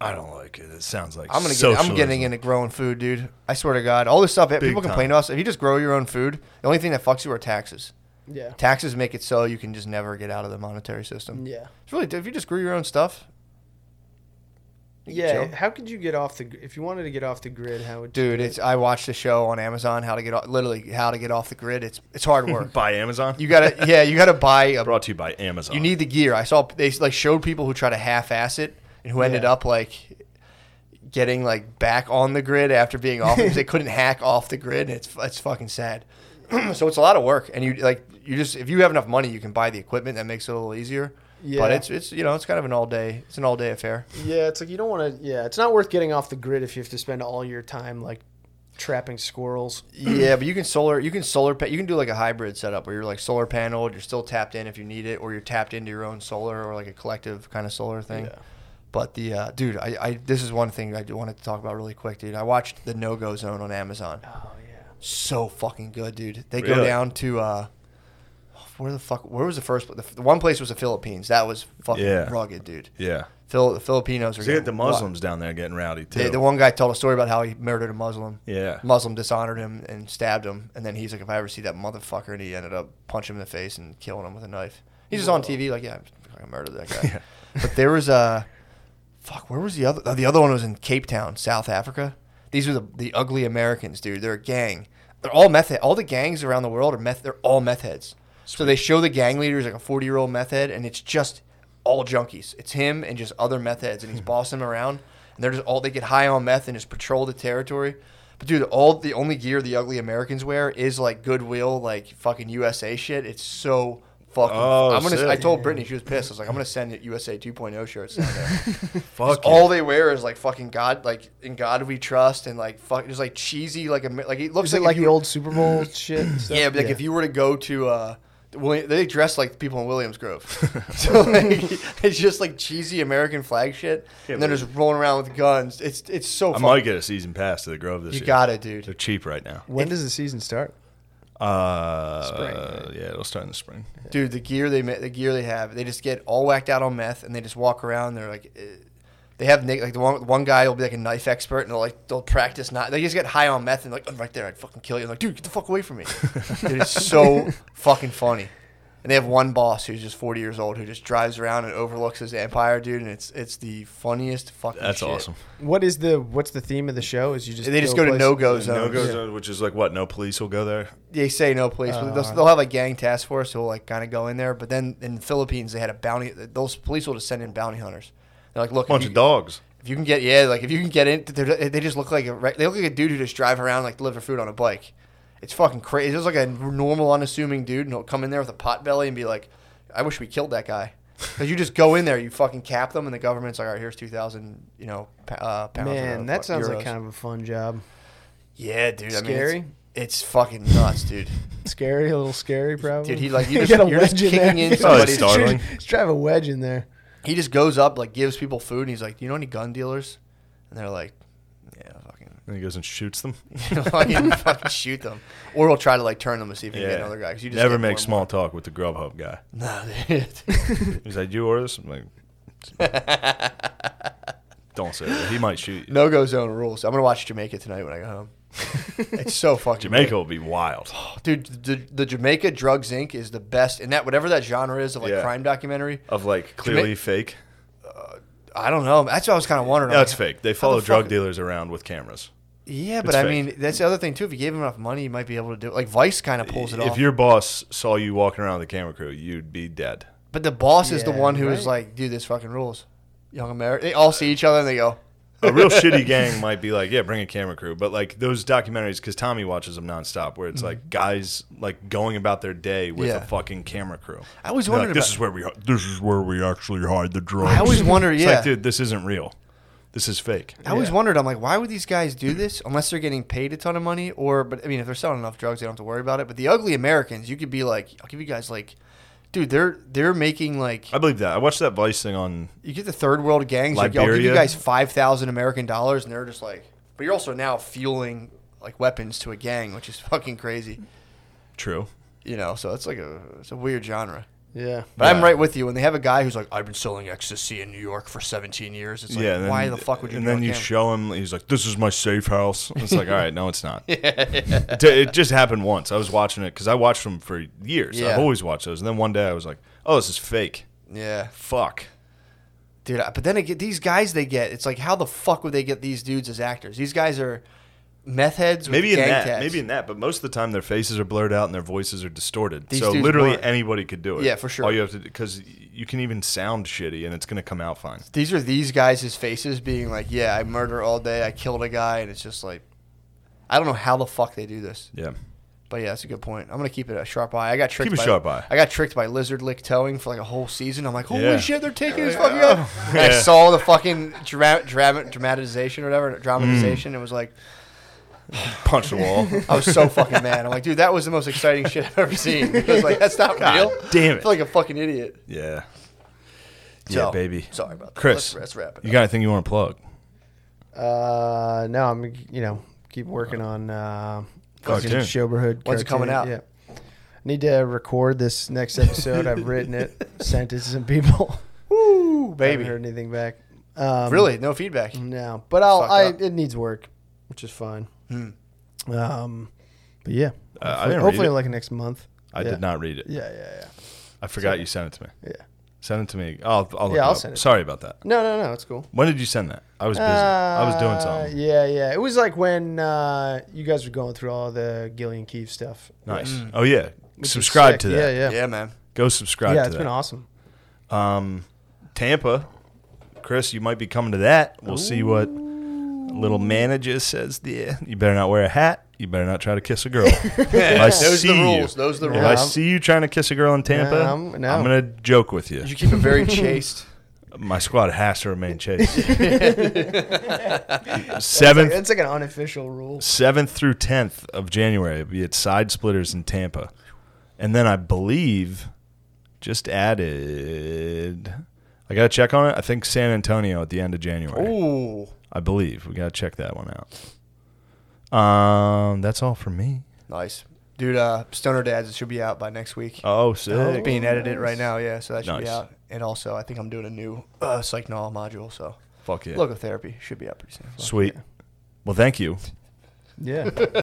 I don't like it. It sounds like
I'm gonna get,
socialism.
I'm getting into growing food, dude. I swear to God, all this stuff people complain
time.
to us. If you just grow your own food, the only thing that fucks you are taxes.
Yeah.
Taxes make it so you can just never get out of the monetary system.
Yeah.
It's really if you just grew your own stuff. you could
Yeah.
chill.
How could you get off the gr- if you wanted to get off the grid, how would you
Dude, it's I watched a show on Amazon how to get off, literally how to get off the grid. It's it's hard work.
by Amazon.
you gotta yeah, you gotta buy a
brought to you by Amazon.
you need the gear. I saw they like showed people who try to half ass it and who ended
Yeah.
up like getting like back on the grid after being off because they couldn't hack off the grid. It's it's fucking sad. so it's a lot of work, and you like you just if you have enough money, you can buy the equipment that makes it a little easier.
Yeah.
But it's it's you know it's kind of an all day it's an all day affair.
Yeah, it's like you don't want to. Yeah, it's not worth getting off the grid if you have to spend all your time like trapping squirrels.
yeah, but you can solar you can solar pa- you can do like a hybrid setup where you're like solar paneled, you're still tapped in if you need it, or you're tapped into your own solar or like a collective kind of solar thing. But the uh, dude, I, I this is one thing I do- wanted to talk about really quick, dude. I watched the No Go Zone on Amazon.
Oh yeah.
so fucking good, dude. They go
Really?
down to uh, where the fuck? Where was the first? The, the one place was the Philippines. That was fucking
Yeah.
rugged, dude.
Yeah.
Phil, the Filipinos are.
So you
getting
got the Muslims down there getting rowdy too.
They, the one guy told a story about how he murdered a Muslim.
Yeah.
Muslim dishonored him and stabbed him, and then he's like, "If I ever see that motherfucker," and he ended up punching him in the face and killing him with a knife. He's just on TV like, "Yeah, I fucking murdered that guy." But there was a fuck. Where was the other? oh, the other one was in Cape Town, South Africa. These are the the ugly Americans, dude. They're a gang. They're all meth. Head. All the gangs around the world are meth. They're all meth heads. So they show the gang leaders like a forty year old meth head, and it's just all junkies. It's him and just other meth heads, and he's
Hmm.
bossing them around. And they're just all they get high on meth and just patrol the territory. But dude, all the only gear the ugly Americans wear is like Goodwill, like fucking USA shit. It's so fucking.
Oh,
I'm gonna.
sick.
I told Brittany she was pissed. I was like, I'm gonna send it USA 2.0 shirts down there.
Fuck yeah.
all they wear is like fucking God, like in God we trust, and like fuck, just like cheesy, like Amer- like it looks
Is it
if
like
you
the
were-
old Super Bowl shit? and stuff?
yeah, but like if you were to go to. uh William, they dress like people in Williams Grove, so like, it's just like cheesy American flag shit, and they're
but-
just rolling around with guns. It's it's so.
I
Fun.
might get a season pass to the Grove this
you
year.
got it, dude.
They're cheap right now.
When does the season start?
Uh,
Spring,
Yeah, it'll start in the spring.
dude the gear they ma- the gear they have they just get all whacked out on meth and they just walk around they're like eh, they have na- like the one, one guy will be like a knife expert and they'll like they'll practice not they just get high on meth and like I'm right there I'd fucking kill you I'm like dude get the fuck away from me Dude, it's so fucking funny and they have one boss who's just 40 years old who just drives around and overlooks his empire dude and it's it's the funniest fucking
That's
shit.
awesome.
What is the what's the theme of the show? Is you just
they just go to
places-
no go
No
zones.
go zone, which is like what? No police will go there.
they say no police. but
Uh.
they'll, they'll have a gang task force who'll like kind of go in there. But then in the Philippines, they had a bounty. Those police will just send in bounty hunters. They're like, look,
Bunch of
if you,
dogs.
if you can get yeah, like if you can get in, they're- they just look like a re- they look like a dude who just drive around like deliver food on a bike. It's fucking crazy. It's just like a normal, unassuming dude, and he'll come in there with a pot belly and be like, I wish we killed that guy. Because you just go in there, you fucking cap them, and the government's like, all right, here's two thousand, you know, pa- uh, pounds.
Man,
of,
that sounds
euros."
like kind of a fun job.
yeah, dude. I mean, it's-
Scary?
it's fucking nuts, dude.
Scary, a little scary, probably.
Dude, he, like, you just-
got a
you're just
wedge in
kicking
there.
in somebody's-
Oh, it's startling.
Just drive a wedge in there.
he just goes up, like gives people food, and he's like, "Do you know any gun dealers?" And they're like, "Yeah, fucking,
And he goes and shoots them.
fucking, fucking shoot them." Or we'll try to like turn them and see if we can
Yeah.
get another guy. 'cause you just
Never
get more
make
and
small talk with the Grubhub guy.
more- Nah, dude.
He's like, "You order this?" I'm like, "Don't say that. He might shoot you."
no go zone rules. I'm gonna watch Jamaica tonight when I go home. it's so fucking
Jamaica will be wild.
good. dude. The, the Jamaica Drugs Inc. is the best, and that whatever that genre is of like
Yeah.
crime documentary.
Of like clearly fake.
I don't know. That's what I was kind of wondering.
No,
I'm
it's
like,
fake. They
the
follow drug
fuck-
dealers around with cameras.
Yeah, but
It's
I
fake.
mean, that's the other thing too. If you gave him enough money, you might be able to do it. Like Vice kind of pulls it off.
If your boss saw you walking around with a camera crew, you'd be dead.
But the boss is the
Yeah,
one who is
right.
like, dude, this fucking rules. Young America. They all see each other and they go,
A real shitty gang might be like, yeah, bring a camera crew. But like those documentaries, because Tommy watches them nonstop, where it's like guys like going about their day with
Mm-hmm. Yeah.
a fucking camera crew.
I always
They're like,
wondered
this
about-
is where we this is where we actually hide the drugs.
I always wonder,
It's
yeah.
like, dude, this isn't real. This is fake.
I always
Yeah.
wondered, I'm like, why would these guys do this unless they're getting paid a ton of money? Or, but I mean, if they're selling enough drugs, they don't have to worry about it. But the ugly Americans, you could be like, I'll give you guys like, dude, they're they're making like,
I believe that. I watched that Vice thing on.
you get the third world gangs, like, I'll give you
Liberia.
guys five thousand American dollars, and they're just like, but you're also now fueling like weapons to a gang, which is fucking crazy,
True.
you know. So it's like a it's a weird genre.
Yeah.
But I'm
Yeah.
right with you. When they have a guy who's like, I've been selling ecstasy in New York for 17 years, it's like,
yeah. and
why
then-
the fuck would you?
And
be
then
on
you
camera?
show him. He's like, "This is my safe house." It's like, all right, no, it's not. D- It just happened once. I was watching it because I watched them for years.
Yeah.
I've always watched those. And then one day I was like, "Oh, this is fake.
yeah,
Fuck."
dude. I- But then again, these guys they get, it's like, how the fuck would they get these dudes as actors? These guys are meth heads. With
Maybe in
gang
that,
tats.
maybe in that, but most of the time their faces are blurred out and their voices are distorted.
These
so
dudes
literally
weren't.
anybody could do it.
Yeah, for sure.
All you have to because you can even sound shitty and it's gonna come out fine.
these are these guys' faces being like, yeah, I murder all day, I killed a guy, and it's just like, I don't know how the fuck they do this.
Yeah,
But yeah, that's a good point. I'm gonna keep it a sharp eye. I got tricked.
a
by,
sharp eye.
I got tricked by lizard lick towing for like a whole season. I'm like, holy
Yeah.
shit, they're taking his fucking. Out. And I saw the fucking dra- dra- dramatization or whatever
Mm.
dramatization. It was like
Punch the wall.
I was so fucking mad. I'm like, dude, that was the most exciting shit I've ever seen. I was like, that's not real.
damn
I
it.
feel like a fucking idiot.
yeah.
So,
yeah, baby.
Sorry about that.
Chris,
let's, let's wrap it.
You
up.
got anything you want to plug?
Uh, no, I'm you know keep working on uh, fucking
Cartoon.
Shoberhood.
When's it coming
cartoon.
out?
Yeah. Need to record this next episode. I've written it, sent it to some people.
Woo, baby.
Haven't heard anything back. Um,
Really, no feedback.
Mm,
No, but I'll.
Fuck
I
up.
it needs work, which is fine.
Hmm.
Um, but yeah,
Uh, I
hopefully,
didn't read
hopefully
it.
like next month.
I
Yeah.
did not read it.
Yeah, yeah, yeah.
I forgot you sent it to me.
Yeah.
Send it to me. I'll, I'll look
Yeah,
it
I'll
up.
send it.
Sorry about that.
No, no, no. It's cool.
When did you send that? I was busy. I was doing something.
Uh, Yeah, yeah. It was like when uh, you guys were going through all the Gillian Keefe stuff.
Nice. Oh yeah.
which is
subscribe
sick.
to that.
Yeah, yeah,
Yeah, man.
Go subscribe
yeah.
to
It's
that.
been awesome.
Um, Tampa, Chris, you might be coming to that. We'll see what little manager says there. You better not wear a hat. You better not try to kiss a girl. if I
Those are the
see you,
rules. Those are the
if
rules.
I
Yeah.
see you trying to kiss a girl in Tampa,
Yeah,
I'm,
I'm- no.
gonna joke with you.
Did you keep it very chaste?
My squad has to remain chase. seventh,
It's like an unofficial rule.
seventh through tenth of January, it'll be at Side Splitters in Tampa, and then I believe just added. I gotta check on it. I think San Antonio at the end of January.
Ooh,
I believe we gotta check that one out. Um, that's all for me.
nice, dude. Uh, Stoner Dads it should be out by next week.
Oh,
It's
sick.
being edited right now, yeah. So that should be
Nice.
out. And also, I think I'm doing a new uh, psych null module. So
Fuck yeah.
local therapy should be out pretty soon.
Sweet. Well, thank you.
Yeah.